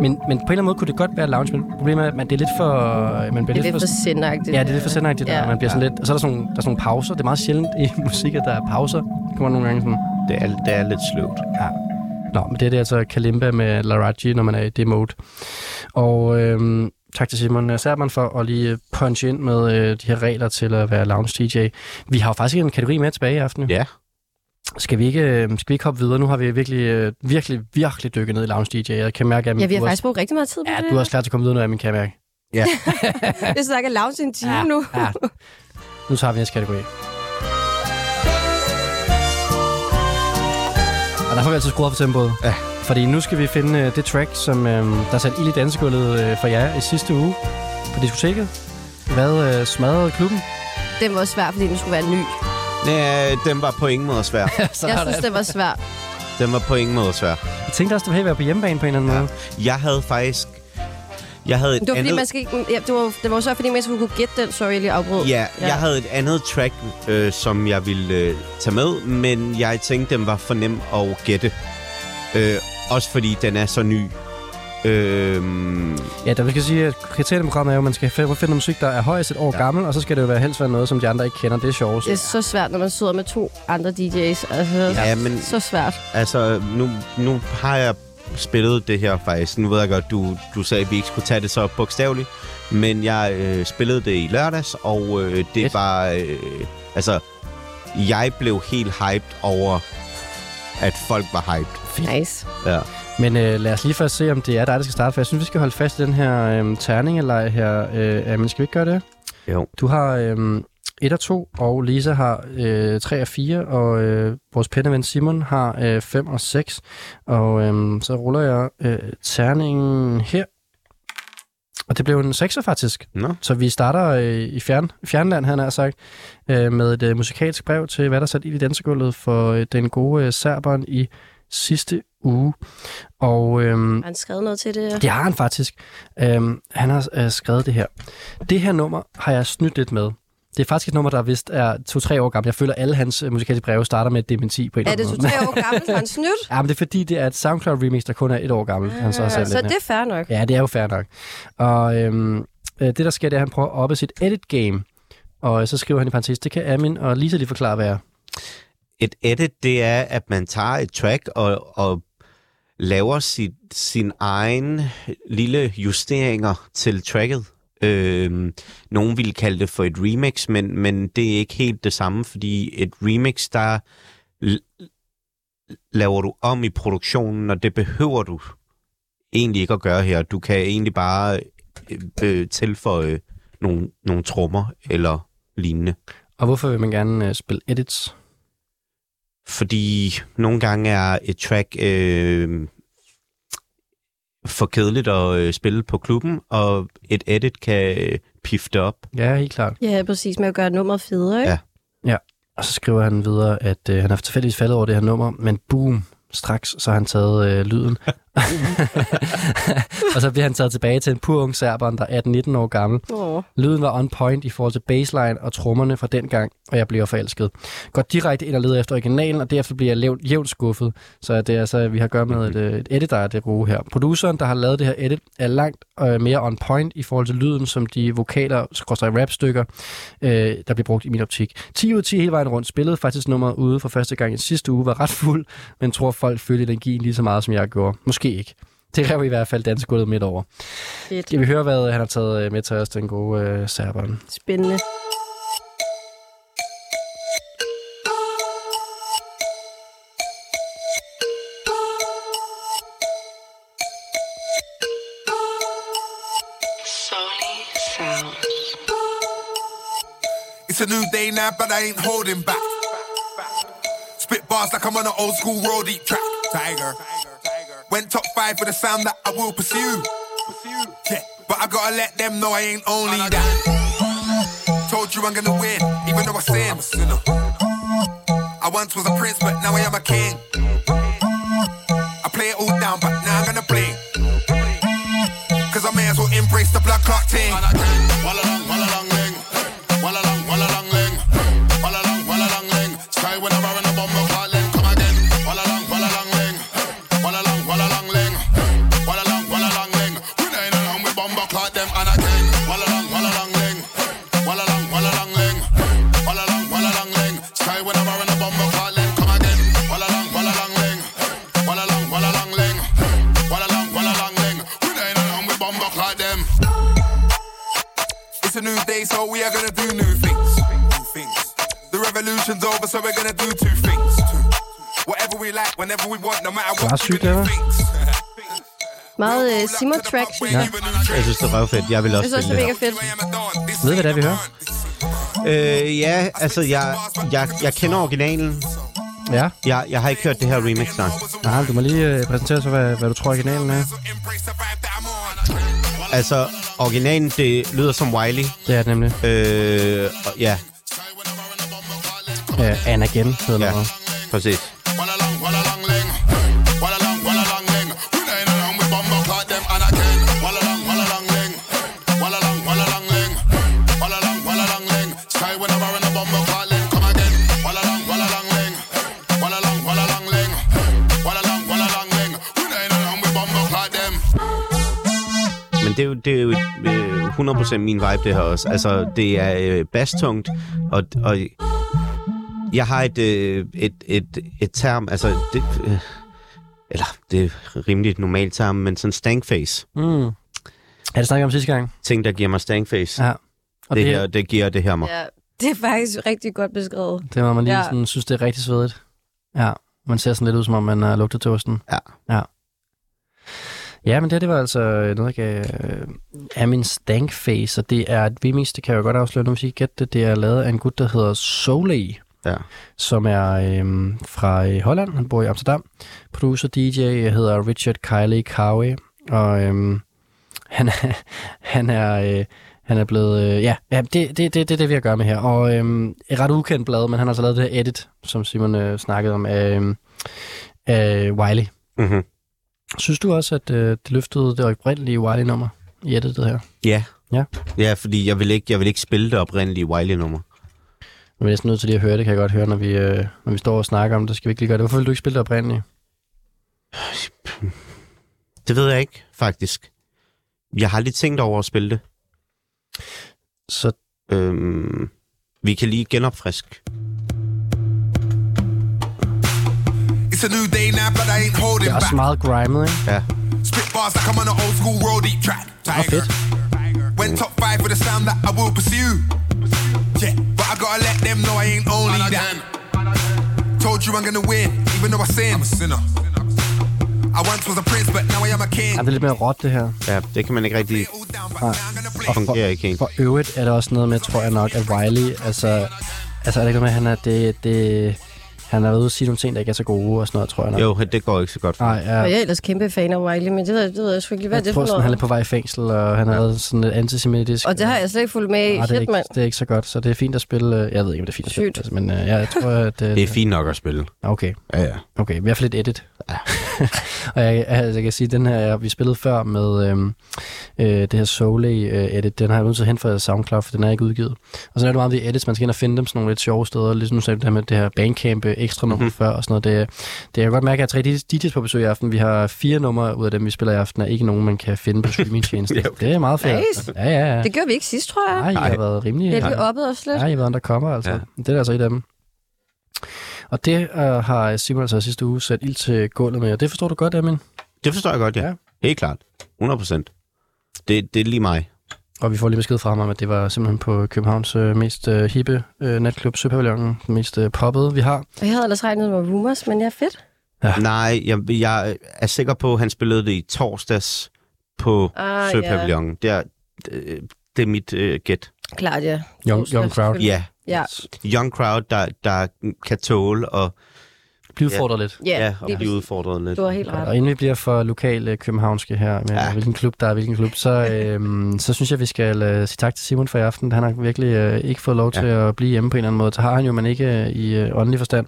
Speaker 2: Men, men på en eller anden måde kunne det godt være lounge, men problemet er, at man, det er lidt for... øh, Man bliver
Speaker 4: Det er
Speaker 2: lidt
Speaker 4: lidt for sendagtigt.
Speaker 2: Ja, det er lidt for sendagtigt,
Speaker 4: Ja.
Speaker 2: ja. man bliver sådan lidt... Og så er der sådan, nogle- der er sådan nogle pauser. Det er meget sjældent i musik, at der er pauser. Det kommer nogle gange sådan...
Speaker 3: Det er, det er lidt sløvt.
Speaker 2: Nå, men det er det altså Kalimba med Laraji, når man er i det mode. Og øhm, tak til Simon Serban for at lige punche ind med øh, de her regler til at være lounge DJ. Vi har jo faktisk en kategori med tilbage i aften. jo.
Speaker 3: Ja.
Speaker 2: Skal vi ikke, øh, skal vi ikke hoppe videre? Nu har vi virkelig, øh, virkelig, virkelig dykket ned i lounge DJ. Jeg kan mærke, at
Speaker 4: Ja, vi har
Speaker 2: du,
Speaker 4: faktisk brugt rigtig meget tid på
Speaker 2: også, ja,
Speaker 4: det.
Speaker 2: du er også klar til at komme videre nu, Amin, kan jeg mærke.
Speaker 4: Jeg snakker lavt i en time nu.
Speaker 2: Ja. Nu tager vi næste kategori. Og der får vi altså skruet op for tempoet. Ja. Fordi nu skal vi finde øh, det track, som øh, der satte ild i dansegulvet øh, for jer i sidste uge på diskoteket. Hvad øh, smadrede klubben?
Speaker 4: Den var svær, fordi den skulle være ny.
Speaker 3: Nej, den var på ingen måde svær.
Speaker 2: Så altså
Speaker 4: Jeg synes, den var svær.
Speaker 3: Den var på ingen måde svær.
Speaker 2: Jeg tænkte også, at det ville være på hjemmebane på en eller anden ja. måde.
Speaker 3: Jeg havde faktisk... Jeg havde et
Speaker 4: Det var,
Speaker 3: andet...
Speaker 4: fordi, man skal ikke, ja, det var, det var jo så, fordi man skulle kunne gætte den. Sorry, jeg lige afbrød.
Speaker 3: Ja, ja, jeg havde et andet track, øh, som jeg ville øh, tage med, men jeg tænkte, den var for nem at gætte. Øh, også fordi den er så ny. Øh,
Speaker 2: Ja, der vil jeg sige, at kriterierne i programmet er jo, at man skal finde finde noget musik, der er højst et år ja. gammel, og så skal det jo være helst være noget, som de andre ikke kender. Det er sjovt.
Speaker 4: Det er så svært, når man sidder med to andre DJ's. Altså,
Speaker 3: ja, men
Speaker 4: så svært.
Speaker 3: altså, nu, nu har jeg spillet det her faktisk. Nu ved jeg godt, du, du sagde, at vi ikke skulle tage det så bogstaveligt, men jeg øh, spillede det i lørdags, og øh, det
Speaker 2: Fedt.
Speaker 3: var... Øh, altså, jeg blev helt hyped over, at folk var hyped.
Speaker 4: Nice.
Speaker 3: Ja.
Speaker 2: Men øh, lad os lige først se, om det er dig, der skal starte, for jeg synes, vi skal holde fast i den her øh, terningeleg her. Øh, øh, men skal vi ikke gøre det?
Speaker 3: Jo.
Speaker 2: Du har øh, 1 og 2, og Lisa har 3 og 4, og øh, vores penneven Simon har 5 og øhm, 6. Og øh, så ruller jeg øh, terningen her. Og det blev en sekser faktisk.
Speaker 3: Nå.
Speaker 2: Så vi starter øh, i fjern, fjernland, han har sagt, øh, med et øh, musikalsk brev til, hvad der sat i i dansegulvet for øh, den gode øh, serberen i sidste uge. Og øh,
Speaker 4: Har han skrevet noget til Mm. det?
Speaker 2: det har han faktisk. Øhm, han har øh, skrevet det her. Det her nummer har jeg snydt lidt med. Det er faktisk et nummer, der vist er to-tre år gammelt. Jeg føler, at alle hans øh, musikalske breve starter med et dementi på en
Speaker 4: Er
Speaker 2: eller
Speaker 4: det
Speaker 2: anden
Speaker 4: to-tre
Speaker 2: måde.
Speaker 4: år gammelt? Har han snydt?
Speaker 2: Ja, men det er fordi, det er et SoundCloud-remix, der kun er et år gammelt. Han så har sat
Speaker 4: Så
Speaker 2: lidt ned.
Speaker 4: det er fair nok.
Speaker 2: Ja, det er jo fair nok. Og øhm, øh, det, der sker, det er, at han prøver at oppe sit edit game. Og øh, så skriver han i parentes, det kan Amin og Lisa lige forklare, hvad er.
Speaker 3: Et edit, det er, at man tager et track og, og laver sit, sin egen lille justeringer til tracket. Øhm, nogen ville kalde det for et remix, men, men det er ikke helt det samme, fordi et remix, der l- laver du om i produktionen, og det behøver du egentlig ikke at gøre her. Du kan egentlig bare øh, øh, tilføje nogle, nogle trommer eller lignende.
Speaker 2: Og hvorfor vil man gerne øh, spille edits?
Speaker 3: fordi nogle gange er et track øh, for kedeligt at øh, spille på klubben, og et edit kan øh, piffe det op.
Speaker 2: Ja, helt klart.
Speaker 4: Ja, præcis. Med at gøre nummeret federe, ikke?
Speaker 3: Ja.
Speaker 2: Og så skriver han videre, at øh, han har tilfældigvis faldet over det her nummer, men boom, straks så har han taget øh, lyden. og så bliver han taget tilbage til en pur ung serberen, der er 18-19 år gammel.
Speaker 4: Åh.
Speaker 2: Lyden var on point i forhold til baseline og trommerne fra dengang, og jeg bliver forelsket. Går direkte ind og leder efter originalen, og derefter bliver jeg jævnt, jævnt skuffet. Så det er altså, at vi har at gøre med et, øh, et edit, der er det gode her. Produceren, der har lavet det her edit, er langt øh, mere on point i forhold til lyden, som de vokaler, skråstrej rapstykker, øh, der bliver brugt i min optik. 10 ud af 10 hele vejen rundt. Spillede faktisk nummeret ude for første gang i sidste uge, var ret fuld, men tror folk følte energien lige så meget, som jeg gjorde. Måske ikke. Det rev i hvert fald dansegulvet midt over.
Speaker 4: Fedt.
Speaker 2: Skal vi høre, hvad han har taget øh, med til os, den gode øh, serberen?
Speaker 4: Spændende.
Speaker 11: It's a new day now, but I ain't holding back. Spit bars like I'm on an old school roadie track. Tiger. Went top five for the sound that I will pursue. Yeah, but I gotta let them know I ain't only that. Told you I'm gonna win, even though I sin. I'm a sinner. I once was a prince, but now I am a king. I play it all down, but now I'm gonna play. Cause I may as well embrace the blood clot thing.
Speaker 8: Like them.
Speaker 11: It's a new day, so we are gonna do new things. The revolution's over, so we're gonna do two things. Whatever we like, whenever we want, no matter what.
Speaker 2: Bare sygt, eller?
Speaker 4: Meget øh, Simon-track.
Speaker 11: Ja.
Speaker 3: Jeg synes, det er røvfedt. Jeg vil
Speaker 4: Jeg
Speaker 3: også
Speaker 4: synes også,
Speaker 3: spille
Speaker 4: det er
Speaker 3: det.
Speaker 4: mega fedt.
Speaker 2: Ved I, hvad det er, vi hører?
Speaker 3: Øh, ja, altså, jeg, jeg, jeg kender originalen.
Speaker 2: Ja.
Speaker 3: Jeg, jeg har ikke hørt det her remix, nej.
Speaker 2: Nej, du må lige øh, præsentere så, hvad, hvad du tror originalen er.
Speaker 3: Altså, originalen, det lyder som Wiley.
Speaker 2: Det er det nemlig.
Speaker 3: Øh, og- ja,
Speaker 2: Øh, Anna Gen hedder
Speaker 3: ja,
Speaker 2: ja.
Speaker 3: præcis. Men det er jo, det er jo et, øh, 100% min vibe, det her også. Altså, det er øh, bastungt, og, og jeg har et, øh, et, et, et term, altså, det, øh, eller det er rimelig et normalt term, men sådan stankface.
Speaker 2: Mm. Ja, det snakkede vi om sidste gang.
Speaker 3: Ting, der giver mig stankface.
Speaker 2: Ja.
Speaker 3: Ja,
Speaker 2: Og
Speaker 3: det, det, her, det giver det her mig.
Speaker 4: Ja, det er faktisk rigtig godt beskrevet.
Speaker 2: det var man lige
Speaker 4: Ja.
Speaker 2: ja. sådan, synes, det er rigtig svedigt. Ja, man ser sådan lidt ud, som om man har lugtet toasten.
Speaker 3: Ja.
Speaker 2: ja. Ja, men det, her, det var altså noget, jeg gav øh, Amin Stankface, og det er et remix, det kan jeg jo godt afsløre, nu hvis I ikke gætte det. Det er lavet af en gut, der hedder Soleil.
Speaker 3: Ja.
Speaker 2: som er øhm, fra øh, Holland. Han bor i Amsterdam. Producer DJ hedder Richard Kiley Cowie, og øhm, Han er, han er, øh, han er blevet... Øh, ja, ja det, det, det, det er det, vi har at gøre med her. Og øh, et ret ukendt blad, men han har så lavet det her edit, som Simon øh, snakkede om, af, øh, af Wiley.
Speaker 3: Mm-hmm.
Speaker 2: Synes du også, at øh, det løftede det oprindelige Wiley-nummer i editet her?
Speaker 3: Ja.
Speaker 2: Ja.
Speaker 3: Ja, fordi jeg vil ikke, jeg vil ikke spille det oprindelige Wiley-nummer.
Speaker 2: Nu er vi næsten nødt til lige at høre det, kan jeg godt høre, når vi, øh, når vi står og snakker om det. Skal vi ikke lige gøre det? Hvorfor vil du ikke spille det oprindelige?
Speaker 3: Det ved jeg ikke, faktisk. Jeg har aldrig tænkt over at spille det.
Speaker 2: Så
Speaker 3: Øhm, vi kan lige genopfriske.
Speaker 11: It's a new day now, but I ain't holding
Speaker 2: det er
Speaker 11: back.
Speaker 2: også meget grimet, ikke?
Speaker 3: Ja.
Speaker 11: Spit bars like I'm on an old school roadie track. Tiger. Went top five for the sound that I will pursue. Yeah, but I gotta let them know I ain't only that. Told you I'm gonna win, even though I sin. I'm a sinner. I once was a prince, but now I am a king.
Speaker 2: Er det lidt mere råt, det her?
Speaker 3: Ja, det kan man ikke rigtig...
Speaker 11: All down, but now I'm gonna play.
Speaker 3: fungerer ikke helt.
Speaker 2: For øvrigt er der også noget med, tror jeg nok, at Wiley, altså, altså er det ikke noget med, at han er, det, det, han har været ude at sige nogle ting, der ikke er så gode og sådan noget, tror jeg nok.
Speaker 3: Jo, det går ikke så godt.
Speaker 2: Nej, ja.
Speaker 4: Og jeg er ellers kæmpe fan af Wiley, men det, ved- det ved jeg sgu ikke lige, hvad er
Speaker 2: Jeg
Speaker 4: det for
Speaker 2: tror, sådan, han er
Speaker 4: noget.
Speaker 2: på vej i fængsel, og han har været sådan lidt antisemitisk.
Speaker 4: Og det har jeg slet ikke fulgt med i.
Speaker 2: Nej, det, er
Speaker 4: Shit,
Speaker 2: ikke,
Speaker 4: mand.
Speaker 2: det er ikke så godt, så det er fint at spille. øh, Jeg ved ikke, om det er fint at spille,
Speaker 4: Sygt.
Speaker 2: altså, men øh, ja, jeg tror, at... øh,
Speaker 3: Det er fint nok at spille.
Speaker 2: Okay,
Speaker 3: Ja, ja.
Speaker 2: okay. I hvert fald lidt edit. og jeg, altså, jeg kan sige, at den her, vi spillede før med øhm, øh, det her Soleil øh, edit, den har jeg nødt til at hente fra SoundCloud, for den er ikke udgivet. Og så er det meget om de edits, man skal ind og finde dem sådan nogle lidt sjove steder, ligesom nu sagde vi det her med det her Bandcamp øh, ekstra
Speaker 3: Mhm.
Speaker 2: nummer mm-hmm. før og sådan noget. Det, det jeg kan godt mærke, at jeg har tre DJ's på besøg i aften. Vi har fire numre ud af dem, vi spiller i aften, og ikke nogen, man kan finde på streamingtjenester.
Speaker 3: Ja, okay.
Speaker 2: Det er meget fedt.
Speaker 4: Nice.
Speaker 2: Ja, ja, ja.
Speaker 4: Det gjorde vi ikke sidst, tror jeg.
Speaker 2: Nej, jeg har været rimelig...
Speaker 4: Ja, vi oppede os lidt.
Speaker 2: Ja, I har været undercover, altså. Ja.
Speaker 3: Ja.
Speaker 2: Det er der altså et af dem. Og det øh, har Simon altså sidste uge sat ild til gulvet med, og det forstår du godt, Amin.
Speaker 3: Det forstår jeg godt, ja.
Speaker 2: Ja.
Speaker 3: ja. Helt klart. 100 procent. Det, det er lige mig.
Speaker 2: Og vi får lige besked fra ham om, at det var simpelthen på Københavns øh, mest øh, hippe øh, natklub, Søpavillonen, den mest øh, poppede, vi har.
Speaker 4: Og jeg havde ellers regnet med rumors, men jeg er fedt.
Speaker 3: Nej, jeg, jeg er sikker på, at han spillede det i torsdags på
Speaker 4: Ah,
Speaker 3: ah, Søpavillonen. Det, er, det, det er mit øh, gæt.
Speaker 4: Klart, ja.
Speaker 2: Young,
Speaker 4: Torsdag,
Speaker 2: young Crowd.
Speaker 4: selvfølgelig.
Speaker 3: Ja,
Speaker 4: Ja,
Speaker 3: young crowd, der, der kan tåle og,
Speaker 2: Bliv udfordret lidt.
Speaker 4: ja.
Speaker 3: ja, ja, og
Speaker 4: lige
Speaker 3: blive udfordret lidt.
Speaker 4: Du har helt ret.
Speaker 2: Og inden vi bliver for lokale københavnske her, med ja.
Speaker 3: Ja.
Speaker 2: hvilken klub der er hvilken klub, så, øhm, så synes jeg, vi skal øh, sige tak til Simon for i aften. Han har virkelig øh, ikke fået lov ja. til at blive hjemme på en eller anden måde. Det har han jo, men ikke øh, i øh, åndelig forstand.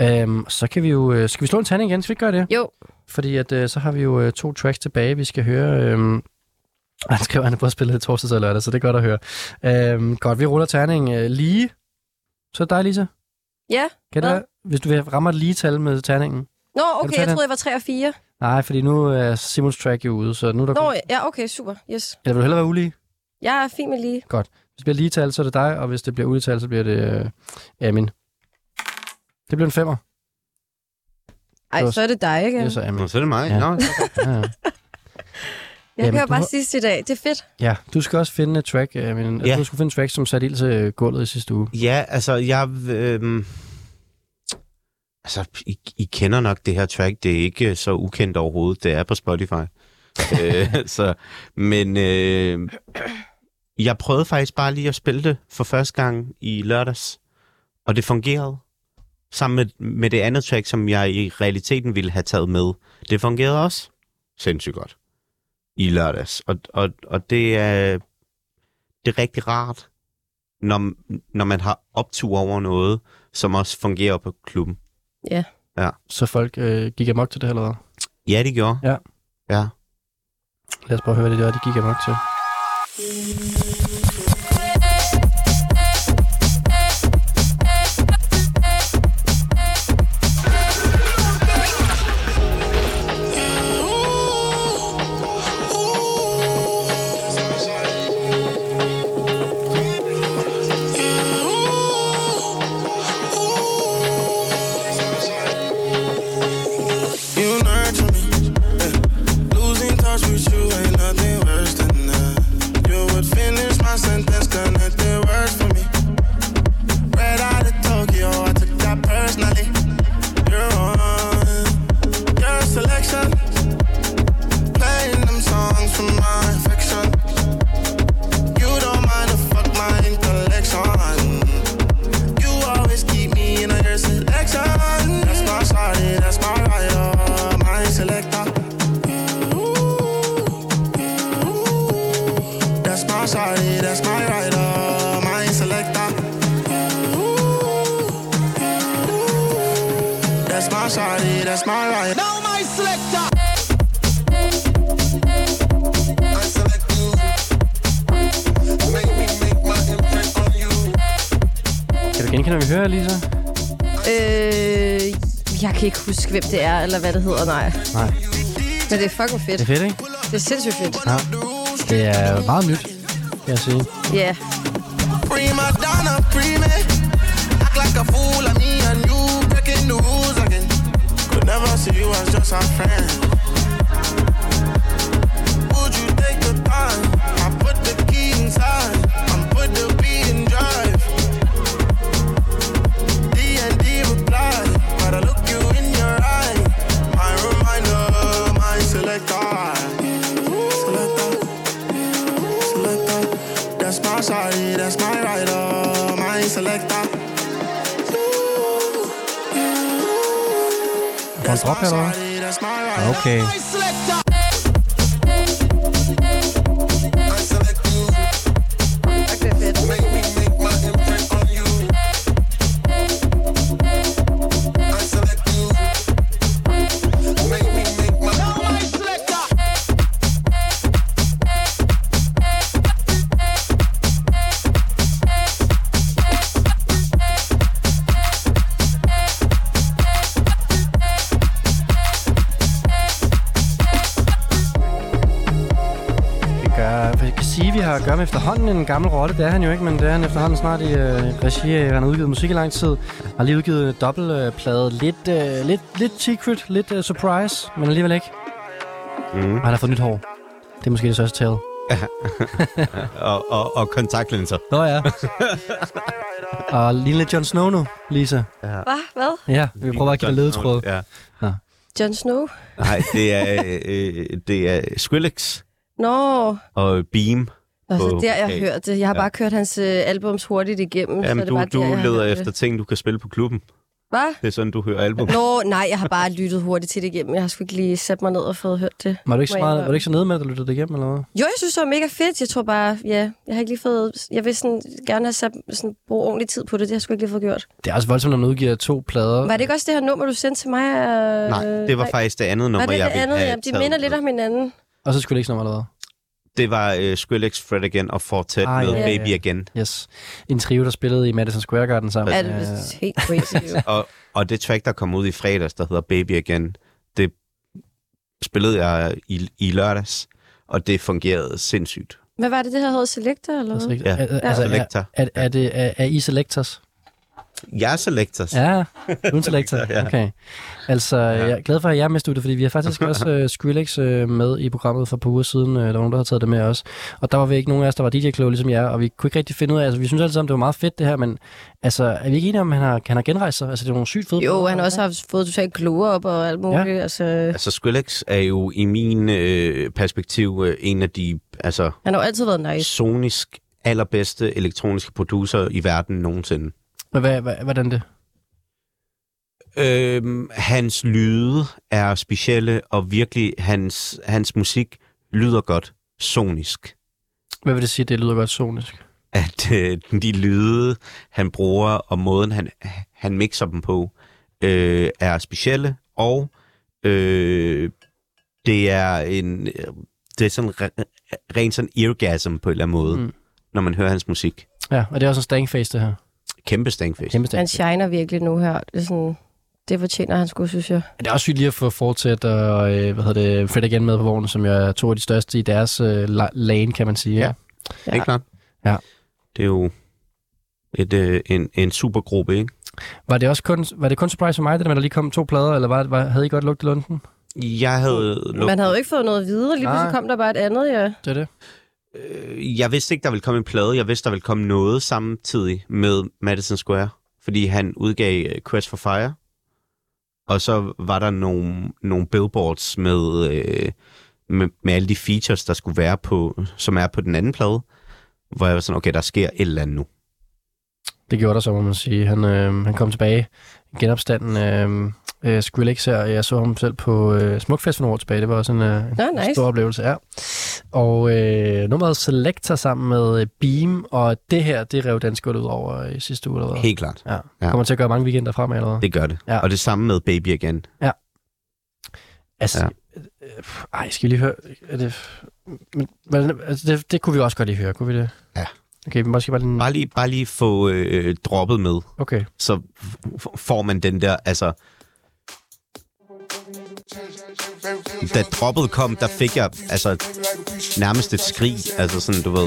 Speaker 2: Øhm, så kan vi jo... Øh, skal vi slå en tanding igen? Skal vi ikke gøre det?
Speaker 4: Jo,
Speaker 2: Fordi at, øh, så har vi jo øh, to tracks tilbage, vi skal høre. Øh, han skriver, at han har både spillet torsdag og lørdag, så det er godt at høre. Øh, godt, vi ruller terning øh, lige. Så er det dig, Lisa.
Speaker 4: ja.
Speaker 2: Kan
Speaker 4: Hvad?
Speaker 2: det være? Hvis du vil rammer et lige tal med terningen.
Speaker 4: Nå,
Speaker 2: Kan du
Speaker 4: okay,
Speaker 2: tage
Speaker 4: jeg
Speaker 2: den?
Speaker 4: troede, jeg var 3 og 4.
Speaker 2: Nej, fordi nu er Simons track jo ude, så nu er der
Speaker 4: Nå,
Speaker 2: kun...
Speaker 4: ja, okay, super. Yes.
Speaker 2: Eller vil du hellere være ulige?
Speaker 4: Jeg er fin med lige.
Speaker 2: Hvis det bliver lige tal, så er det dig, og hvis det bliver ulige tal, så bliver det øh, Amin. Det bliver en femmer.
Speaker 4: Ej,
Speaker 2: Det var-
Speaker 4: så er det dig, ikke?
Speaker 2: Ja. Det er så Amin.
Speaker 3: Nå, så er det mig.
Speaker 2: Ja.
Speaker 3: Ja. Nå,
Speaker 2: Ja, ja.
Speaker 4: Jeg
Speaker 2: Jamen,
Speaker 4: hører
Speaker 2: du
Speaker 4: bare
Speaker 2: har-
Speaker 4: sidst i dag. Det er fedt.
Speaker 2: ja, du skal også finde et track, Amin. Ja.
Speaker 3: Ja.
Speaker 2: Du skulle finde et track, som satte ild til gulvet i sidste uge.
Speaker 3: Ja, altså, jeg... Øhm, altså, I, I kender nok det her track. Det er ikke øh, så ukendt overhovedet. Det er på Spotify. øh, så, men øh, jeg prøvede faktisk bare lige at spille det for første gang i lørdags. Og det fungerede. Sammen med, med det andet track, som jeg i realiteten ville have taget med. Det fungerede også sindssygt godt i lørdags. Og, og, og det, er, det er rigtig rart når, når man har optur over noget, som også fungerer på klubben.
Speaker 2: Så folk øh, gik amok til det, eller hvad?
Speaker 3: Ja, det gjorde.
Speaker 2: Ja.
Speaker 3: Ja.
Speaker 2: Lad os prøve at høre, hvad det er, de gik amok til.
Speaker 8: You learn to uh, me. eh. Losing touch with you ain't nothing worse than that. You would finish my sentence. uh, party, that's my rider, my selector. That's my shawty, that's my rider. Now my selector. I select you. Make me make my imprint on you.
Speaker 2: Kan du genkende, hvad vi hører, Lisa?
Speaker 4: Øh, jeg kan ikke huske, hvem det er, eller hvad det hedder, nej.
Speaker 2: Nej.
Speaker 4: Men det er fucking fedt.
Speaker 2: Det er fedt, ikke?
Speaker 4: Det er sindssygt fedt.
Speaker 2: Ja. Det er meget nyt, kan jeg sige.
Speaker 4: Ja.
Speaker 8: Prima donna, prima. Act like a fool, like me and you breaking the rules again. Could never see you as just a friend. Would you take the time? I put the key inside and put the beat in drive. D and D reply, but I look you in your eye. My reminder, my selector. Selector. Selector. That's my shawty, that's my rider, my selector.
Speaker 2: Får en drop her, eller hvad?
Speaker 8: That's my rider.
Speaker 2: Okay.
Speaker 8: My selector. I select you. Make me make my imprint on you. I select you. Make me make my-
Speaker 2: Vi gør, vi kan sige, at vi har at gøre med efterhånden en gammel rotte. Det er han jo ikke, men det er han efterhånden snart i øh, regi af, at han har udgivet musik i lang tid. Har lige udgivet en dobbeltplade. Øh, lidt, øh, lidt, lidt secret, lidt øh, surprise, men alligevel ikke. Mm. Og han har fået nyt hår. Det er måske det største tale.
Speaker 3: Og, og, og kontaktlinser.
Speaker 2: Nå ja. og lille Jon Snow nu, Lisa.
Speaker 4: Hvad? Hvad?
Speaker 2: Ja, vi prøver bare at give dig ledetråd.
Speaker 3: Ja.
Speaker 4: Jon Snow?
Speaker 3: Nej, det er, øh, øh, det er Skrillex
Speaker 4: Nå,
Speaker 3: og Beam.
Speaker 4: Nå så
Speaker 3: Åh,
Speaker 4: der jeg
Speaker 3: okay.
Speaker 4: hørt det. Jeg har bare kørt hans øh, albums hurtigt igennem. så er
Speaker 3: Jamen,
Speaker 4: det
Speaker 3: du,
Speaker 4: bare
Speaker 3: du
Speaker 4: der, jeg har
Speaker 3: leder
Speaker 4: hørt
Speaker 3: efter
Speaker 4: Det.
Speaker 3: ting, du kan spille på klubben.
Speaker 4: Hvad?
Speaker 3: Det er sådan, du hører album.
Speaker 4: Nå, nej, jeg har bare lyttet hurtigt til det igennem. Jeg har sgu ikke lige sat mig ned og fået hørt det.
Speaker 2: Var du ikke
Speaker 4: Må
Speaker 2: så,
Speaker 4: jeg
Speaker 2: meget, var du
Speaker 4: indrømme.
Speaker 2: ikke så nede med, at du lyttede det igennem, eller hvad?
Speaker 4: Jo, jeg synes, det var mega fedt. Jeg tror bare, ja, jeg har ikke lige fået... Jeg vil sådan, gerne have sat, sådan, bruge ordentlig tid på det. Det har jeg sgu ikke lige fået gjort.
Speaker 2: Det er også voldsomt, når man udgiver to plader.
Speaker 4: Var det ikke også det her nummer, du sendte til mig? Øh,
Speaker 3: Nej, det var faktisk det andet nummer,
Speaker 4: var det
Speaker 3: jeg
Speaker 4: det andet?
Speaker 3: have
Speaker 4: Ja, de
Speaker 3: taget
Speaker 4: minder
Speaker 3: med.
Speaker 4: lidt om hinanden.
Speaker 2: Og så skulle det ikke sådan allerede.
Speaker 3: Det var øh, Skrillex, Fred Again og Fortet
Speaker 2: Ah,
Speaker 3: ah, med
Speaker 2: ja, ja.
Speaker 3: Baby Again.
Speaker 2: Yes. En trio, der spillede i Madison Square Garden sammen. Øh.
Speaker 4: Ja, det er helt crazy. jo.
Speaker 3: Og, og det track, der kom ud i fredags, der hedder Baby Again, det spillede jeg i, i lørdags, og det fungerede sindssygt.
Speaker 4: Hvad var det, det her hed? Selector, eller hvad?
Speaker 2: Ja. Altså, er,
Speaker 3: Selector.
Speaker 2: er, er, det, er, er I selectors?
Speaker 3: Jeg er selectors. Ja.
Speaker 2: Ja, du er selector. Okay. Altså, jeg er glad for, at jeg er med i studiet, fordi vi har faktisk også uh, Skrillex uh, med i programmet for et par uger siden. Uh, der var nogen, der har taget det med os. Og der var vi ikke nogen af os, der var dj kloge ligesom jer, og vi kunne ikke rigtig finde ud af, altså vi synes alle sammen, det var meget fedt det her, men altså, er vi ikke enige om, at han har, han har genrejst sig? Altså, det er nogle sygt fede
Speaker 4: Jo,
Speaker 2: plader,
Speaker 4: han har også haft fået totalt kloge op og alt muligt. Ja. Altså,
Speaker 3: Altså, Skrillex er jo i min øh, perspektiv øh, en af de altså,
Speaker 4: han har jo altid været nice.
Speaker 3: sonisk allerbedste elektroniske producer i verden nogensinde.
Speaker 2: Men hvad, hvad, hvordan det?
Speaker 3: Øhm, hans lyde er specielle, og virkelig hans, hans musik lyder godt sonisk.
Speaker 2: Hvad vil det sige, det lyder godt sonisk?
Speaker 3: At øh, de lyde, han bruger, og måden, han, han mixer dem på, øh, er specielle, og øh, det er en øh, det er sådan re, rent sådan eargasm på en eller anden måde,
Speaker 2: Mm.
Speaker 3: mm. når man hører hans musik.
Speaker 2: Ja, og det er også en stangface, det her.
Speaker 3: Kæmpe stængfest.
Speaker 2: Kæmpe
Speaker 4: Han
Speaker 2: stangface.
Speaker 4: shiner virkelig nu her. Det, er sådan, det fortjener han sgu, synes jeg.
Speaker 2: Det er også sygt lige at få fortsat og øh, hvad hedder det, Fred igen med på vognen, som jo er to af de største i deres øh, la- lane, kan man sige.
Speaker 3: Ja.
Speaker 4: Ja.
Speaker 3: Ja. Ikke klart?
Speaker 2: Ja.
Speaker 3: Det er jo et, øh, en, en supergruppe, ikke?
Speaker 2: Var det også kun, var det kun surprise for mig, det der med, at der lige kom to plader, eller var, var, havde I godt lugtet lunden?
Speaker 3: Jeg havde...
Speaker 4: Man havde jo ikke fået noget videre. Lige pludselig
Speaker 2: Nej.
Speaker 4: kom der bare et andet, ja.
Speaker 2: Det er det.
Speaker 3: Øh, Jeg vidste ikke, der ville komme en plade. Jeg vidste, der ville komme noget samtidig med Madison Square. Fordi han udgav øh, Quest for Fire. Og så var der nogle, nogle billboards med, øh, med, med alle de features, der skulle være på, som er på den anden plade. Hvor jeg var sådan, okay, der sker et eller andet nu.
Speaker 2: Det gjorde der så, må man sige. Han, øh, han kom tilbage i genopstanden øh, øh, Skrillex her. Jeg så ham selv på øh, Smukfest for nogle år tilbage. Det var også en, øh, en
Speaker 4: Nå, nice.
Speaker 2: stor oplevelse, ja. Og øh, nummeret Selector sammen med øh, Beam, og det her, det rev dansk gulvet ud over øh, i sidste uge. Eller hvad?
Speaker 3: Helt klart.
Speaker 2: Ja.
Speaker 3: Ja.
Speaker 2: Kommer til at gøre mange weekender frem allerede.
Speaker 3: Det gør det.
Speaker 2: Ja.
Speaker 3: Ja. Og det samme med Baby igen.
Speaker 2: Altså,
Speaker 3: Ja.
Speaker 2: øh, øh, ej, skal vi lige høre? Er det, men, hvordan- altså, det, det kunne vi også godt lige høre, kunne vi det?
Speaker 3: Ja.
Speaker 2: Okay, men måske bare lige...
Speaker 3: Bare lige, bare lige få øh, droppet med,
Speaker 2: Mm. Okay.
Speaker 3: så f- f- får man den der, altså... Da droppet kom, der fik jeg altså nærmest et skrig, altså sådan, du ved.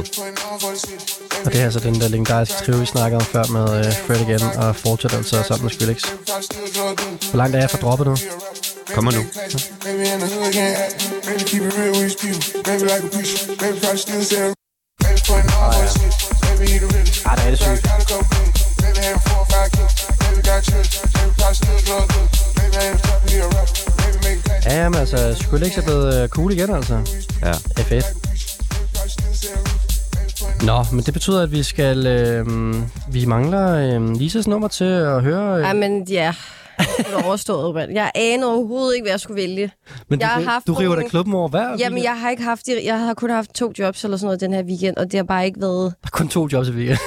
Speaker 2: Og det er altså den der legendariske trio, vi snakkede om før med uh, Fred Again og Fortsat altså sammen med Skrillex. Hvor langt er jeg fra droppet nu?
Speaker 3: Kommer nu.
Speaker 8: Baby in the hood again. Baby keep it real with these people. Baby like a preacher. Baby probably still saying. Baby putting all that shit. Baby he the realest.
Speaker 2: Ah, det er det sygt.
Speaker 8: Got a couple million. Baby had four or five kids. Baby got children. Baby probably still drug dealer. Baby ain't a he a rapper. Baby make cash.
Speaker 2: Ja, men altså, Skrillex er blevet øh, cool igen, altså.
Speaker 3: Ja.
Speaker 2: F1. Nå, men det betyder, at vi skal... Øh, vi mangler øh, Lisas nummer til at høre... Øh,
Speaker 4: Ej, men ja. Det er overstået, mand. Jeg anede overhovedet ikke, hvad jeg skulle vælge.
Speaker 2: men
Speaker 4: jeg har
Speaker 2: du,
Speaker 4: haft
Speaker 2: du river da
Speaker 4: nogle-
Speaker 2: klubben over hver
Speaker 4: Jamen,
Speaker 2: weekend.
Speaker 4: jeg har ikke haft... De, jeg har kun haft to jobs eller sådan noget den her weekend, og det har bare ikke været...
Speaker 2: Der er kun to jobs i weekend.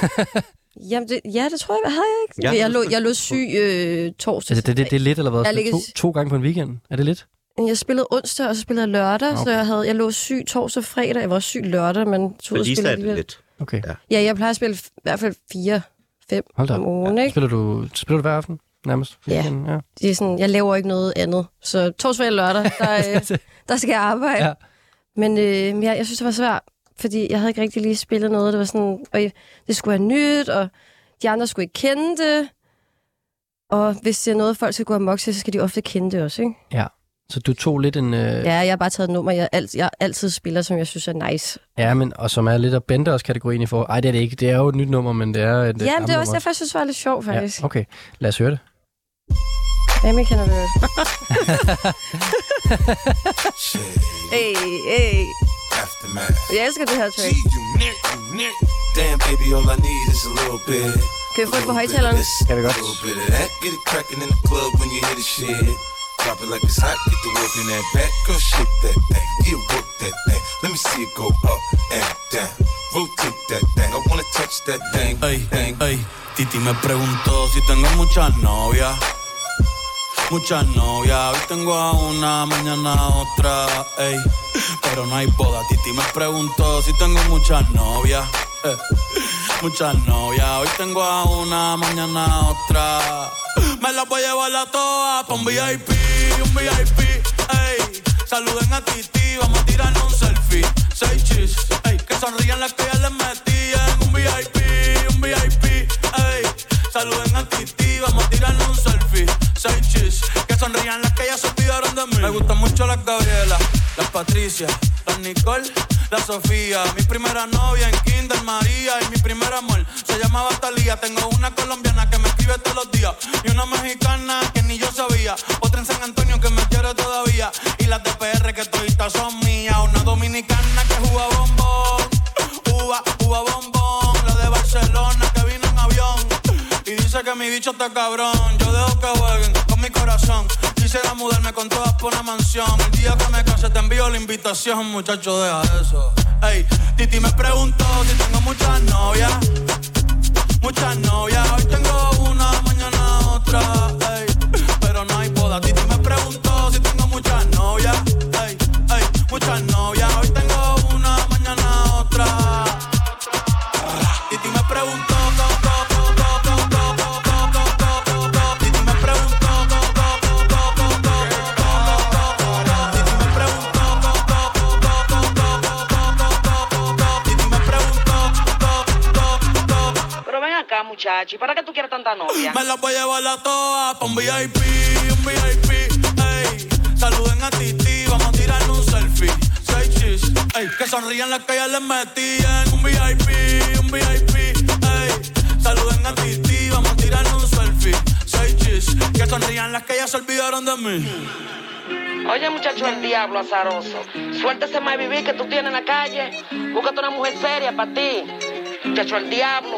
Speaker 4: Jamen, det, ja, det tror jeg, jeg havde jeg ikke.
Speaker 3: Ja.
Speaker 4: Jeg, lå, jeg lå syg øh, torsdag.
Speaker 2: altså, det, det, det er lidt, eller hvad?
Speaker 4: Jeg
Speaker 2: Spille
Speaker 4: ligger-
Speaker 2: To, to gange på en weekend. Er det lidt?
Speaker 4: Jeg spillede onsdag, og så spillede jeg lørdag, okay. så jeg, havde, jeg lå syg torsdag og fredag. Jeg var også syg lørdag, men tog
Speaker 3: For
Speaker 4: ud og
Speaker 3: Lisa
Speaker 4: spillede
Speaker 3: er det
Speaker 4: alligevel.
Speaker 3: lidt.
Speaker 2: Okay,
Speaker 3: Ja.
Speaker 4: Ja, jeg plejer at spille f- i hvert fald fire, fem
Speaker 2: hold da
Speaker 4: om
Speaker 2: op.
Speaker 4: ugen, ikke?
Speaker 2: Spiller du, spiller du hver aften? Nærmest?
Speaker 4: Ja.
Speaker 2: Weekenden, ja.
Speaker 4: Det er sådan, jeg laver ikke noget andet. Så torsdag og lørdag, der, øh, der skal jeg arbejde.
Speaker 2: Ja.
Speaker 4: Ja. Men øh, men jeg, jeg synes, det var svært, fordi jeg havde ikke rigtig lige spillet noget. Det var sådan, og jeg- det skulle være nyt, og de andre skulle ikke kende det. Og hvis det er noget, folk skal gå amok til, så skal de ofte kende det også, ikke?
Speaker 2: Så du tog lidt en... Øh,
Speaker 4: Ja, jeg har bare taget et nummer, jeg, alt, jeg altid spiller, som jeg synes er nice.
Speaker 2: Ja, men, og som er lidt af Benders kategorien i forhold... Ej, det er det ikke. Det er jo et nyt nummer, men det er... Et,
Speaker 4: Det ja, men det er også
Speaker 2: derfor,
Speaker 4: derfor, jeg synes, det var lidt sjovt, faktisk.
Speaker 2: faktisk. Ja,
Speaker 4: Ja.
Speaker 2: okay, lad os høre det.
Speaker 4: Jamen, jeg kender det godt. hey, hey.
Speaker 11: Aftermath.
Speaker 4: Jeg elsker det her
Speaker 11: Gee,
Speaker 4: track.
Speaker 11: you nick, you nick. Damn, baby, all I need is a little bit.
Speaker 4: Kan vi få det på
Speaker 11: A little bit of
Speaker 4: højtalerne?
Speaker 11: this,
Speaker 2: Kan vi godt.
Speaker 11: a little bit of that. Get it cracking in the club when you hear the shit. Drop it like it's hot, get the work in that back. Girl, shake that thing, yeah, work that thing. Let me see it go up and down. Rotate that thing, I wanna touch that thing.
Speaker 12: Ey,
Speaker 11: thing.
Speaker 12: ey, Titi me preguntó si tengo muchas novias. Muchas novias, hoy tengo a una, mañana a otra, ey. Pero no hay boda, Titi me preguntó si tengo muchas novias. eh. Muchas novias, hoy tengo a una, mañana a otra. Me las voy a llevar a todas pa' un VIP, un VIP, ey. Saluden a Titi, vamos a tirarnos un selfie. Seis chis, ey. Que sonrían las que ya les metí en un VIP, un VIP, ey. Saluden a Titi, vamos a tirarnos un selfie. Seis chis, que sonrían las que ya se olvidaron de mí. Me gustan mucho las Gabriela, las Patricia, las Nicole, la Sofía. Mi primera novia en Kinder María y mi primer amor se llamaba Talía. Tengo una colombiana que me escribe todos los días y una mexicana que ni yo sabía. Otra en San Antonio que me quiere todavía y las de PR que todavía son mías. Una dominicana que juega bombón, uva, uva bombón. La de Barcelona que vino en avión. Y dice que mi bicho está cabrón. Yo dejo que jueguen con mi corazón. Quisiera mudarme con todas por una mansión. El día que me case te envío la invitación, muchacho, deja eso. Ey, Titi me preguntó si tengo muchas novias. Muchas novias, hoy tengo una, mañana otra. Ey, pero no hay boda. Titi me preguntó si tengo muchas novias. Ey, ey, muchas novias, hoy tengo una, mañana otra. Titi me preguntó, go, go, go, go, go, go, go, go, go, go, go, go. Titi me preguntó, go, go, go, go, go, go, go, go, go, go, go, go. Titi me preguntó, go, go, go, go, go, go, go, go, go, go, go, go. Titi me preguntó, go, go, go.
Speaker 13: Pero ven acá, muchacho, ¿y para qué tú quieres tanta novia?
Speaker 12: Me las voy a llevar a todas pa' un VIP, un VIP, ey. Saluden a Titi, vamos a tirar un selfie. Seis chis, ey. Que sonrían las que ya les metían. Un VIP, un VIP, ey. Saluden a Titi, vamos a tirar un selfie. Seis chis, que sonrían las que ya se olvidaron de mí.
Speaker 13: Oye, muchacho, el diablo azaroso. Suéltese más vivir que tú tienes en la calle. Búscate una mujer seria para ti. Muchacho, el diablo.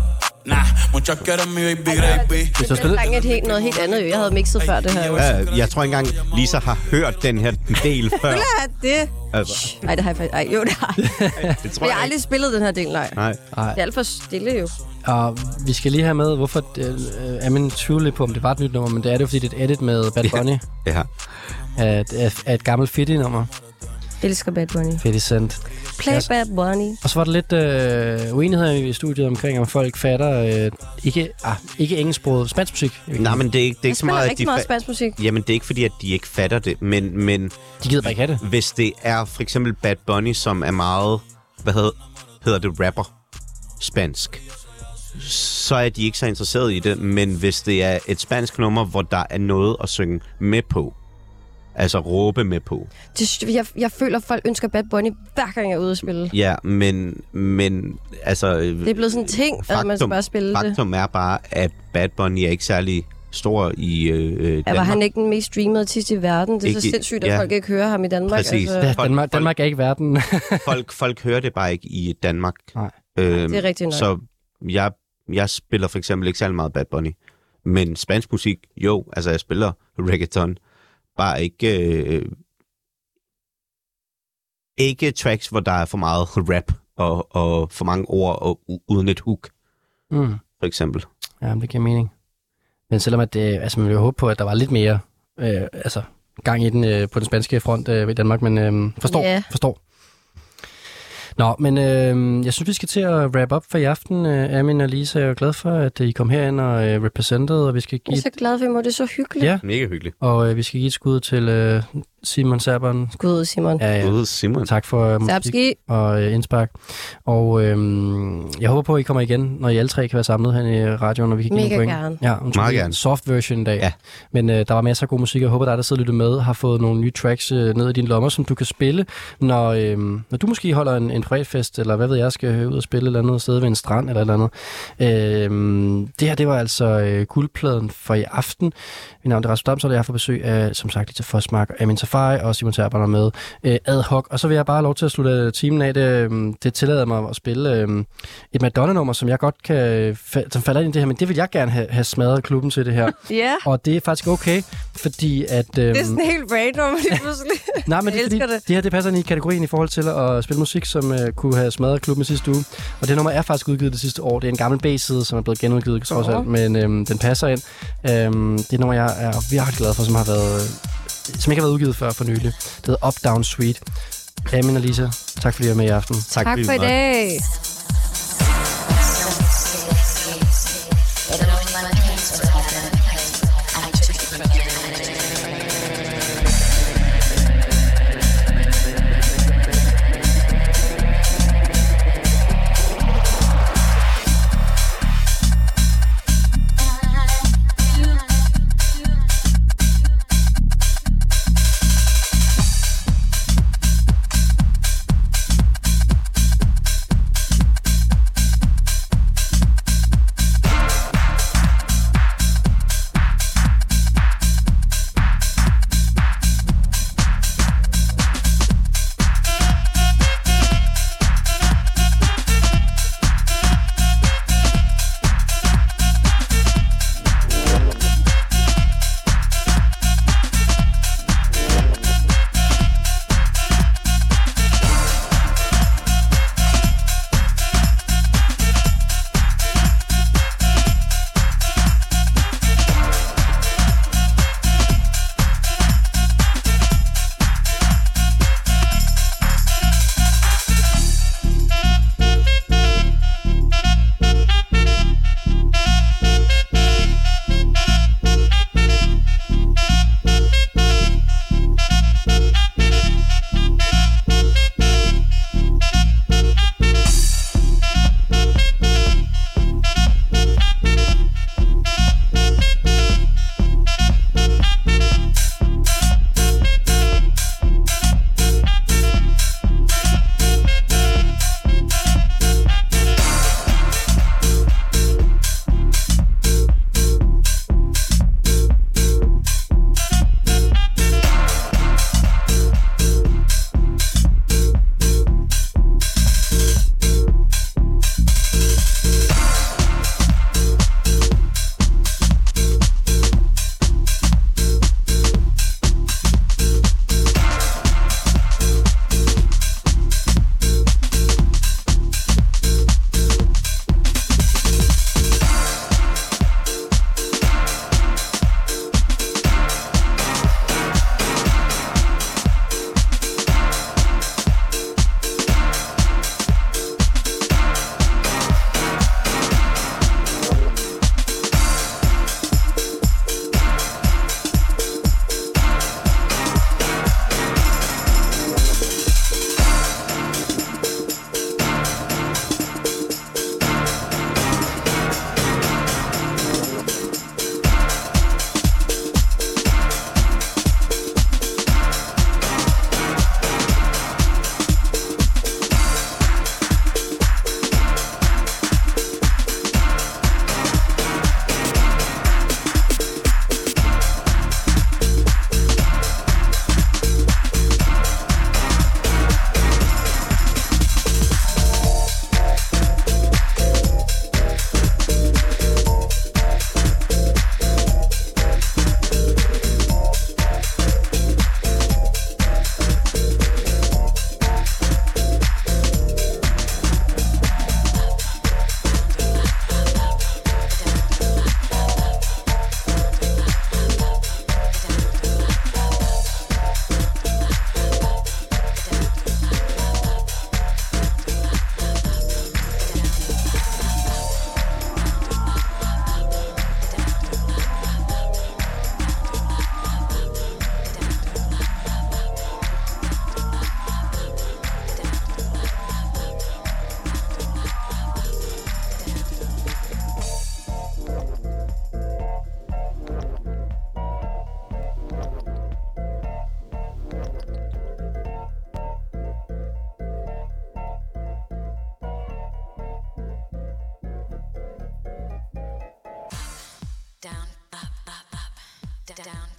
Speaker 12: Nah, muchas quieren mi baby gravy.
Speaker 4: Det er sang et helt, noget helt andet, jo. jeg havde mixet før det her. jo.
Speaker 3: Øh, jeg tror ikke engang, Lisa har hørt den her del før.
Speaker 4: Skulle have det.
Speaker 3: Altså,
Speaker 4: Nej, det har jeg faktisk... Ej, jo, det har jeg.
Speaker 3: det
Speaker 4: Men jeg har aldrig spillet den her del, nej.
Speaker 3: Nej.
Speaker 4: Det er alt for stille, jo.
Speaker 2: Og vi skal lige have med, hvorfor øh, øh, Amin tvivler lidt på, om det var et nyt nummer, men det er det, fordi det er et edit med Bad Bunny.
Speaker 3: Ja.
Speaker 2: ja. Af, af, af et gammelt Fitty-nummer.
Speaker 4: Elsker Bad Bunny.
Speaker 2: Fitty sendt.
Speaker 4: Play Bad Bunny.
Speaker 2: Og så var der lidt øh, uenigheder i studiet omkring, om folk fatter øh, ikke, ah, ikke engelsksproget spansk musik.
Speaker 3: Nej, men det er, ikke- det er ikke så
Speaker 4: spiller
Speaker 3: meget, at
Speaker 4: rigtig
Speaker 3: de
Speaker 4: meget
Speaker 3: fa-
Speaker 4: spansk musik.
Speaker 3: Jamen, det er ikke fordi, at de ikke fatter det, men... men
Speaker 2: de gider bare ikke have det.
Speaker 3: Hvis det er for eksempel Bad Bunny, som er meget... Hvad hedder, hedder det? Rapper. Spansk. Så er de ikke så interesserede i det, men hvis det er et spansk nummer, hvor der er noget at synge med på, altså råbe med på,
Speaker 4: Det, jeg, jeg føler, at folk ønsker Bad Bunny, hver gang jeg er ude at spille.
Speaker 3: ja, men, men altså...
Speaker 4: Det er blevet sådan en ting, at man skal bare spille det.
Speaker 3: faktum er bare, at Bad Bunny er ikke særlig stor i øh, øh,
Speaker 4: Ja, var
Speaker 3: Danmark.
Speaker 4: han ikke den mest streamede artist i verden? Det er så
Speaker 3: Ikke-
Speaker 4: sindssygt, at
Speaker 3: ja.
Speaker 4: folk ikke hører ham i Danmark.
Speaker 3: Præcis.
Speaker 2: Ja,
Speaker 4: Altså,
Speaker 3: Folk-
Speaker 2: Danmark, Danmark er ikke verden.
Speaker 3: folk, folk hører det bare ikke i Danmark.
Speaker 2: Nej.
Speaker 3: Øhm,
Speaker 4: Det er rigtigt nok.
Speaker 3: Så jeg, jeg spiller for eksempel ikke særlig meget Bad Bunny. Men spansk musik, jo, altså jeg spiller reggaeton. Bare ikke... Øh, ikke tracks, hvor der er for meget rap og, og for mange ord og u- uden et hook,
Speaker 2: mm.
Speaker 3: for eksempel.
Speaker 2: Ja, men det giver mening. Men selvom at, øh, altså, man ville jo håbe på, at der var lidt mere øh, altså, gang i den øh, på den spanske front øh, i Danmark, men øh, forstår,
Speaker 4: Ja.
Speaker 2: yeah. forstår. Nå, men øh, jeg synes, vi skal til at wrap up for i aften. Øh, Amin og Lisa, jeg er jo glad for, at øh, I kom herind og øh, representerede, og vi skal
Speaker 4: jeg
Speaker 2: give
Speaker 4: er så
Speaker 2: et,
Speaker 4: glad for, at I må. Det er så hyggeligt.
Speaker 2: ja,
Speaker 3: Mega hyggeligt.
Speaker 2: og øh, vi skal give et skud til øh, Simon Serberen.
Speaker 4: Gud, Simon.
Speaker 2: Ja, ja.
Speaker 3: Ude Simon.
Speaker 2: Tak for øh, musik
Speaker 4: Sapski.
Speaker 2: og øh, indspark. Og øh, jeg håber på, at I kommer igen, når I alle tre kan være samlet her i øh, radioen, og vi kan give
Speaker 4: Mega
Speaker 2: nogle point.
Speaker 4: gerne.
Speaker 2: Ja, om
Speaker 3: Meget
Speaker 2: Meget en
Speaker 3: gerne.
Speaker 2: soft version i dag.
Speaker 3: Ja.
Speaker 2: Men øh, der var masser af god musik, og jeg håber, dig, der sidder og lytter med, har fået nogle nye tracks øh, ned i dine lommer, som du kan spille, når, øh, når du måske holder en, en privatfest, eller hvad ved jeg, skal ud og spille et eller andet sted ved en strand eller et eller andet. Øh, det her, det var altså øh, guldpladen for i aften. Mit navn er Rasmus Damshold, og jeg har fået besøg af, som sagt, Lita Fosmark, Amin Safari og Simon Terber, der er med øh, ad hoc. Og så vil jeg bare have lov til at slutte timen af. Det, øh, det tillader mig at spille øh, et Madonna-nummer, som jeg godt kan, øh, fa- som falder ind i det her, men det vil jeg gerne have, have smadret klubben til det her.
Speaker 4: Ja,
Speaker 2: Og det er faktisk okay, fordi at... Øhm,
Speaker 4: det er sådan helt random lige pludselig.
Speaker 2: nej, men det, er
Speaker 4: jeg
Speaker 2: fordi,
Speaker 4: elsker
Speaker 2: det.
Speaker 4: det.
Speaker 2: det her det passer ind i kategorien i forhold til at spille musik, som øh, kunne have smadret klubben i sidste uge. Og det nummer er faktisk udgivet det sidste år. Det er en gammel B-side, som er blevet genudgivet trods
Speaker 4: Nå.
Speaker 2: alt, men øhm, den passer ind. Øhm, det er et nummer, jeg er virkelig glad for, som har været... Øh, som ikke har været udgivet før for nylig. Det hedder Up Down Sweet. Amin og Lisa, tak fordi I var med i aften.
Speaker 3: Tak,
Speaker 4: Tak
Speaker 3: fordi
Speaker 4: for
Speaker 3: vi
Speaker 4: i
Speaker 3: måtte.
Speaker 4: dag.
Speaker 14: down.